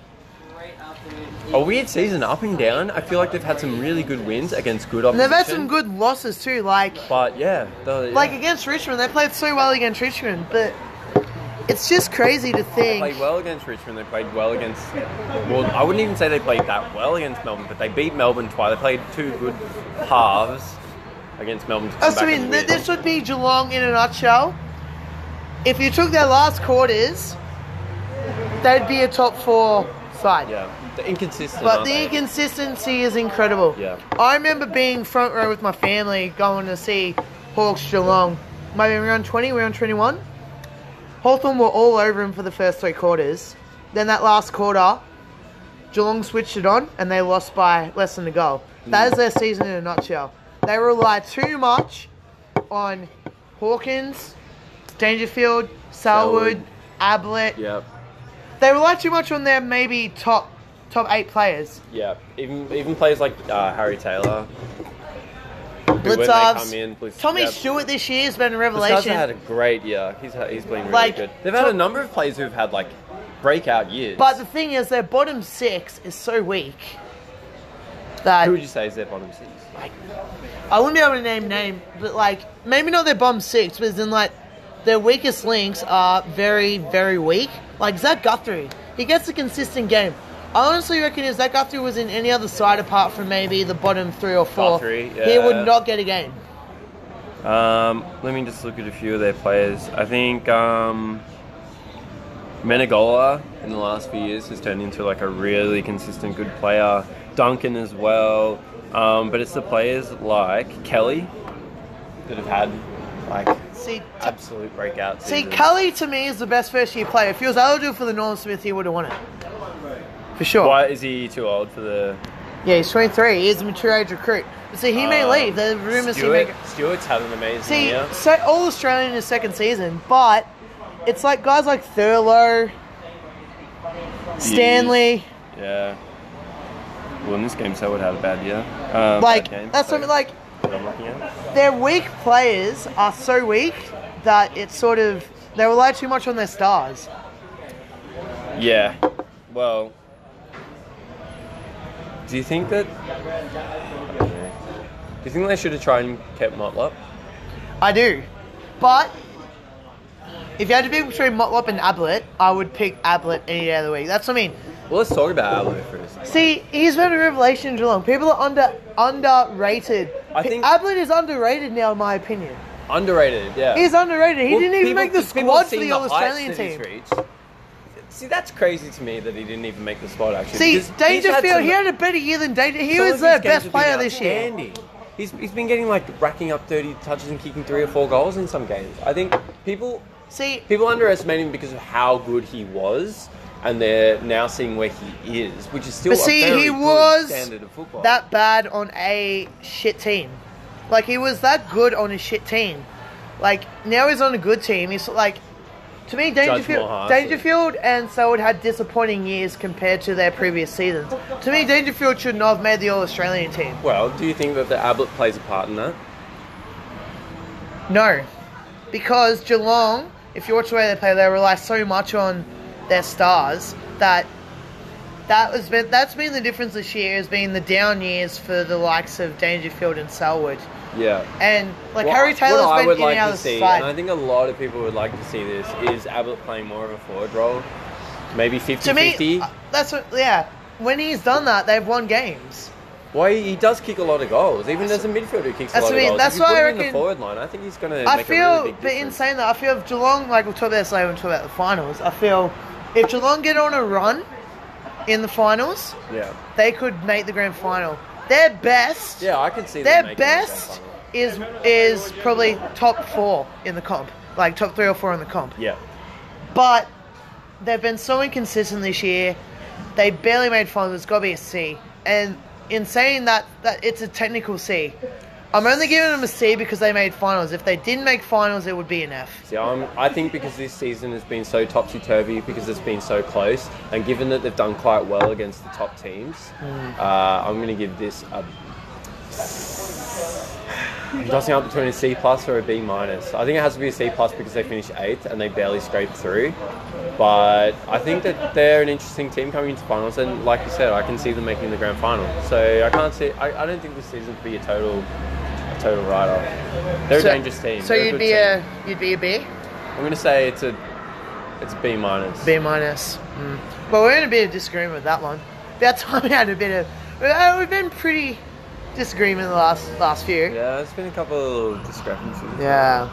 Speaker 2: a weird season, up and down. I feel like they've had some really good wins against good
Speaker 1: they've
Speaker 2: opposition.
Speaker 1: had some good losses too. Like,
Speaker 2: But yeah, the,
Speaker 1: like
Speaker 2: yeah,
Speaker 1: against Richmond, they played so well against Richmond, but it's just crazy to
Speaker 2: they
Speaker 1: think.
Speaker 2: played well against Richmond. They played well against. Well, I wouldn't even say they played that well against Melbourne, but they beat Melbourne twice. They played two good halves against Melbourne. To come
Speaker 1: Oh, I just
Speaker 2: back
Speaker 1: mean,
Speaker 2: and
Speaker 1: th-
Speaker 2: win.
Speaker 1: this would be Geelong in a nutshell. If you took their last quarters, they'd be a top four side.
Speaker 2: Yeah, the inconsistent.
Speaker 1: But
Speaker 2: aren't
Speaker 1: the
Speaker 2: they?
Speaker 1: inconsistency is incredible.
Speaker 2: Yeah.
Speaker 1: I remember being front row with my family going to see Hawks Geelong. Maybe we were on 20, we were on 21. Hawthorn were all over him for the first three quarters. Then that last quarter, Geelong switched it on and they lost by less than a goal. That is their season in a nutshell. They rely too much on Hawkins, Dangerfield, Selwood,
Speaker 2: Selwood.
Speaker 1: Ablett.
Speaker 2: Yep.
Speaker 1: They rely too much on their maybe top top eight players.
Speaker 2: Yeah, even even players like uh, Harry Taylor. who, when they
Speaker 1: Blitzarves.
Speaker 2: come in, Blitz-
Speaker 1: Tommy
Speaker 2: yeah.
Speaker 1: Stewart this year has been a
Speaker 2: Blitzarves
Speaker 1: revelation.
Speaker 2: had a great year. He's ha- he's been really
Speaker 1: Like,
Speaker 2: good. They've had a
Speaker 1: Tom-
Speaker 2: number of players who've had like breakout years.
Speaker 1: But the thing is, their bottom six is so weak that
Speaker 2: who would you say is their bottom six?
Speaker 1: I wouldn't be able to name name, but like maybe not their bottom six, but then like their weakest links are very very weak. Like Zach Guthrie, he gets a consistent game. I honestly reckon if Zach Guthrie was in any other side apart from maybe the bottom three or four,
Speaker 2: Guthrie,
Speaker 1: he
Speaker 2: yeah.
Speaker 1: would not get a game.
Speaker 2: Um, let me just look at a few of their players. I think um, Menegola in the last few years has turned into like a really consistent good player. Duncan as well. Um, but it's the players like Kelly that have had like
Speaker 1: See, t-
Speaker 2: absolute breakout.
Speaker 1: see,
Speaker 2: seasons.
Speaker 1: Kelly to me is the best first year player. If he was eligible for the Norm Smith, he would have won it for sure.
Speaker 2: Why is he too old for the?
Speaker 1: Yeah, he's 23. He is a mature age recruit. But see, he may
Speaker 2: um,
Speaker 1: leave. The rumors he may.
Speaker 2: Stewart, Stewart's had an amazing
Speaker 1: See,
Speaker 2: year.
Speaker 1: so all Australian in his second season, but it's like guys like Thurlow, Stanley.
Speaker 2: Yeah. Well, in this game, so would had a bad year. Uh,
Speaker 1: Like
Speaker 2: bad game,
Speaker 1: that's
Speaker 2: so-
Speaker 1: something like
Speaker 2: that I'm looking at.
Speaker 1: their weak players are so weak that it's sort of they rely too much on their stars.
Speaker 2: Yeah. Well, do you think that? Do you think they should have tried and kept Motlop?
Speaker 1: I do, but if you had to pick between Motlop and Ablett, I would pick Ablett any day of the week. That's what I mean.
Speaker 2: Well, let's talk about Adler first.
Speaker 1: See, he's been a revelation in Geelong. People are under underrated.
Speaker 2: I think-
Speaker 1: Ablett is underrated now, in my opinion.
Speaker 2: Underrated. Yeah.
Speaker 1: He's underrated. He
Speaker 2: Well,
Speaker 1: didn't even
Speaker 2: people-
Speaker 1: make the
Speaker 2: people
Speaker 1: squad
Speaker 2: have
Speaker 1: for the
Speaker 2: seen
Speaker 1: All
Speaker 2: heights
Speaker 1: Australian
Speaker 2: that he's
Speaker 1: team.
Speaker 2: reached. See, that's crazy to me that he didn't even make the squad. Actually,
Speaker 1: See,
Speaker 2: because he's had
Speaker 1: Dangerfield,
Speaker 2: some-
Speaker 1: he had a better year than Danger. He
Speaker 2: some of
Speaker 1: was their
Speaker 2: his games
Speaker 1: best
Speaker 2: have been
Speaker 1: player this year.
Speaker 2: outstanding. He's, he's been getting like racking up 30 touches and kicking three or four goals in some games. I think people
Speaker 1: See,
Speaker 2: People underestimate him because of how good he was, and they're now seeing where he is, which is still
Speaker 1: but
Speaker 2: a
Speaker 1: see,
Speaker 2: very
Speaker 1: he
Speaker 2: good
Speaker 1: was
Speaker 2: standard of football.
Speaker 1: that bad on a shit team. Like, he was that good on a shit team. Like, now he's on a good team. He's like, to me,
Speaker 2: Moore
Speaker 1: Dangerfield,
Speaker 2: has
Speaker 1: Dangerfield and Selwood had disappointing years compared to their previous seasons. To me, Dangerfield should not have made the All Australian team.
Speaker 2: well, do you think that the Ablett plays a part in that?
Speaker 1: No, because Geelong, if you watch the way they play, they rely so much on their stars that that was been, that's been the difference this year has been the down years for the likes of Dangerfield and Selwood,
Speaker 2: Yeah.
Speaker 1: and like
Speaker 2: What-
Speaker 1: Harry Taylor's
Speaker 2: what I
Speaker 1: been
Speaker 2: would
Speaker 1: in
Speaker 2: like
Speaker 1: and out
Speaker 2: to
Speaker 1: of
Speaker 2: see,
Speaker 1: the
Speaker 2: and I
Speaker 1: side.
Speaker 2: think a lot of people would like to see this, is Ablett playing more of a forward role, maybe 50-50.
Speaker 1: To me, uh, that's what yeah. When he's done that, they've won games.
Speaker 2: Why he does kick a lot of goals, even as a midfielder, he kicks a
Speaker 1: that's what
Speaker 2: lot
Speaker 1: I
Speaker 2: of
Speaker 1: mean,
Speaker 2: goals.
Speaker 1: that's
Speaker 2: if you put
Speaker 1: why I
Speaker 2: him in the
Speaker 1: reckon-
Speaker 2: forward line, I think he's going to
Speaker 1: I
Speaker 2: make
Speaker 1: feel,
Speaker 2: a really big
Speaker 1: but in
Speaker 2: difference.
Speaker 1: saying that, I feel if Geelong, like we'll talk about this later when we talk about the finals. I feel if Geelong get on a run in the finals,
Speaker 2: Yeah,
Speaker 1: they could make the grand final. Their best,
Speaker 2: yeah, I can see them
Speaker 1: their
Speaker 2: making it to the
Speaker 1: best
Speaker 2: final.
Speaker 1: is is probably top four in the comp, like top three or four in the comp.
Speaker 2: Yeah,
Speaker 1: But they've been so inconsistent this year. They barely made finals. It's got to be a C. And in saying that, that it's a technical C. I'm only giving them a C because they made finals. If they didn't make finals, it would be an F.
Speaker 2: See, I'm, I think because this season has been so topsy turvy, because it's been so close, and given that they've done quite well against the top teams,
Speaker 1: Mm.
Speaker 2: uh, I'm going to give this a. I'm tossing up between a C plus or a B minus. I think it has to be a C plus because they finished eighth and they barely scraped through. But I think that they're an interesting team coming into finals, and like you said, I can see them making the grand final. So I can't see. I, I don't think this season could be a total, a total write off. They're
Speaker 1: so,
Speaker 2: a dangerous team.
Speaker 1: So
Speaker 2: They're a
Speaker 1: you'd
Speaker 2: good
Speaker 1: be
Speaker 2: team.
Speaker 1: a you'd be a B.
Speaker 2: I'm gonna say it's a it's a B minus.
Speaker 1: B minus. Mm. Well, we're in a bit of disagreement with that one. About time we had a bit of. uh, We've been pretty disagreement the last last few.
Speaker 2: Yeah, there's been a couple of little discrepancies.
Speaker 1: Yeah.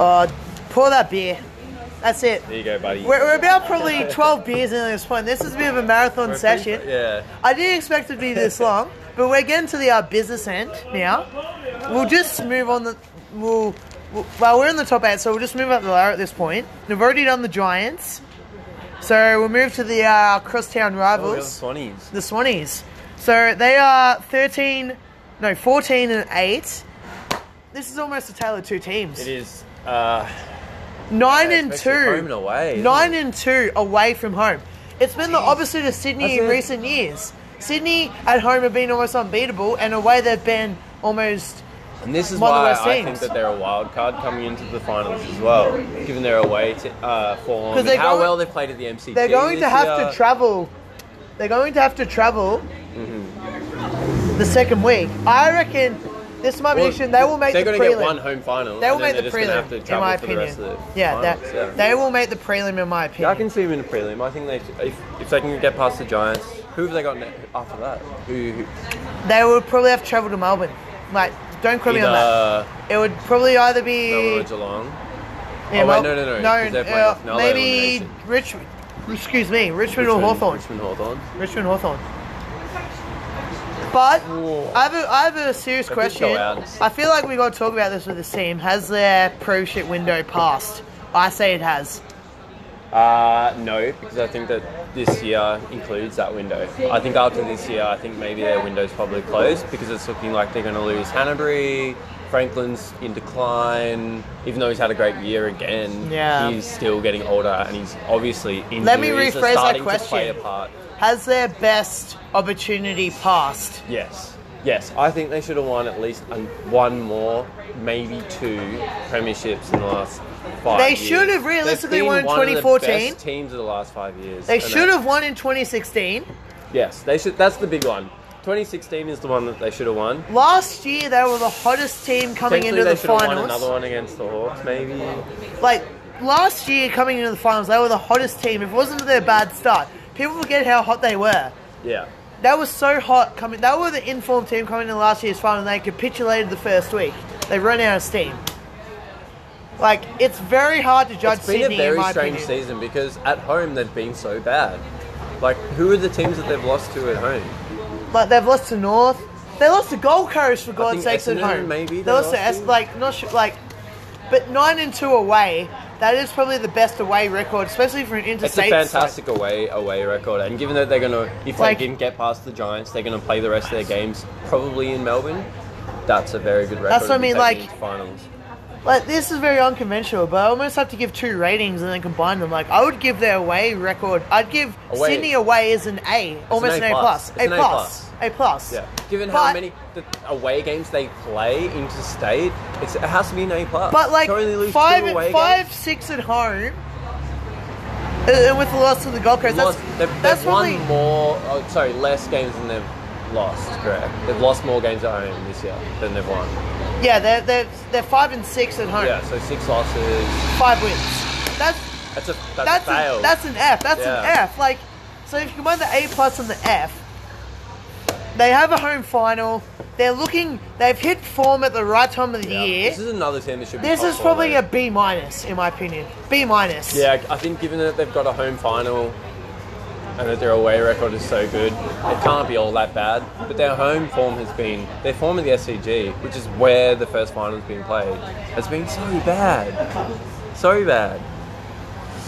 Speaker 1: Uh, pour that beer. That's it.
Speaker 2: There you go, buddy.
Speaker 1: We're, we're about probably 12 beers in at this point. This is a bit of a marathon
Speaker 2: We're pretty-
Speaker 1: session.
Speaker 2: Yeah.
Speaker 1: I didn't expect it to be this long, but we're getting to the uh, business end now. We'll just move on. The, we'll w- well, we're in the top eight, so we'll just move up the ladder at this point. We've already done the Giants, so we'll move to the uh, crosstown
Speaker 2: Oh, we got the
Speaker 1: rivals,
Speaker 2: Swannies.
Speaker 1: the Swannies. So they are thirteen, no, fourteen and eight. This is almost a tale of two teams.
Speaker 2: It is uh,
Speaker 1: Nine
Speaker 2: Yeah,
Speaker 1: and two.
Speaker 2: especially home and away, isn't
Speaker 1: Nine
Speaker 2: it?
Speaker 1: and two away from home. It's been the opposite of Sydney
Speaker 2: That's
Speaker 1: in
Speaker 2: it.
Speaker 1: recent years. Sydney at home have been almost unbeatable, and away they've been almost.
Speaker 2: And this is
Speaker 1: One of the
Speaker 2: why
Speaker 1: worst
Speaker 2: I think
Speaker 1: teams.
Speaker 2: that they're a wild card coming into the finals as well, given their away to, uh, form
Speaker 1: 'Cause
Speaker 2: and
Speaker 1: they're
Speaker 2: how
Speaker 1: going-
Speaker 2: well they've played at the MCT.
Speaker 1: They're going to
Speaker 2: this
Speaker 1: have
Speaker 2: year.
Speaker 1: to travel. They're going to have to travel the second week. I reckon this might be
Speaker 2: Mm-hmm. Well,
Speaker 1: interesting. They will make
Speaker 2: They're
Speaker 1: the
Speaker 2: going to
Speaker 1: prelim.
Speaker 2: get one home final.
Speaker 1: they will
Speaker 2: and
Speaker 1: make
Speaker 2: then
Speaker 1: the
Speaker 2: they're just gonna
Speaker 1: prelim,
Speaker 2: Have to
Speaker 1: in
Speaker 2: travel
Speaker 1: my
Speaker 2: for the
Speaker 1: opinion.
Speaker 2: rest of the
Speaker 1: yeah, that,
Speaker 2: finals, yeah.
Speaker 1: they will make the prelim, in my
Speaker 2: Yeah, I
Speaker 1: opinion.
Speaker 2: can see them in the prelim. I think they, if, if they can get past the Giants, who have they got ne- after that? Who, who
Speaker 1: They will probably have to travel to Melbourne. Like, don't quote me on that.
Speaker 2: either
Speaker 1: It would probably either be
Speaker 2: Melbourne or Geelong?
Speaker 1: Yeah,
Speaker 2: Oh, wait,
Speaker 1: well, uh,
Speaker 2: no, no, no, 'cause they're playing off Melbourne
Speaker 1: maybe
Speaker 2: elimination.
Speaker 1: Rich, excuse me, Richmond, or
Speaker 2: Richmond-
Speaker 1: Hawthorn.
Speaker 2: Richmond Hawthorn.
Speaker 1: Richmond Hawthorn. But
Speaker 2: Whoa.
Speaker 1: I have, a, I have a serious
Speaker 2: That did
Speaker 1: question.
Speaker 2: go out.
Speaker 1: I feel like we got to talk about this with this team. Has their pro shit window passed? I say it has.
Speaker 2: Uh, no, because I think that this year includes that window. I think after this year, I think maybe their window's probably closed because it's looking like they're going to lose Hanbury. Franklin's in decline, even though he's had a great year again.
Speaker 1: Yeah.
Speaker 2: he's still getting older, and he's obviously injuries
Speaker 1: Let me
Speaker 2: are
Speaker 1: rephrase that
Speaker 2: starting to play a
Speaker 1: question.
Speaker 2: part.
Speaker 1: Has their best opportunity passed?
Speaker 2: Yes. Yes, I think they should have won at least un- one more, maybe two premierships in the last five.
Speaker 1: They
Speaker 2: years.
Speaker 1: should have realistically
Speaker 2: They've been
Speaker 1: won in
Speaker 2: one of the
Speaker 1: 2014.
Speaker 2: best teams of the last five years.
Speaker 1: They
Speaker 2: and
Speaker 1: should have won in 2016.
Speaker 2: Yes, they should. That's the big one. 2016 is the one that they should have won.
Speaker 1: Last year they were the hottest team coming
Speaker 2: Potentially
Speaker 1: into
Speaker 2: they
Speaker 1: the
Speaker 2: should have won
Speaker 1: finals.
Speaker 2: another one against the Hawks, maybe.
Speaker 1: like last year coming into the finals, they were the hottest team. If it wasn't for their bad start, people forget how hot they were.
Speaker 2: Yeah,
Speaker 1: They were so hot coming. They were the informed team coming into last year's final. and They capitulated the first week. They ran out of steam. Like it's very hard to judge
Speaker 2: it's been
Speaker 1: Sydney in
Speaker 2: a very
Speaker 1: my
Speaker 2: strange
Speaker 1: opinion.
Speaker 2: season because at home they've been so bad. Like, who are the teams that they've lost to at home?
Speaker 1: Like they've lost to North. They lost to Gold Coast for God's
Speaker 2: think
Speaker 1: sakes at
Speaker 2: Essendon
Speaker 1: home.
Speaker 2: maybe
Speaker 1: they
Speaker 2: they
Speaker 1: lost to
Speaker 2: lost
Speaker 1: Es-
Speaker 2: to.
Speaker 1: like not sure, like, but nine and two away. That is probably the best away record, especially for an
Speaker 2: It's a
Speaker 1: interstate. side.
Speaker 2: fantastic away away record, and given that they're gonna, if
Speaker 1: Like-
Speaker 2: they didn't get past the Giants, they're gonna play the rest of their games probably in Melbourne. That's a very good record.
Speaker 1: That's what I
Speaker 2: to be
Speaker 1: mean,
Speaker 2: taking
Speaker 1: like-
Speaker 2: into finals.
Speaker 1: Like this is very unconventional, but I almost have to give two ratings and then combine them. Like I would give their away record. I'd give
Speaker 2: Away.
Speaker 1: Sydney away as an A, almost
Speaker 2: an
Speaker 1: an,
Speaker 2: A
Speaker 1: A plus,
Speaker 2: plus. It's
Speaker 1: A
Speaker 2: an A
Speaker 1: plus, A plus.
Speaker 2: Yeah. Given
Speaker 1: But-
Speaker 2: how many the away games they play interstate, it's, it has to be an A plus.
Speaker 1: But like
Speaker 2: They only lose two
Speaker 1: five,
Speaker 2: away
Speaker 1: five,
Speaker 2: games.
Speaker 1: six at home, and- and with the loss to the Gold Coast, that's,
Speaker 2: Lost- they've, they've
Speaker 1: that's
Speaker 2: won
Speaker 1: probably
Speaker 2: more. Oh, sorry, less games than they've lost. Correct. They've lost more games at home this year than they've won.
Speaker 1: yeah. They're, they're they're five and six at home,
Speaker 2: Yeah. So six losses.
Speaker 1: five wins. That's
Speaker 2: That's a that's,
Speaker 1: that's
Speaker 2: a fail.
Speaker 1: a, that's an F. That's
Speaker 2: Yeah.
Speaker 1: an F. Like, so if you combine the A plus and the F, they have a home final. They're looking. They've hit form at the right time of the
Speaker 2: Yeah.
Speaker 1: year.
Speaker 2: This is another team that should. be
Speaker 1: This
Speaker 2: top
Speaker 1: is
Speaker 2: four,
Speaker 1: probably
Speaker 2: though.
Speaker 1: a B minus in my opinion. B minus.
Speaker 2: Yeah, I think given that they've got a home final and that their away record is so good, it can't be all that bad. But their home form has been their form in the SCG, which is where the first final's been played, has been so bad, so bad.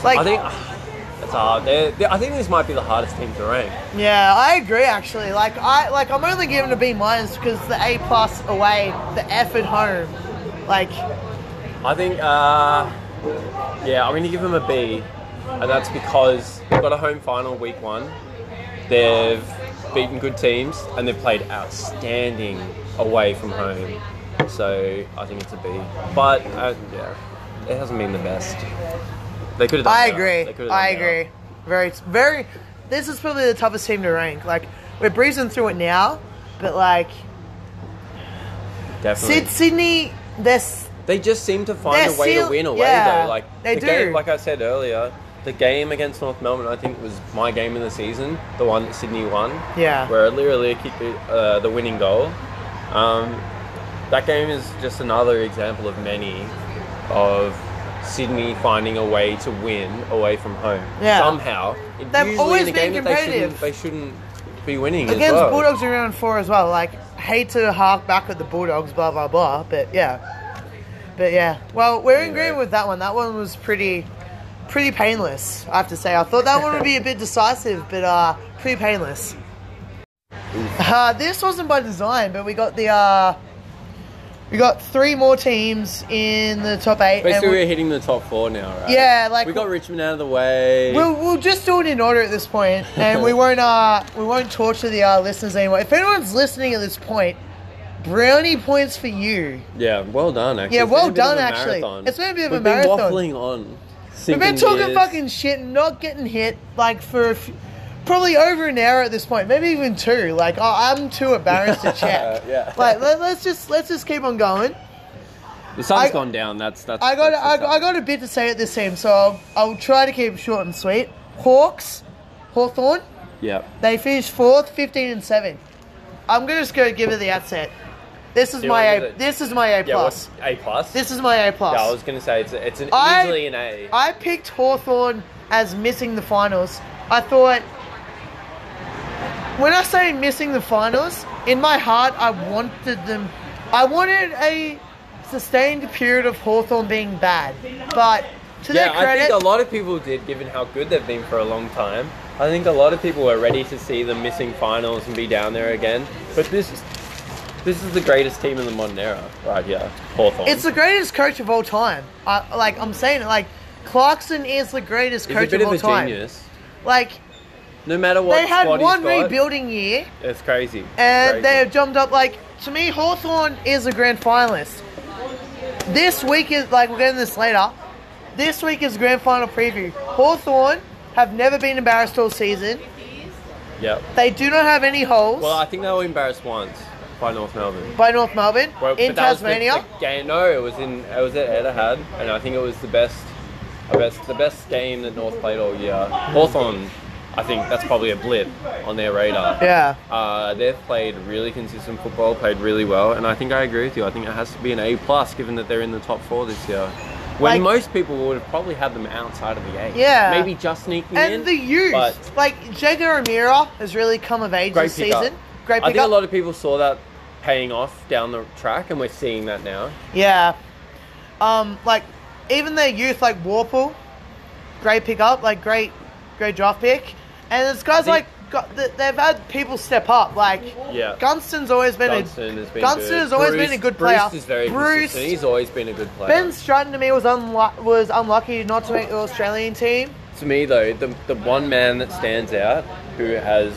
Speaker 1: Like,
Speaker 2: I think ah, that's hard. They're, they I think this might be the hardest team to rank.
Speaker 1: yeah, I agree. Actually, like, I like. I'm only giving it a B minus because the A plus away, the F at home, like.
Speaker 2: I think, uh, yeah, I'm going to give them a B, and that's because they've got a home final week one. They've beaten good teams, and they've played outstanding away from home. So I think it's a B. But uh, yeah, it hasn't been the best. They could have. Done
Speaker 1: I
Speaker 2: better. They
Speaker 1: agree.
Speaker 2: could've done
Speaker 1: I
Speaker 2: better.
Speaker 1: agree. Very, very. This is probably the toughest team to rank. Like we're breezing through it now, but like
Speaker 2: Definitely.
Speaker 1: Syd- Sydney, this
Speaker 2: They just seem to find
Speaker 1: They're
Speaker 2: a way
Speaker 1: still-
Speaker 2: to win away
Speaker 1: yeah,
Speaker 2: though. Like
Speaker 1: they
Speaker 2: the
Speaker 1: do.
Speaker 2: game, like I said earlier, the game against North Melbourne, I think was my game in the season, the one that Sydney won.
Speaker 1: Yeah.
Speaker 2: Where I literally kicked the, uh, the winning goal. Um, that game is just another example of many of Sydney finding a way to win away from home.
Speaker 1: Yeah.
Speaker 2: Somehow. It-
Speaker 1: They've
Speaker 2: usually
Speaker 1: always
Speaker 2: in a
Speaker 1: been
Speaker 2: game that they
Speaker 1: competitive.
Speaker 2: shouldn't, they shouldn't be winning as
Speaker 1: against
Speaker 2: well.
Speaker 1: Bulldogs in round four as well. Like hate to hark back at the Bulldogs, blah blah blah, but yeah. But yeah, well, we're in
Speaker 2: Anyway.
Speaker 1: agreement with that one. That one was pretty, pretty painless. I have to say, I thought that one would be a bit decisive, but uh, pretty painless. Uh, this wasn't by design, but we got the uh, we got three more teams in the top eight. and
Speaker 2: Basically,
Speaker 1: we-
Speaker 2: we're hitting the top four now, right?
Speaker 1: Yeah, like-
Speaker 2: we got Richmond out of the way.
Speaker 1: We'll, we'll just do it in order at this point, and we won't uh we won't torture the uh, listeners anymore. If anyone's listening at this point, brownie points for you.
Speaker 2: yeah, well done. Actually,
Speaker 1: Yeah,
Speaker 2: It's
Speaker 1: well
Speaker 2: been a bit of
Speaker 1: done,
Speaker 2: a
Speaker 1: actually.
Speaker 2: marathon.
Speaker 1: It's been a bit of a
Speaker 2: We've been
Speaker 1: marathon.
Speaker 2: waffling on.
Speaker 1: We've been
Speaker 2: sinking
Speaker 1: talking
Speaker 2: years.
Speaker 1: fucking shit and not getting hit like for a f- probably over an hour at this point, maybe even two. Like oh, I'm too embarrassed to check.
Speaker 2: Uh, Yeah.
Speaker 1: Like let, let's just let's just keep on going.
Speaker 2: The sun's
Speaker 1: I-
Speaker 2: gone down. That's that's.
Speaker 1: I got
Speaker 2: that's the
Speaker 1: I, I
Speaker 2: sun.
Speaker 1: got a bit to say at this team, so I'll, I'll try to keep it short and sweet. Hawks, Hawthorn.
Speaker 2: Yeah.
Speaker 1: They finished fourth, fifteen and seven. I'm gonna just go give it the outset. This is
Speaker 2: Do you
Speaker 1: my
Speaker 2: wanna
Speaker 1: A.
Speaker 2: do the-
Speaker 1: This is my A
Speaker 2: Yeah.
Speaker 1: plus.
Speaker 2: What's A plus?
Speaker 1: This is my A plus.
Speaker 2: Yeah, I was gonna say it's a, it's an
Speaker 1: I-
Speaker 2: easily an A.
Speaker 1: I picked Hawthorn as missing the finals. I thought when I say missing the finals, in my heart I wanted them I wanted a sustained period of Hawthorn being bad. But to
Speaker 2: yeah,
Speaker 1: their
Speaker 2: I
Speaker 1: credit
Speaker 2: think a lot of people did, given how good they've been for a long time. I think a lot of people were ready to see them missing finals and be down there again. But this is this is the greatest team in the modern era, right here, Hawthorn.
Speaker 1: it's the greatest coach of all time. I, like I'm saying it like Clarkson is the greatest
Speaker 2: He's
Speaker 1: coach
Speaker 2: a bit
Speaker 1: of
Speaker 2: of
Speaker 1: all
Speaker 2: a
Speaker 1: time.
Speaker 2: genius.
Speaker 1: Like
Speaker 2: No matter what
Speaker 1: they had
Speaker 2: squad
Speaker 1: one
Speaker 2: he's got,
Speaker 1: rebuilding year
Speaker 2: It's crazy.
Speaker 1: and
Speaker 2: Crazy.
Speaker 1: they have jumped up. Like to me, Hawthorn is a grand finalist. This week is like we're getting this later. This week is grand final preview. Hawthorn have never been embarrassed all season.
Speaker 2: Yep.
Speaker 1: They do not have any holes
Speaker 2: Well, I think they were embarrassed once by North Melbourne.
Speaker 1: by North Melbourne
Speaker 2: Well,
Speaker 1: in
Speaker 2: but that was the-
Speaker 1: Tasmania.
Speaker 2: the game, no, it was in it was at Etihad, and I think it was the best, the best, the best game that North played all year. Hawthorn, I think that's probably a blip on their radar.
Speaker 1: yeah.
Speaker 2: Uh, they've played really consistent football, played really well, and I think I agree with you. I think it has to be an A plus, given that they're in the top four this year. When
Speaker 1: Like-
Speaker 2: most people would have probably had them outside of the eight.
Speaker 1: Yeah.
Speaker 2: Maybe just sneaking in.
Speaker 1: And the youth,
Speaker 2: but-
Speaker 1: like Jago O'Meara, has really come of age
Speaker 2: Great
Speaker 1: this
Speaker 2: pickup.
Speaker 1: season. Great
Speaker 2: I
Speaker 1: pickup.
Speaker 2: think a lot of people saw that paying off down the track, and we're seeing that now.
Speaker 1: Yeah. Um, like even their youth, like Warple, great pickup, like great, great draft pick, and it's guys
Speaker 2: I think-
Speaker 1: like got, th- they've had people step up. Like
Speaker 2: Yeah.
Speaker 1: Gunston's always been
Speaker 2: Gunston has
Speaker 1: a
Speaker 2: been
Speaker 1: Gunston
Speaker 2: good.
Speaker 1: has always
Speaker 2: Bruce-
Speaker 1: been a good
Speaker 2: Bruce
Speaker 1: player.
Speaker 2: is very
Speaker 1: Bruce,
Speaker 2: consistent. He's always been a good player.
Speaker 1: Ben Stratton to me was unlu- was unlucky not to make the Australian team.
Speaker 2: to me, though, the, the one man that stands out who has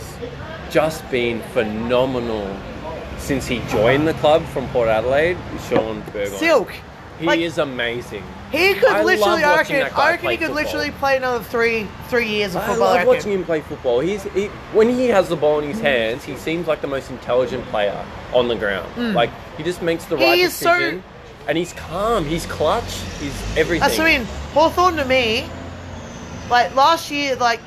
Speaker 2: just been phenomenal since he joined the club from Port Adelaide is Sean Burgon.
Speaker 1: Silk.
Speaker 2: He
Speaker 1: Like-
Speaker 2: is amazing.
Speaker 1: He could
Speaker 2: I love
Speaker 1: literally, I
Speaker 2: watching
Speaker 1: reckon,
Speaker 2: that guy
Speaker 1: I reckon he
Speaker 2: play
Speaker 1: could
Speaker 2: football.
Speaker 1: literally play another three three years of
Speaker 2: I
Speaker 1: football. I
Speaker 2: love
Speaker 1: reckon.
Speaker 2: watching him play football. He's he, when he has the ball in
Speaker 1: Mm.
Speaker 2: his hands, he seems like the most intelligent player on the ground. Like he just makes the
Speaker 1: Mm. He
Speaker 2: right
Speaker 1: is so-
Speaker 2: decision, and he's calm. He's clutch. He's everything.
Speaker 1: That's what I mean. Hawthorn to me, like last year, like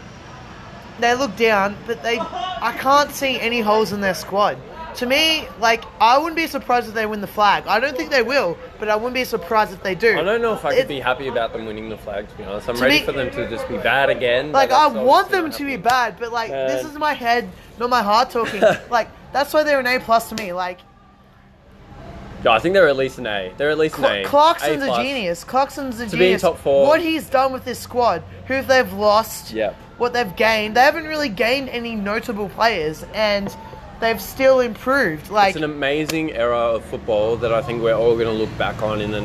Speaker 1: they looked down, but they, I can't see any holes in their squad. To me, like I wouldn't be surprised if they win the flag. I don't think they will, but I wouldn't be surprised if they do.
Speaker 2: I don't know if I could
Speaker 1: It-
Speaker 2: be happy about them winning the flag. To be honest, I'm
Speaker 1: To
Speaker 2: ready
Speaker 1: me-
Speaker 2: for them to just be bad again. but
Speaker 1: Like I
Speaker 2: that's
Speaker 1: want
Speaker 2: obviously
Speaker 1: them
Speaker 2: not
Speaker 1: to be
Speaker 2: happening.
Speaker 1: bad, but like this
Speaker 2: Man.
Speaker 1: is my head, not my heart talking. like that's why they're an A plus to me. Like
Speaker 2: No, I think they're at least an A. They're at least
Speaker 1: Cla-
Speaker 2: an A.
Speaker 1: Clarkson's
Speaker 2: A
Speaker 1: a,
Speaker 2: plus.
Speaker 1: genius. Clarkson's a
Speaker 2: To be in
Speaker 1: genius.
Speaker 2: top four.
Speaker 1: What he's done with this squad, who they've lost,
Speaker 2: Yeah.
Speaker 1: what they've gained. They haven't really gained any notable players, and they've still improved. Like
Speaker 2: It's an amazing era of football that I think we're all going to look back on in the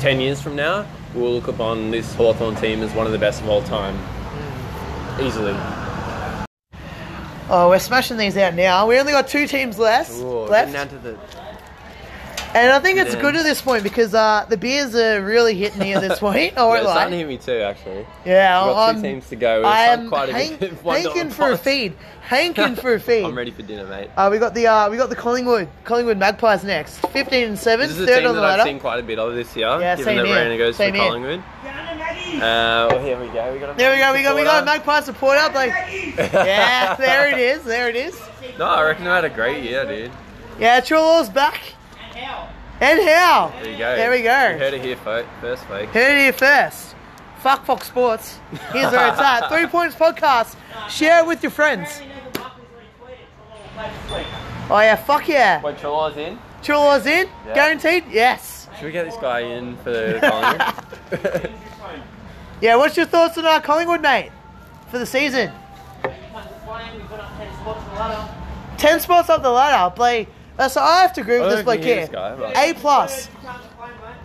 Speaker 2: 10 years from now. We'll look upon this Hawthorn team as one of the best of all time. Easily.
Speaker 1: oh, we're smashing these out now. We only got two teams left. left, and I think it's
Speaker 2: Yeah.
Speaker 1: good at this point because uh, the beers are really hitting me at this point. I
Speaker 2: Yeah,
Speaker 1: won't
Speaker 2: it's starting to
Speaker 1: lie.
Speaker 2: hit me too, actually.
Speaker 1: Yeah,
Speaker 2: We've got
Speaker 1: I'm-
Speaker 2: two teams to go. We've
Speaker 1: I
Speaker 2: had
Speaker 1: am
Speaker 2: quite a
Speaker 1: hank-
Speaker 2: bit of one dollar
Speaker 1: hanking for a
Speaker 2: pots.
Speaker 1: feed. Hanking for a feed.
Speaker 2: I'm ready for dinner, mate.
Speaker 1: Uh, we got the uh, we got the Collingwood Collingwood Magpies next. Fifteen and seven,
Speaker 2: This is a
Speaker 1: third
Speaker 2: team
Speaker 1: on the
Speaker 2: that I've
Speaker 1: ladder.
Speaker 2: seen quite a bit of this year,
Speaker 1: Yeah,
Speaker 2: given
Speaker 1: same
Speaker 2: that
Speaker 1: here,
Speaker 2: Raina goes
Speaker 1: same
Speaker 2: for
Speaker 1: here.
Speaker 2: Collingwood. Uh, well, here we go. We got a
Speaker 1: There we go, we got we got a
Speaker 2: supporter.
Speaker 1: Magpie support up like Yeah, there it is, there it is.
Speaker 2: No, I reckon they had a great year, dude.
Speaker 1: Yeah, Trelaw's back. And how?
Speaker 2: There you go.
Speaker 1: There we
Speaker 2: You
Speaker 1: go.
Speaker 2: heard it here fo- first, folks.
Speaker 1: Heard it here first. Fuck Fox Sports. Here's where it's at. Three Points Podcast. Share it with your friends. Oh yeah, fuck yeah.
Speaker 2: Wait, Trelawn's in?
Speaker 1: Trelaw's in?
Speaker 2: Yeah.
Speaker 1: Guaranteed? Yes.
Speaker 2: Should we get this guy in for Collingwood?
Speaker 1: Yeah, what's your thoughts on our Collingwood, mate, for the season? Ten spots up the ladder. Play. Uh, so I have to agree
Speaker 2: I
Speaker 1: with
Speaker 2: don't
Speaker 1: this bloke
Speaker 2: think he
Speaker 1: here.
Speaker 2: is, guy, but-
Speaker 1: A plus.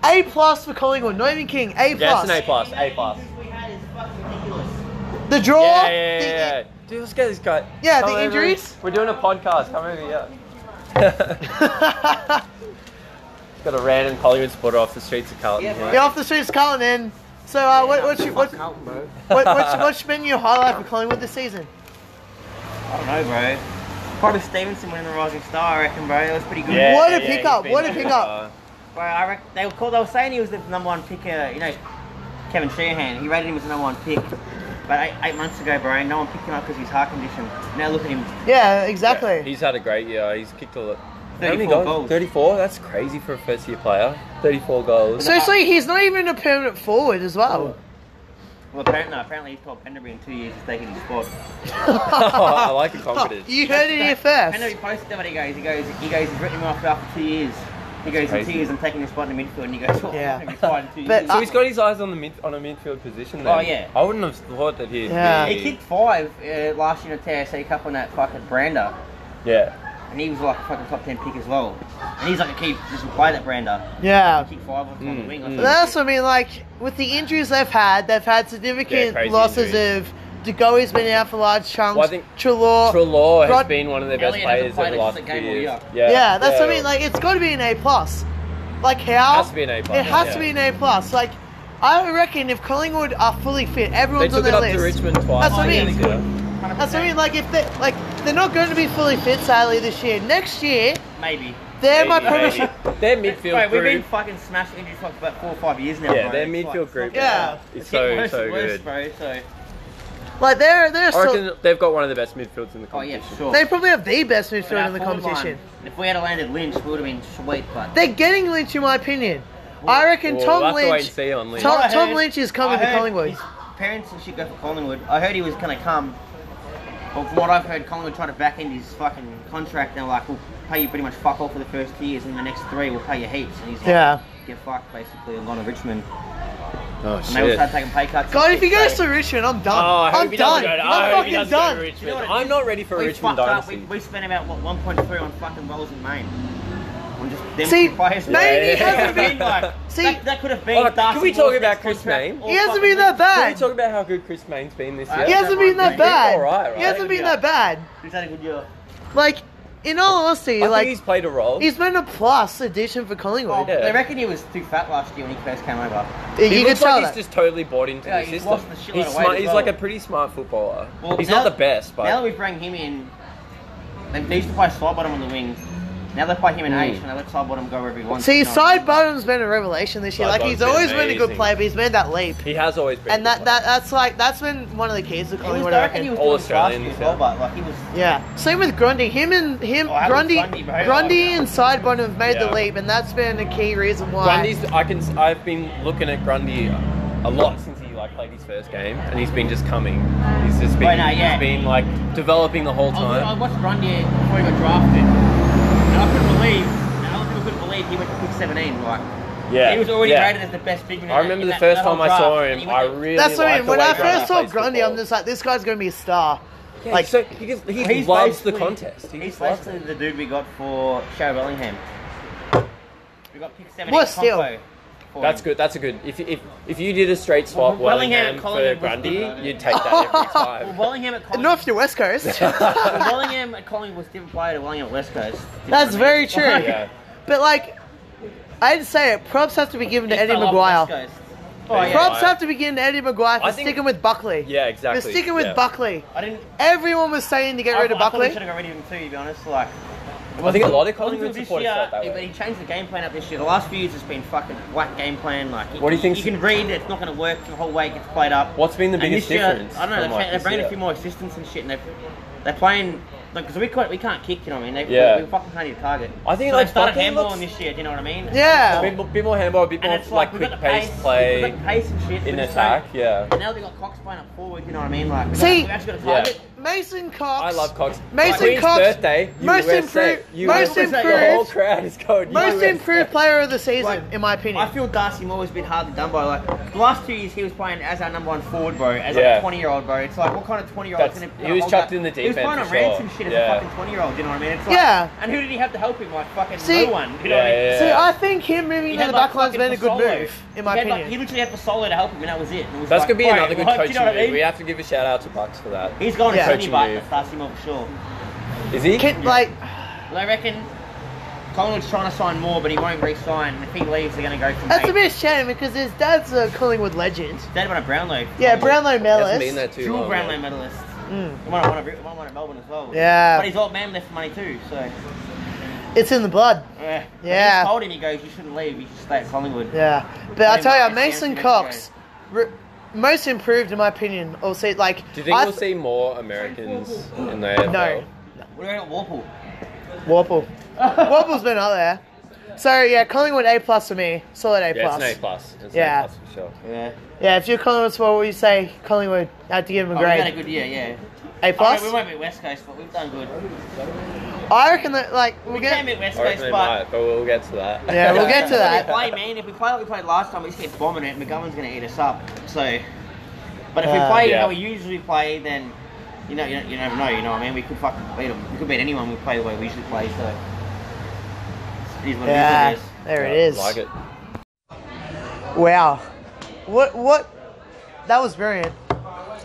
Speaker 1: A plus for Collingwood. Not even King. A plus.
Speaker 2: yeah, it's an A plus. A plus.
Speaker 1: The draw.
Speaker 2: Yeah, yeah,
Speaker 1: the-
Speaker 2: yeah, yeah. Dude, let's get this guy.
Speaker 1: Yeah, the
Speaker 2: Come over.
Speaker 1: injuries.
Speaker 2: We're doing a podcast. Come over here. Got a random Collingwood supporter off the streets of Carlton.
Speaker 3: Yeah,
Speaker 2: right?
Speaker 1: yeah, off the streets, Carlton. In. So uh, what, what's your, what,
Speaker 3: Carlton, bro.
Speaker 1: what, what's, what's been your highlight for Collingwood this season?
Speaker 3: I don't know, bro. Carter Stevenson winning the Rising Star, I reckon, bro. That was pretty good.
Speaker 1: Yeah. What a
Speaker 2: he's
Speaker 1: pickup,
Speaker 2: been- uh,
Speaker 1: what a pickup.
Speaker 3: Bro, I reckon they were called. They were saying he was the number one picker. You know, Kevin Sheehan. He rated him as the number one pick. But eight, eight months ago, bro, no one picked him up because of his heart condition. Now look at him.
Speaker 1: Yeah,
Speaker 2: Yeah,
Speaker 1: exactly.
Speaker 2: He's had a great year. He's kicked a lot. How many
Speaker 3: 34
Speaker 2: goals?
Speaker 3: goals.
Speaker 2: 34? That's crazy for a first year player. 34 goals.
Speaker 1: Seriously, he's not even a permanent forward as
Speaker 2: Oh,
Speaker 1: well.
Speaker 3: Well, apparently, no, apparently he's told Penderbury in two years he's taking his spot.
Speaker 2: I like the confidence.
Speaker 1: You heard it here
Speaker 3: Penderbury
Speaker 1: first.
Speaker 3: posted what he goes. He goes. He goes. He's written him off after two years. He goes in
Speaker 2: Crazy.
Speaker 3: two years. I'm taking this spot in the midfield, and he goes. Oh,
Speaker 1: Yeah.
Speaker 3: yeah. Be fine in two
Speaker 1: But
Speaker 3: years.
Speaker 2: So he's got his eyes on the mid on a midfield position. Then.
Speaker 3: Oh, yeah.
Speaker 2: I wouldn't have thought that he'd
Speaker 1: Yeah.
Speaker 2: be-
Speaker 3: he kicked five uh, last year in the TSC Cup on that fucking Brander.
Speaker 2: Yeah.
Speaker 3: And he was like a fucking top 10 pick as well. And he's like a key position player that Brander.
Speaker 1: Yeah.
Speaker 3: Kick five on
Speaker 2: Mm,
Speaker 3: the wing.
Speaker 2: mm.
Speaker 3: Or
Speaker 1: That's what I mean. Like with the injuries they've had, they've had
Speaker 2: Yeah,
Speaker 1: significant
Speaker 2: crazy
Speaker 1: losses
Speaker 2: injuries.
Speaker 1: of. Degoe's been out for large chunks.
Speaker 2: Well, I think
Speaker 1: Trelaw.
Speaker 2: Trelaw has
Speaker 1: Oh, Rod-
Speaker 2: been one of their best
Speaker 3: Elliot
Speaker 2: players
Speaker 3: hasn't
Speaker 2: over
Speaker 3: played
Speaker 2: the
Speaker 3: a
Speaker 2: last few
Speaker 3: decent game all
Speaker 2: years.
Speaker 3: year.
Speaker 1: yeah, that's what I mean. Like it's got to be an A plus. Like how?
Speaker 2: it has to be an A plus.
Speaker 1: It has
Speaker 2: yeah.
Speaker 1: to be an A plus. Like I reckon if Collingwood are fully fit,
Speaker 2: They
Speaker 1: everyone's on
Speaker 2: took it
Speaker 1: their
Speaker 2: up
Speaker 1: list.
Speaker 2: to Richmond twice.
Speaker 1: That's what I mean.
Speaker 2: Yeah.
Speaker 1: That's what I mean. Like if they like they're not going to be fully fit sadly this year. Next year,
Speaker 3: Maybe.
Speaker 1: they're my
Speaker 2: Maybe,
Speaker 1: premiership.
Speaker 2: maybe. Their midfield
Speaker 3: Right, we've
Speaker 2: group.
Speaker 3: been fucking smashed injury for about four or five years now.
Speaker 2: yeah,
Speaker 3: bro.
Speaker 2: their
Speaker 3: It's like-
Speaker 2: midfield group.
Speaker 1: Yeah.
Speaker 2: It's so
Speaker 3: getting worse
Speaker 2: so
Speaker 3: and worse,
Speaker 2: good.
Speaker 3: bro. So,
Speaker 1: Like they're they're
Speaker 2: I
Speaker 1: still,
Speaker 2: reckon they've got one of the best midfields in the
Speaker 3: oh yeah,
Speaker 2: competition.
Speaker 3: sure.
Speaker 1: they probably have the best
Speaker 3: But
Speaker 1: midfield
Speaker 3: our
Speaker 1: in the
Speaker 3: forward
Speaker 1: competition.
Speaker 3: line, if we had landed Lynch, we would have been sweet. But
Speaker 1: They're getting Lynch, in my opinion. I reckon
Speaker 2: Well,
Speaker 1: Tom
Speaker 2: we'll have to wait
Speaker 1: Lynch.
Speaker 2: and see on Lynch.
Speaker 1: Tom,
Speaker 3: I heard-
Speaker 1: Tom Lynch is
Speaker 3: I
Speaker 1: coming to
Speaker 3: heard
Speaker 1: Collingwood.
Speaker 3: his Parents and shit go for Collingwood. I heard he was gonna come, but from what I've heard, Collingwood tried to back end his fucking contract. They're like, we'll pay you pretty much fuck all for the first two years, and the next three we'll pay you heaps. And he's like,
Speaker 1: Yeah.
Speaker 3: get fucked basically and gone to Richmond.
Speaker 2: Oh
Speaker 3: And they all
Speaker 2: shit.
Speaker 3: started taking pay cuts.
Speaker 1: God, if he goes to Richmond, I'm done.
Speaker 2: Oh, I hope
Speaker 1: I'm
Speaker 2: he doesn't
Speaker 1: done.
Speaker 2: go to- I
Speaker 1: I'm
Speaker 2: hope he
Speaker 1: fucking
Speaker 2: doesn't go to
Speaker 1: done.
Speaker 2: Richmond. I'm not ready for a
Speaker 3: we
Speaker 2: Richmond
Speaker 3: fucked up. We,
Speaker 2: dynasty.
Speaker 3: we spent about what 1.3 on fucking rolls in Maine. On just them
Speaker 1: See,
Speaker 3: players.
Speaker 1: Maine, he
Speaker 2: Yeah, yeah,
Speaker 1: hasn't
Speaker 2: yeah.
Speaker 1: been
Speaker 2: Like,
Speaker 1: See-
Speaker 3: that, that could have been.
Speaker 2: Oh, can
Speaker 3: Darcy
Speaker 2: we talk
Speaker 3: Moore's
Speaker 2: about
Speaker 3: next
Speaker 2: Chris
Speaker 3: contract
Speaker 2: Maine?
Speaker 3: all
Speaker 1: He hasn't
Speaker 3: fucking
Speaker 1: been that
Speaker 3: week.
Speaker 2: Can we
Speaker 1: bad.
Speaker 2: talk about how good Chris Maine's been this year?
Speaker 1: He hasn't been that
Speaker 3: He's
Speaker 1: bad.
Speaker 2: alright, right?
Speaker 1: He hasn't been that bad.
Speaker 3: He's had a good year.
Speaker 1: Like, in all honesty,
Speaker 2: I
Speaker 1: like
Speaker 2: think he's played a role.
Speaker 1: he's been a plus addition for
Speaker 3: Well,
Speaker 1: Collingwood.
Speaker 2: Yeah.
Speaker 3: They reckon he was too fat last year when he first came over.
Speaker 1: You
Speaker 2: Oh, he
Speaker 1: can
Speaker 2: looks
Speaker 1: tell
Speaker 2: like
Speaker 1: that.
Speaker 2: he's just totally bought into
Speaker 3: Yeah,
Speaker 2: the
Speaker 3: he's
Speaker 2: system.
Speaker 3: lost a shitload
Speaker 2: he's
Speaker 3: of weight
Speaker 2: smart.
Speaker 3: as
Speaker 2: He's like a
Speaker 3: well.
Speaker 2: pretty smart footballer.
Speaker 3: Well,
Speaker 2: he's
Speaker 3: now-
Speaker 2: not the best, but
Speaker 3: now that we bring him in, they, they used to play side bottom on the wing. Now they play him in
Speaker 2: Mm.
Speaker 3: H and they let side bottom go wherever he wants.
Speaker 1: See,
Speaker 3: You know what I
Speaker 1: side
Speaker 3: mean?
Speaker 1: bottom's been a revelation this year.
Speaker 2: Side
Speaker 1: like he's
Speaker 2: bottom's
Speaker 1: always
Speaker 2: been
Speaker 1: been a good
Speaker 2: amazing.
Speaker 1: player, but he's made that leap.
Speaker 2: he has always been.
Speaker 1: And
Speaker 2: a
Speaker 1: that,
Speaker 2: good
Speaker 1: that
Speaker 2: player.
Speaker 1: that's like that's been one of the keys to
Speaker 3: He was,
Speaker 1: Collingwood.
Speaker 3: I
Speaker 1: I
Speaker 3: reckon he
Speaker 1: reckon.
Speaker 3: was
Speaker 2: All
Speaker 3: doing last
Speaker 2: Australian
Speaker 3: year as
Speaker 2: this
Speaker 3: well,
Speaker 2: year.
Speaker 3: but like he was.
Speaker 1: Yeah. Same with Grundy. Him and him
Speaker 3: Oh, how was
Speaker 1: Grundy
Speaker 3: Grundy, bro?
Speaker 1: Grundy and side bottom have made the
Speaker 2: Yeah.
Speaker 1: leap, and that's been a key reason why.
Speaker 2: Grundy's. I can. s- I've been looking at Grundy a lot since he like played his first game, and he's been just coming. He's just been.
Speaker 3: Right now, yeah.
Speaker 2: He's been like developing the whole
Speaker 3: I, was, Oh, I
Speaker 2: time.
Speaker 3: watched Grundy before he got drafted, and I couldn't believe. And other people couldn't believe he went to pick 17. Like
Speaker 2: yeah.
Speaker 3: he was already
Speaker 2: yeah.
Speaker 3: rated as the best big man.
Speaker 2: I remember the first time I saw him. I really
Speaker 1: that's what I mean.
Speaker 2: liked the
Speaker 1: When
Speaker 2: way
Speaker 1: I
Speaker 2: Grundy
Speaker 1: first saw
Speaker 2: plays
Speaker 1: Grundy,
Speaker 2: football.
Speaker 1: I'm just like, this guy's going to be a star.
Speaker 2: Yeah,
Speaker 1: like,
Speaker 2: so he just he
Speaker 3: He's
Speaker 2: loves the
Speaker 3: basically-
Speaker 2: contest. He
Speaker 3: He's
Speaker 2: just loves
Speaker 3: basically
Speaker 2: it.
Speaker 3: the dude we got for Sherry Bellingham. We got pick 17.
Speaker 1: Well, still.
Speaker 3: combo for
Speaker 2: That's
Speaker 3: him.
Speaker 2: good. That's a good. If if if you did a straight swap
Speaker 3: Well,
Speaker 2: Wellingham,
Speaker 3: Bellingham and Collingwood
Speaker 2: for
Speaker 3: was
Speaker 2: Grundy,
Speaker 3: good, right?
Speaker 2: you'd take that every
Speaker 3: Well,
Speaker 2: time.
Speaker 3: Bellingham at Collingwood.
Speaker 1: North to West Coast.
Speaker 3: Well, Bellingham at Collingwood was a different player to Bellingham at West Coast.
Speaker 1: that's very true.
Speaker 2: yeah.
Speaker 1: But like, I'd say it. Props have to be given to
Speaker 3: He
Speaker 1: Eddie
Speaker 3: fell off
Speaker 1: Maguire.
Speaker 3: West Coast. Oh, yeah.
Speaker 1: Props
Speaker 2: Maguire.
Speaker 1: have to be given to Eddie Maguire for
Speaker 2: I think-
Speaker 1: sticking with Buckley.
Speaker 2: Yeah, exactly.
Speaker 1: For sticking with
Speaker 2: yeah.
Speaker 1: Buckley.
Speaker 3: I didn't.
Speaker 1: Everyone was saying to get
Speaker 3: I,
Speaker 1: rid
Speaker 3: thought-
Speaker 1: of
Speaker 3: I thought we
Speaker 1: Buckley.
Speaker 3: should have got rid of him too, to be honest. Like,
Speaker 2: I think a lot of
Speaker 3: Collingwood
Speaker 2: Collingwood
Speaker 3: this
Speaker 2: supporters
Speaker 3: year,
Speaker 2: felt that
Speaker 3: yeah, but
Speaker 2: way.
Speaker 3: he changed the game plan up this year. The last few years has been fucking whack game plan. Like, you-
Speaker 2: What do you think's-
Speaker 3: You can read that it's not going to work the whole way. It gets played up.
Speaker 2: What's been the
Speaker 3: And
Speaker 2: biggest
Speaker 3: this year,
Speaker 2: difference?
Speaker 3: I don't know.
Speaker 2: from,
Speaker 3: They're,
Speaker 2: like,
Speaker 3: tra- they're
Speaker 2: this
Speaker 3: bringing
Speaker 2: year?
Speaker 3: a few more assistants and shit, and they're they're playing like because we can't we can't kick. You know what I mean? They,
Speaker 2: Yeah.
Speaker 3: We, we fucking can't hit a target.
Speaker 2: I think,
Speaker 3: so
Speaker 2: like,
Speaker 3: they started
Speaker 2: Buckley
Speaker 3: handballing
Speaker 2: looks-
Speaker 3: this year. Do you know what I mean?
Speaker 1: Yeah.
Speaker 2: A bit, bit more handball, a bit
Speaker 3: And
Speaker 2: more
Speaker 3: it's
Speaker 2: like
Speaker 3: we've got
Speaker 2: quick
Speaker 3: the
Speaker 2: pace
Speaker 3: we've
Speaker 2: play
Speaker 3: got the pace and shit.
Speaker 2: in
Speaker 3: but it's
Speaker 2: attack.
Speaker 3: like-
Speaker 2: Yeah.
Speaker 3: And now they got Cox playing up forward. You know what I mean? Like, we've
Speaker 1: See-
Speaker 3: got- we've actually got a
Speaker 2: Yeah.
Speaker 3: target.
Speaker 1: Mason Cox.
Speaker 2: I love Cox.
Speaker 1: Mason
Speaker 2: Queen's
Speaker 1: Cox-
Speaker 2: birthday.
Speaker 1: most
Speaker 2: USA,
Speaker 1: improved-
Speaker 2: USA.
Speaker 1: most
Speaker 2: The whole
Speaker 1: improved-
Speaker 2: crowd is going.
Speaker 1: Most
Speaker 2: USA.
Speaker 1: improved player of the season,
Speaker 3: Like,
Speaker 1: in my opinion.
Speaker 3: I feel Darcy Moore has been hardly done by. Like the last two years, he was playing as our number one forward, bro. As
Speaker 2: Yeah.
Speaker 3: a twenty-year-old, bro. It's like what kind of twenty-year-old?
Speaker 2: That's- he was chucked in the
Speaker 3: He was
Speaker 2: deep end
Speaker 3: playing on
Speaker 2: for sure.
Speaker 3: ransom shit as
Speaker 2: Yeah.
Speaker 3: a fucking twenty-year-old. You know what I mean? It's like,
Speaker 1: Yeah.
Speaker 3: And who did he have to help him? Like fucking
Speaker 1: See-
Speaker 3: no one. You know
Speaker 2: Yeah,
Speaker 3: what I mean?
Speaker 2: yeah,
Speaker 1: See,
Speaker 2: yeah.
Speaker 1: I think him moving into the
Speaker 3: like,
Speaker 1: backline's
Speaker 3: fucking
Speaker 1: been a good
Speaker 3: Fasolo.
Speaker 1: move, in my
Speaker 3: he had, like, he
Speaker 1: opinion.
Speaker 3: literally had Fasolo to help him, and that was it. And it was
Speaker 2: That's
Speaker 3: like,
Speaker 2: gonna be
Speaker 3: bro,
Speaker 2: another good
Speaker 3: what? Do
Speaker 2: coaching
Speaker 3: you know what I
Speaker 2: move.
Speaker 3: mean?
Speaker 2: We have to give a shout out to Bucks for that.
Speaker 3: He's going
Speaker 1: Yeah.
Speaker 3: to Sydney
Speaker 2: Coaching
Speaker 3: by
Speaker 2: move.
Speaker 3: Darcy Moore for sure.
Speaker 2: Is he?
Speaker 1: Can, like,
Speaker 3: And I reckon Collingwood's trying to sign more, but he won't re-sign. And if he leaves, they're going to go from
Speaker 1: that's a
Speaker 3: eight.
Speaker 1: bit of a shame because his dad's a Collingwood legend.
Speaker 3: Dad won a Brownlow.
Speaker 1: Yeah, Brownlow
Speaker 2: Hasn't been there
Speaker 1: Mellis.
Speaker 2: too
Speaker 3: Dual
Speaker 2: long,
Speaker 3: Brownlow
Speaker 2: yeah.
Speaker 3: medalist.
Speaker 1: Mm.
Speaker 3: He won, one at, won one at Melbourne as well.
Speaker 1: Yeah.
Speaker 3: But he's old man left for money too, so.
Speaker 1: It's in the blood.
Speaker 3: Yeah.
Speaker 1: Yeah.
Speaker 3: I told him, he goes, you shouldn't leave, you should stay at Collingwood.
Speaker 1: Yeah, but I
Speaker 3: Pretty
Speaker 1: tell you,
Speaker 3: much.
Speaker 1: Mason
Speaker 3: Yeah.
Speaker 1: Cox, re- most improved in my opinion. Also, like,
Speaker 2: Do you think
Speaker 1: I
Speaker 2: we'll
Speaker 1: th-
Speaker 2: see more Americans in the AFL?
Speaker 1: No.
Speaker 3: What about Warple?
Speaker 1: Warple? Warple's been up there. So yeah, Collingwood A plus for me, solid A
Speaker 2: Yeah,
Speaker 1: plus.
Speaker 2: it's an A plus. It's
Speaker 1: Yeah.
Speaker 2: an A plus for sure.
Speaker 3: Yeah.
Speaker 1: Yeah, if you're Collingwood support, what would you say Collingwood? I had to give him a
Speaker 3: Oh, we had a
Speaker 1: grade.
Speaker 3: good year, yeah.
Speaker 1: a plus.
Speaker 3: I mean, we won't be West Coast, but we've done good.
Speaker 1: I reckon that like we're
Speaker 3: We
Speaker 1: gonna
Speaker 3: came at West
Speaker 2: I
Speaker 3: Coast,
Speaker 2: reckon they
Speaker 3: but.
Speaker 2: might, but we'll get to that.
Speaker 1: Yeah, we'll get to
Speaker 3: When
Speaker 1: that.
Speaker 3: We play, man. If we play like we played last time, we just get bombing it. McGovern's going to eat us up. So, but if we
Speaker 1: Uh,
Speaker 3: play
Speaker 2: Yeah.
Speaker 3: how we usually play, then you know, you know, you never know. You know what I mean? We could fucking beat them. We could beat anyone. We play the way we usually play. So, it is what it
Speaker 1: Yeah,
Speaker 3: is. I guess.
Speaker 1: there it
Speaker 2: Yeah,
Speaker 1: is.
Speaker 2: Like it.
Speaker 1: Wow, what what? That was brilliant.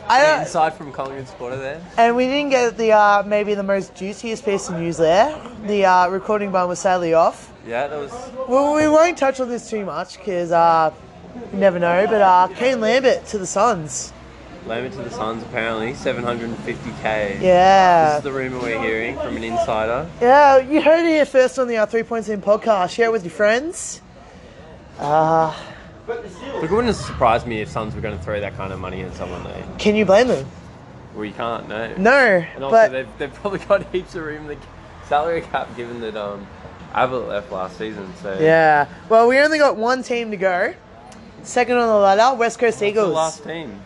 Speaker 1: I don't,
Speaker 2: Aside Uh, from Collingwood supporter there.
Speaker 1: And we didn't get the uh, maybe the most juiciest piece of news there. The uh, recording button was sadly off.
Speaker 2: Yeah, that was
Speaker 1: Well, we won't touch on this too much because uh, you never know. But uh, Kane Lambert to the Suns.
Speaker 2: Lambert to the Suns apparently, 750k. This
Speaker 1: Yeah.
Speaker 2: is the rumor we're hearing from an insider.
Speaker 1: Yeah, you heard it here first on the uh, Three Points In podcast. Share it with your friends. Uh,
Speaker 2: Look, it wouldn't surprise me if Suns were going to throw that kind of money at someone though.
Speaker 1: can you blame them?
Speaker 2: We can't, no.
Speaker 1: No.
Speaker 2: And also,
Speaker 1: But
Speaker 2: they've, they've probably got heaps of room in the salary cap, given that um, Abbott left last season. So
Speaker 1: yeah. Well, we only got one team to go. Second on the ladder, West Coast
Speaker 2: That's the
Speaker 1: Eagles.
Speaker 2: last team.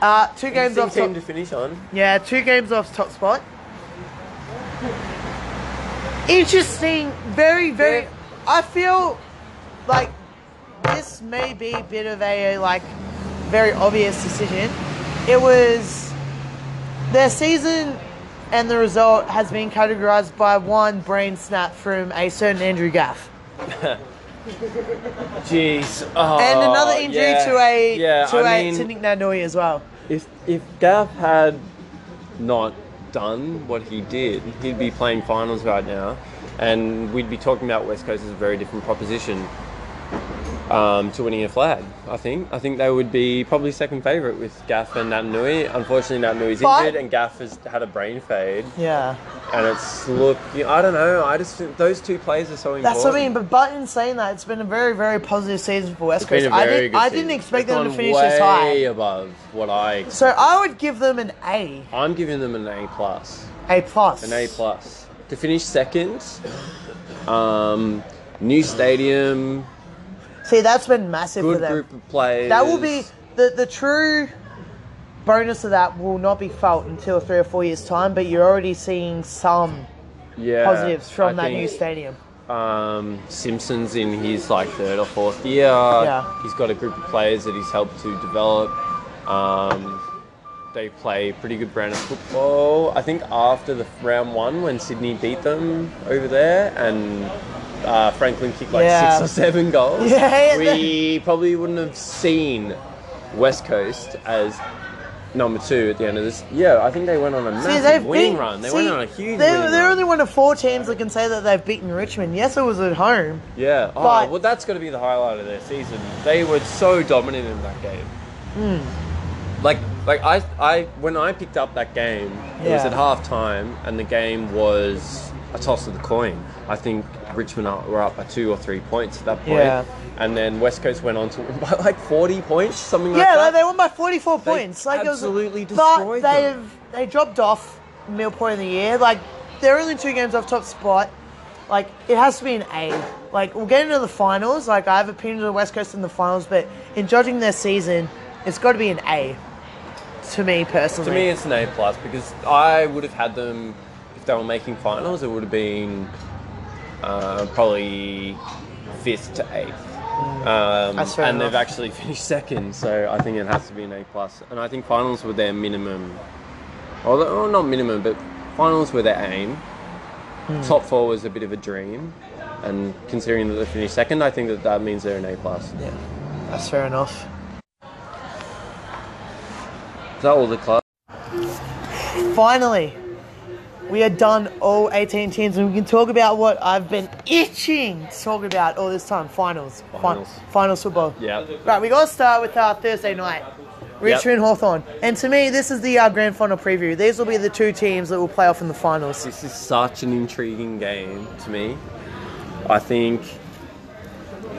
Speaker 1: Uh, two games
Speaker 2: Interesting
Speaker 1: off top.
Speaker 2: team to finish on.
Speaker 1: Yeah, two games off top spot. Interesting, very, very.
Speaker 2: Yeah.
Speaker 1: I feel like this may be a bit of a like very obvious decision. It was their season and the result has been categorized by one brain snap from a certain Andrew Gaff.
Speaker 2: Jeez. Oh,
Speaker 1: And another injury
Speaker 2: yeah.
Speaker 1: to a
Speaker 2: yeah,
Speaker 1: to
Speaker 2: I
Speaker 1: a
Speaker 2: mean,
Speaker 1: to Nick Nanui as well.
Speaker 2: If if Gaff had not done what he did, he'd be playing finals right now, and we'd be talking about West Coast as a very different proposition um, to winning a flag. I think I think they would be probably second favourite with Gaff and Natanui. Unfortunately, Natanui's
Speaker 1: But-
Speaker 2: injured, and Gaff has had a brain fade,
Speaker 1: Yeah.
Speaker 2: and it's look. I don't know. I just think those two players are so important.
Speaker 1: That's what I mean. But, but in saying that, it's been a very, very positive season for West
Speaker 2: It's been
Speaker 1: Coast.
Speaker 2: a
Speaker 1: I,
Speaker 2: very
Speaker 1: didn't,
Speaker 2: good
Speaker 1: I didn't
Speaker 2: season.
Speaker 1: expect
Speaker 2: It's
Speaker 1: them to
Speaker 2: gone
Speaker 1: finish this
Speaker 2: Way
Speaker 1: high.
Speaker 2: above what I.
Speaker 1: So I would give them an A,
Speaker 2: I'm giving them an A plus.
Speaker 1: A plus.
Speaker 2: an A plus to finish second. Um, new stadium,
Speaker 1: See, that's been massive for
Speaker 2: good
Speaker 1: them.
Speaker 2: group of players.
Speaker 1: That will be the the true bonus of that will not be felt until three or four years time. But you're already seeing some
Speaker 2: yeah,
Speaker 1: positives from
Speaker 2: I
Speaker 1: that
Speaker 2: think,
Speaker 1: new stadium.
Speaker 2: Um, Simpson's in his like third or fourth year.
Speaker 1: Yeah.
Speaker 2: he's got a group of players that he's helped to develop. Um, they play pretty good brand of football. I think after the round one when Sydney beat them over there and uh, Franklin kicked like
Speaker 1: Yeah.
Speaker 2: six or seven goals,
Speaker 1: Yeah,
Speaker 2: we probably wouldn't have seen West Coast as number two at the end of this. Yeah, I think they went on a
Speaker 1: See,
Speaker 2: massive
Speaker 1: they've
Speaker 2: winning
Speaker 1: beat-
Speaker 2: run. They
Speaker 1: see,
Speaker 2: went on a huge
Speaker 1: They're,
Speaker 2: winning
Speaker 1: they're
Speaker 2: run.
Speaker 1: only one of four teams that can say that they've beaten Richmond. Yes, it was at home.
Speaker 2: Yeah. Oh,
Speaker 1: But-
Speaker 2: well, that's got to be the highlight of their season. They were so dominant in that game.
Speaker 1: Hmm.
Speaker 2: Like, like I, I, when I picked up that game, it was
Speaker 1: Yeah.
Speaker 2: at half time, and the game was a toss of the coin. I think Richmond are- were up by two or three points at that point,
Speaker 1: Yeah.
Speaker 2: and then West Coast went on to win by like forty points, something like
Speaker 1: yeah,
Speaker 2: that.
Speaker 1: like they won by 44 points. Like
Speaker 2: absolutely
Speaker 1: it was, but
Speaker 2: destroyed
Speaker 1: they've
Speaker 2: them.
Speaker 1: they dropped off meal point of the year. Like they're only two games off top spot. Like it has to be an A. Like we'll get into the finals. Like I have opinions on the West Coast in the finals, but in judging their season, it's got to be an A. to me personally.
Speaker 2: To me, it's an A plus because I would have had them if they were making finals. It would have been uh, probably fifth to eighth. Um,
Speaker 1: That's fair
Speaker 2: and
Speaker 1: enough.
Speaker 2: they've actually finished second, so I think it has to be an A plus. And I think finals were their minimum, or the- or not minimum, but finals were their aim.
Speaker 1: Hmm.
Speaker 2: Top four was a bit of a dream, and considering that they finished second, I think that that means they're an A plus.
Speaker 1: yeah, that's fair enough.
Speaker 2: Is that all the class?
Speaker 1: Finally, we are done all 18 teams and we can talk about what I've been itching to talk about all this time finals. Fin-
Speaker 2: Finals.
Speaker 1: finals football.
Speaker 2: Yeah.
Speaker 1: Right, we got to start with our Thursday night. Richmond Hawthorn, And to me, this is the uh, grand final preview. These will be the two teams that will play off in the finals.
Speaker 2: This is such an intriguing game to me. I think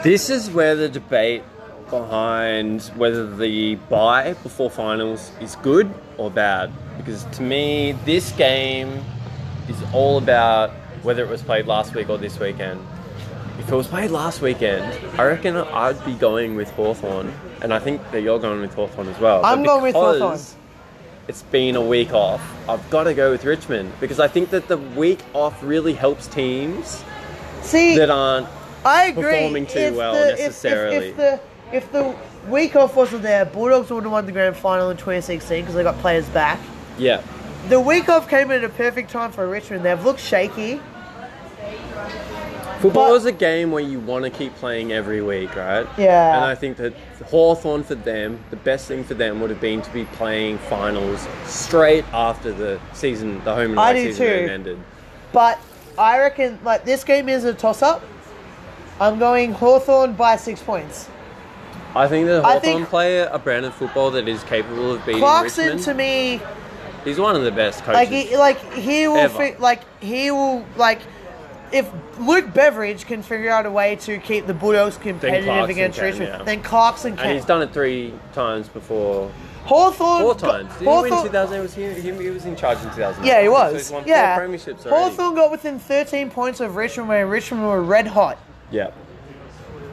Speaker 2: this is where the debate behind whether the bye before finals is good or bad. Because to me, this game is all about whether it was played last week or this weekend. If it was played last weekend, I reckon I'd be going with Hawthorn, and I think that you're going with Hawthorn as well.
Speaker 1: I'm
Speaker 2: But
Speaker 1: going with
Speaker 2: because
Speaker 1: Hawthorn.
Speaker 2: It's been a week off. I've got to go with Richmond because I think that the week off really helps teams
Speaker 1: See,
Speaker 2: that aren't
Speaker 1: I agree.
Speaker 2: performing too well
Speaker 1: if- if-
Speaker 2: necessarily.
Speaker 1: If, the if the week off wasn't there, Bulldogs would have won the grand final in 2016 because they got players back.
Speaker 2: yeah.
Speaker 1: The week off came at a perfect time for Richmond. They've looked shaky.
Speaker 2: Football
Speaker 1: But-
Speaker 2: is a game where you want to keep playing every week, right?
Speaker 1: Yeah.
Speaker 2: And I think that Hawthorn for them, the best thing for them would have been to be playing finals straight after the season, the home and
Speaker 1: I
Speaker 2: away
Speaker 1: do
Speaker 2: season
Speaker 1: too.
Speaker 2: had ended.
Speaker 1: But I reckon like this game is a toss up. I'm going Hawthorn by six points.
Speaker 2: I think that
Speaker 1: I
Speaker 2: Hawthorn
Speaker 1: think-
Speaker 2: play a brand of football that is capable of beating
Speaker 1: Clarkson
Speaker 2: Richmond.
Speaker 1: to me,
Speaker 2: He's one of the best coaches.
Speaker 1: like he, like he will
Speaker 2: Ever.
Speaker 1: fi- like he will like if Luke Beveridge can figure out a way to keep the Bulldogs competitive
Speaker 2: Clarkson
Speaker 1: against
Speaker 2: can,
Speaker 1: Richmond,
Speaker 2: yeah.
Speaker 1: then Clarkson can.
Speaker 2: and he's done it three times before.
Speaker 1: Hawthorn.
Speaker 2: Four times. Did he win
Speaker 1: Hawthorn,
Speaker 2: 2000? It was him, him, he was in charge in 2000.
Speaker 1: yeah, he
Speaker 2: So
Speaker 1: was.
Speaker 2: he's won
Speaker 1: yeah.
Speaker 2: four premierships already.
Speaker 1: Hawthorn got within 13 points of Richmond, where Richmond were red hot.
Speaker 2: Yeah.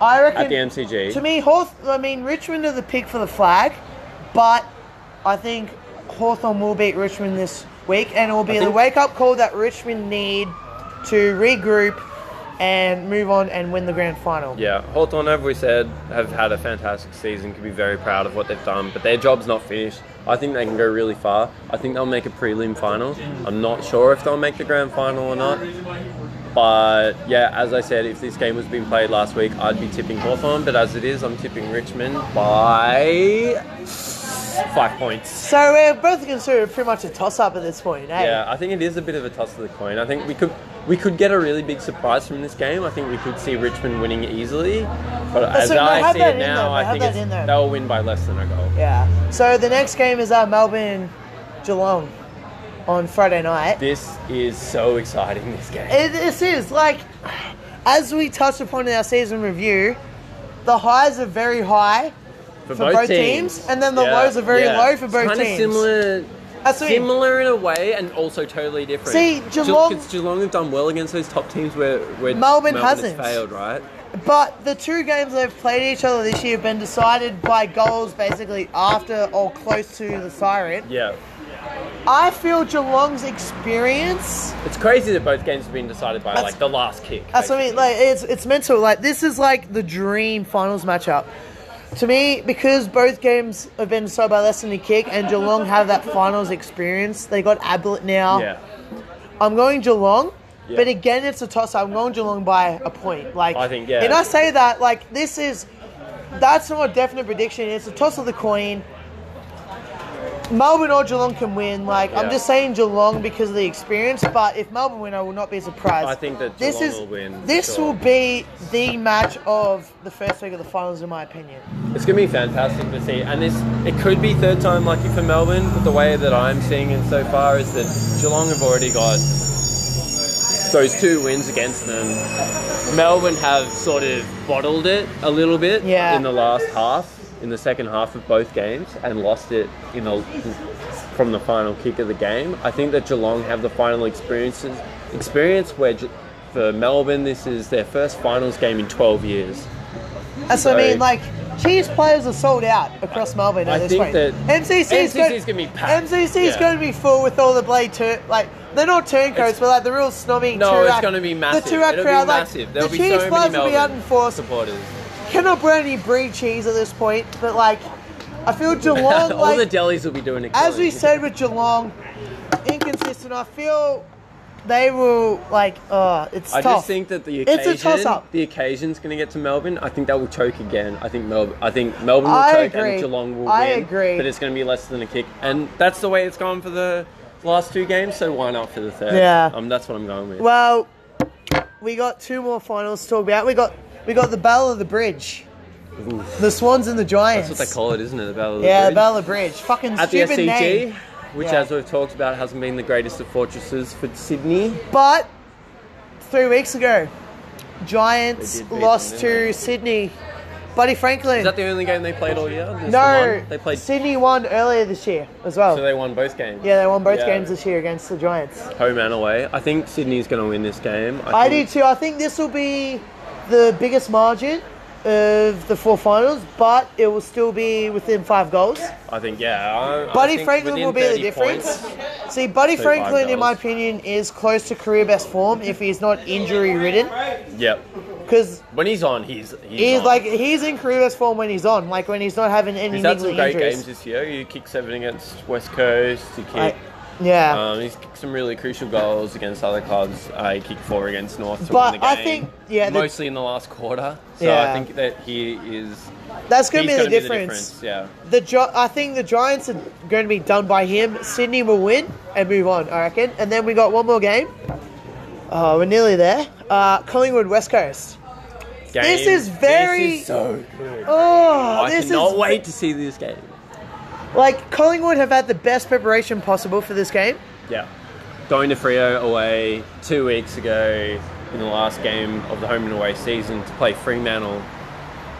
Speaker 1: I reckon.
Speaker 2: At the MCG.
Speaker 1: To me, Hawth- I mean, Richmond are the pick for the flag, but I think Hawthorn will beat Richmond this week, and it will be
Speaker 2: I
Speaker 1: the
Speaker 2: think-
Speaker 1: wake up call that Richmond need to regroup and move on and win the grand final.
Speaker 2: Yeah, Hawthorn, as we said, have had a fantastic season, can be very proud of what they've done, but their job's not finished. I think they can go really far. I think they'll make a prelim final. I'm not sure if they'll make the grand final or not. But yeah, as I said, if this game was being played last week, I'd be tipping Hawthorn, but as it is, I'm tipping Richmond by five points.
Speaker 1: So we're both considered pretty much a toss up at this point, eh?
Speaker 2: Yeah, I think it is a bit of a toss of the coin. I think we could we could get a really big surprise from this game. I think we could see Richmond winning easily, but as
Speaker 1: so they
Speaker 2: I
Speaker 1: have
Speaker 2: see
Speaker 1: that in
Speaker 2: it
Speaker 1: there,
Speaker 2: now,
Speaker 1: they
Speaker 2: I
Speaker 1: have
Speaker 2: think
Speaker 1: that
Speaker 2: it's-
Speaker 1: in there.
Speaker 2: they'll win by less than a goal.
Speaker 1: Yeah. So the next game is at Melbourne Geelong on Friday night.
Speaker 2: This is so exciting. This game.
Speaker 1: It, this is like, as we touched upon in our season review, the highs are very high. for both teams, and then the lows are very low for both
Speaker 2: kind
Speaker 1: teams.
Speaker 2: Kind of similar.
Speaker 1: That's what I mean.
Speaker 2: Similar in a way, and also totally different.
Speaker 1: See,
Speaker 2: Ge-
Speaker 1: Geelong-
Speaker 2: 'cause Geelong have done well against those top teams where, where
Speaker 1: Melbourne
Speaker 2: has
Speaker 1: hasn't.
Speaker 2: failed, right?
Speaker 1: But the two games they've played each other this year have been decided by goals basically after or close to the siren.
Speaker 2: Yeah,
Speaker 1: I feel Geelong's experience.
Speaker 2: it's crazy that both games have been decided by
Speaker 1: That's-
Speaker 2: like the last kick.
Speaker 1: That's what I mean.
Speaker 2: basically.
Speaker 1: Like it's it's mental. Like this is like the dream finals matchup. To me, because both games have been decided by less than a kick, and Geelong have that finals experience. They got Ablett now.
Speaker 2: yeah.
Speaker 1: I'm going Geelong,
Speaker 2: Yeah.
Speaker 1: but again, it's a toss. I'm going Geelong by a point. Like
Speaker 2: I think, yeah.
Speaker 1: And I say that like this is that's not a definite prediction. It's a toss of the coin. Melbourne or Geelong can win. Like I'm
Speaker 2: Yeah.
Speaker 1: just saying Geelong because of the experience, but if Melbourne win, I will not be surprised.
Speaker 2: I think that
Speaker 1: this
Speaker 2: Geelong
Speaker 1: is
Speaker 2: will win, for
Speaker 1: this
Speaker 2: sure.
Speaker 1: will be the match of the first week of the finals, in my opinion.
Speaker 2: It's gonna be fantastic to see, and this it could be third time lucky for Melbourne. But the way that I'm seeing it so far is that Geelong have already got those two wins against them. Melbourne have sort of bottled it a little bit
Speaker 1: Yeah.
Speaker 2: in the last half, in the second half of both games, and lost it in the from the final kick of the game. I think that Geelong have the final experiences experience where. Ge- for Melbourne, this is their first finals game in 12 years.
Speaker 1: That's what I
Speaker 2: So-
Speaker 1: mean. Like Chiefs players are sold out across Melbourne
Speaker 2: I
Speaker 1: at this
Speaker 2: think
Speaker 1: point.
Speaker 2: that
Speaker 1: MCC's,
Speaker 2: MCC's gonna be packed.
Speaker 1: MCC's
Speaker 2: Yeah.
Speaker 1: going to be full with all the blade tur- like they're not turncoats,
Speaker 2: It's-
Speaker 1: but like the real snobby.
Speaker 2: No,
Speaker 1: Turak,
Speaker 2: it's going to be massive.
Speaker 1: The Turak
Speaker 2: It'll
Speaker 1: crowd,
Speaker 2: be
Speaker 1: like,
Speaker 2: massive. There'll
Speaker 1: the
Speaker 2: be
Speaker 1: Chiefs
Speaker 2: so many
Speaker 1: players will be
Speaker 2: Melbourne
Speaker 1: out in force.
Speaker 2: supporters.
Speaker 1: Cannot burn any brie cheese at this point, but like I feel Geelong
Speaker 2: All
Speaker 1: like
Speaker 2: the delis will be doing it.
Speaker 1: as we said with Geelong, inconsistent. I feel they will like. Uh, it's
Speaker 2: I
Speaker 1: tough.
Speaker 2: just think that the
Speaker 1: It's a
Speaker 2: occasion,
Speaker 1: toss-up.
Speaker 2: the occasion's going to get to Melbourne. I think that will choke again. I think Melbourne, I think Melbourne will
Speaker 1: I
Speaker 2: choke
Speaker 1: agree.
Speaker 2: and Geelong will
Speaker 1: I
Speaker 2: win.
Speaker 1: agree.
Speaker 2: But it's going to be less than a kick, and that's the way it's gone for the last two games. So why not for the third?
Speaker 1: Yeah.
Speaker 2: um, that's what I'm going with.
Speaker 1: Well, we got two more finals to talk about. We got we got the Battle of the Bridge,
Speaker 2: Oof.
Speaker 1: the Swans and the Giants.
Speaker 2: that's what they call it, isn't it? The Battle of the
Speaker 1: Yeah,
Speaker 2: Bridge?
Speaker 1: the Battle of the Bridge. Fucking
Speaker 2: at the
Speaker 1: stupid
Speaker 2: SCG,
Speaker 1: name.
Speaker 2: which,
Speaker 1: Yeah.
Speaker 2: as we've talked about, hasn't been the greatest of fortresses for Sydney.
Speaker 1: But three weeks ago, Giants
Speaker 2: They did beat
Speaker 1: lost
Speaker 2: them,
Speaker 1: to
Speaker 2: didn't they?
Speaker 1: Sydney. Buddy Franklin.
Speaker 2: Is that the only game they played all year? Just the
Speaker 1: no,
Speaker 2: one? they played.
Speaker 1: Sydney won earlier this year as well.
Speaker 2: So they won both games.
Speaker 1: yeah, they won both
Speaker 2: Yeah.
Speaker 1: games this year against the Giants.
Speaker 2: Home and away. I think Sydney's going to win this game.
Speaker 1: I do
Speaker 2: think-
Speaker 1: too. I think this will be the biggest margin of the four finals, but it will still be within five goals.
Speaker 2: I think yeah. I, I
Speaker 1: Buddy
Speaker 2: think
Speaker 1: Franklin
Speaker 2: within
Speaker 1: will be the
Speaker 2: 30
Speaker 1: difference.
Speaker 2: points-
Speaker 1: See, Buddy
Speaker 2: Say five
Speaker 1: Franklin, in my
Speaker 2: goals.
Speaker 1: opinion, is close to career best form if he's not injury ridden.
Speaker 2: Yep.
Speaker 1: Because
Speaker 2: When he's on, he's he's,
Speaker 1: he's
Speaker 2: on.
Speaker 1: like he's in career best form when he's on, like when he's not having any
Speaker 2: He's had some
Speaker 1: niggling
Speaker 2: great
Speaker 1: injuries.
Speaker 2: games this year. You kicked seven against West Coast. You kicked.
Speaker 1: Like, yeah.
Speaker 2: um, he's kicked some really crucial goals against other clubs. Uh, he kicked four against North to
Speaker 1: But
Speaker 2: win the
Speaker 1: I
Speaker 2: game.
Speaker 1: think- yeah, the-
Speaker 2: mostly in the last quarter. So
Speaker 1: Yeah.
Speaker 2: I think that he is.
Speaker 1: That's going
Speaker 2: he's
Speaker 1: to be the
Speaker 2: gonna
Speaker 1: difference.
Speaker 2: Yeah.
Speaker 1: The Gi- I think the Giants are going to be done by him. Sydney will win and move on, I reckon. And then we got one more game. Oh, we're nearly there. Uh, Collingwood West Coast.
Speaker 2: Game.
Speaker 1: This is very-
Speaker 2: This is so good.
Speaker 1: Oh,
Speaker 2: I
Speaker 1: this
Speaker 2: cannot
Speaker 1: is
Speaker 2: wait to see this game.
Speaker 1: like Collingwood have had the best preparation possible for this game.
Speaker 2: Yeah. Going to Frio away two weeks ago in the last game of the home and away season to play Fremantle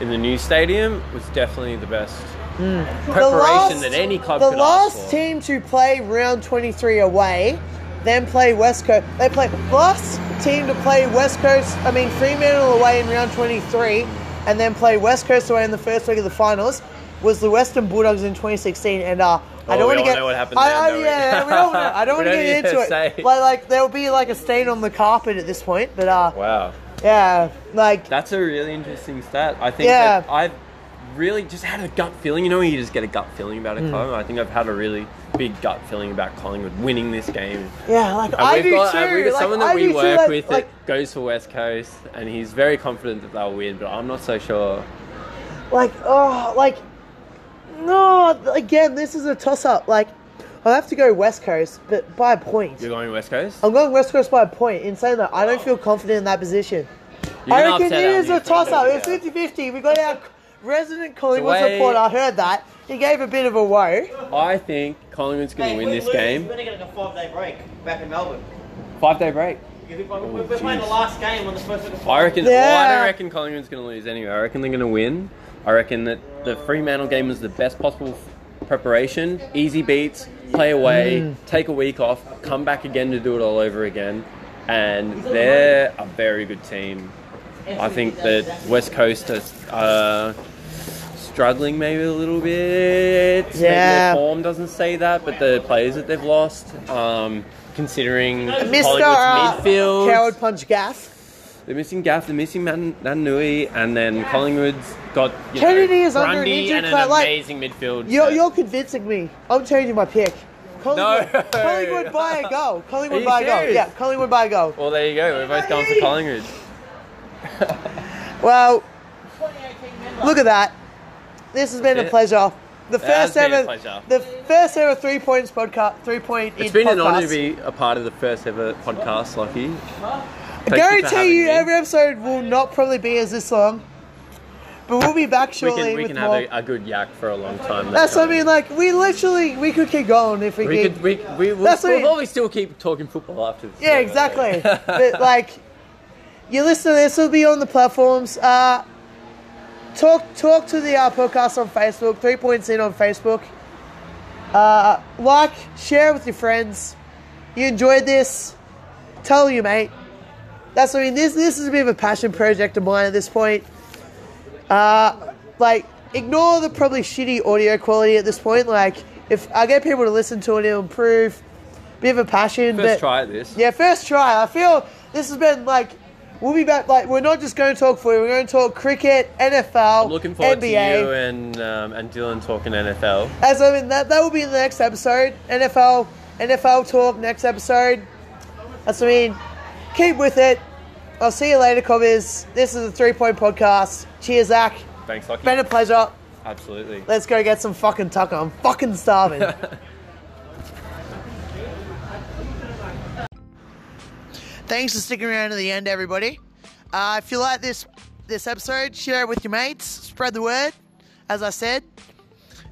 Speaker 2: in the new stadium was definitely the best Hmm. preparation
Speaker 1: the last,
Speaker 2: that any club
Speaker 1: the
Speaker 2: could
Speaker 1: last
Speaker 2: ask for.
Speaker 1: team to play round 23 away then play west coast they play last team to play west coast i mean fremantle away in round 23 and then play west coast away in the first week of the finals was the western bulldogs in 2016 and uh I
Speaker 2: Oh,
Speaker 1: don't want
Speaker 2: we
Speaker 1: to
Speaker 2: all
Speaker 1: get.
Speaker 2: know what happened
Speaker 1: I,
Speaker 2: then,
Speaker 1: I-
Speaker 2: don't we?
Speaker 1: yeah, we all know. I don't
Speaker 2: We
Speaker 1: want to
Speaker 2: don't
Speaker 1: get
Speaker 2: need to
Speaker 1: into it.
Speaker 2: say.
Speaker 1: Like, like there'll be like a stain on the carpet at this point. But uh,
Speaker 2: Wow.
Speaker 1: yeah, like
Speaker 2: That's a really interesting stat. I think
Speaker 1: Yeah.
Speaker 2: that I've really just had a gut feeling. You know, you just get a gut feeling about a club. I think I've had a really big gut feeling about Collingwood winning this game.
Speaker 1: yeah, like
Speaker 2: And
Speaker 1: I
Speaker 2: we've
Speaker 1: do
Speaker 2: got,
Speaker 1: too.
Speaker 2: and we've got
Speaker 1: like,
Speaker 2: someone
Speaker 1: I
Speaker 2: that
Speaker 1: do
Speaker 2: we
Speaker 1: too,
Speaker 2: work
Speaker 1: like-
Speaker 2: with
Speaker 1: like,
Speaker 2: that goes for West Coast, and he's very confident that they'll win. But I'm not so sure.
Speaker 1: like oh like no again this is a toss up like i'll have to go west coast but by a point
Speaker 2: You're going West Coast.
Speaker 1: i'm going west coast by a point in saying that i don't feel confident in that position
Speaker 2: You're
Speaker 1: i
Speaker 2: gonna
Speaker 1: reckon it
Speaker 2: upset our
Speaker 1: is
Speaker 2: new
Speaker 1: a toss up
Speaker 2: friend,
Speaker 1: it's
Speaker 2: yeah.
Speaker 1: 50-50 we got our resident collingwood
Speaker 2: The way-
Speaker 1: supporter heard that he gave a bit of a woe
Speaker 2: I think Collingwood's going to win this
Speaker 3: We're
Speaker 2: game.
Speaker 3: gonna get like a five-day break back in Melbourne.
Speaker 2: Five day break.
Speaker 3: We're, we're playing
Speaker 2: Oh, jeez.
Speaker 3: the last game on the first. of the
Speaker 2: I reckon.
Speaker 1: Yeah.
Speaker 2: Well, I don't reckon Collingwood's going to lose anyway. I reckon they're going to win. I reckon that the Fremantle game is the best possible f- preparation. Easy beats, play away,
Speaker 1: Mm.
Speaker 2: take a week off, come back again to do it all over again, and they're a very good team. I think that West Coast is uh, struggling maybe a little bit. Maybe their
Speaker 1: Yeah.
Speaker 2: form doesn't say that, but the players that they've lost, um, considering
Speaker 1: mr
Speaker 2: Hollywood's
Speaker 1: uh,
Speaker 2: midfield,
Speaker 1: coward punch gaff
Speaker 2: they're missing Gaff, they're missing Man- Nanui, and then Collingwood's got you
Speaker 1: Kennedy
Speaker 2: know,
Speaker 1: is under an
Speaker 2: Grundy
Speaker 1: injury
Speaker 2: and
Speaker 1: cloud,
Speaker 2: an
Speaker 1: like,
Speaker 2: amazing midfield.
Speaker 1: you're,
Speaker 2: set.
Speaker 1: you're convincing me i'm changing my pick Collingwood,
Speaker 2: No.
Speaker 1: Collingwood by a goal. Collingwood
Speaker 2: you
Speaker 1: by a goal.
Speaker 2: serious?
Speaker 1: Yeah, Collingwood by a goal.
Speaker 2: Well, there you go. We're both going for Collingwood.
Speaker 1: Well, look at that. This has been a
Speaker 2: Yeah.
Speaker 1: pleasure. The
Speaker 2: Yeah,
Speaker 1: first
Speaker 2: it's been a
Speaker 1: ever,
Speaker 2: pleasure.
Speaker 1: the first ever three points podcast, three point.
Speaker 2: It's
Speaker 1: in
Speaker 2: been an
Speaker 1: podcast.
Speaker 2: honour to be a part of the first ever podcast, Lockie. Thank
Speaker 1: I
Speaker 2: you for
Speaker 1: guarantee
Speaker 2: having
Speaker 1: you,
Speaker 2: me.
Speaker 1: every episode will not probably be as this long, but we'll be back
Speaker 2: we
Speaker 1: shortly
Speaker 2: can, we
Speaker 1: with
Speaker 2: can have
Speaker 1: more.
Speaker 2: a, a good yak for a long time.
Speaker 1: That's what I
Speaker 2: can't
Speaker 1: mean. Like we literally, we could keep going if we,
Speaker 2: We could, we, we will
Speaker 1: That's what
Speaker 2: we'll
Speaker 1: I mean.
Speaker 2: probably still keep talking football after this.
Speaker 1: Yeah,
Speaker 2: though,
Speaker 1: exactly.
Speaker 2: so.
Speaker 1: but like, you listen to this will be on the platforms. Uh, talk talk to the uh, podcast on Facebook. Three points in on Facebook. Uh, like, share with your friends. You enjoyed this? Tell you, mate. That's what I mean. This this is a bit of a passion project of mine at this point. Uh, like ignore the probably shitty audio quality at this point. Like, if I get people to listen to it, it'll improve. Bit of a passion.
Speaker 2: First
Speaker 1: but,
Speaker 2: try at this.
Speaker 1: Yeah, first try. I feel this has been like we'll be back. Like we're not just going to talk footy. We're going to talk cricket, NFL,
Speaker 2: I'm looking forward
Speaker 1: NBA.
Speaker 2: to you and um, and Dylan talking NFL.
Speaker 1: As I mean, that that will be in the next episode. NFL, NFL talk next episode. That's what I mean. Keep with it. I'll see you later, Cobbers. This is the Three Point Podcast. Cheers, Zach.
Speaker 2: Thanks, Lockie.
Speaker 1: Been a pleasure.
Speaker 2: Absolutely.
Speaker 1: Let's go get some fucking tucker. I'm fucking starving. Thanks for sticking around to the end, everybody. Uh, if you like this this episode, share it with your mates. Spread the word. As I said,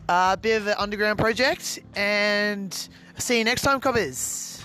Speaker 1: uh, a bit of an underground project, and see you next time, coppers.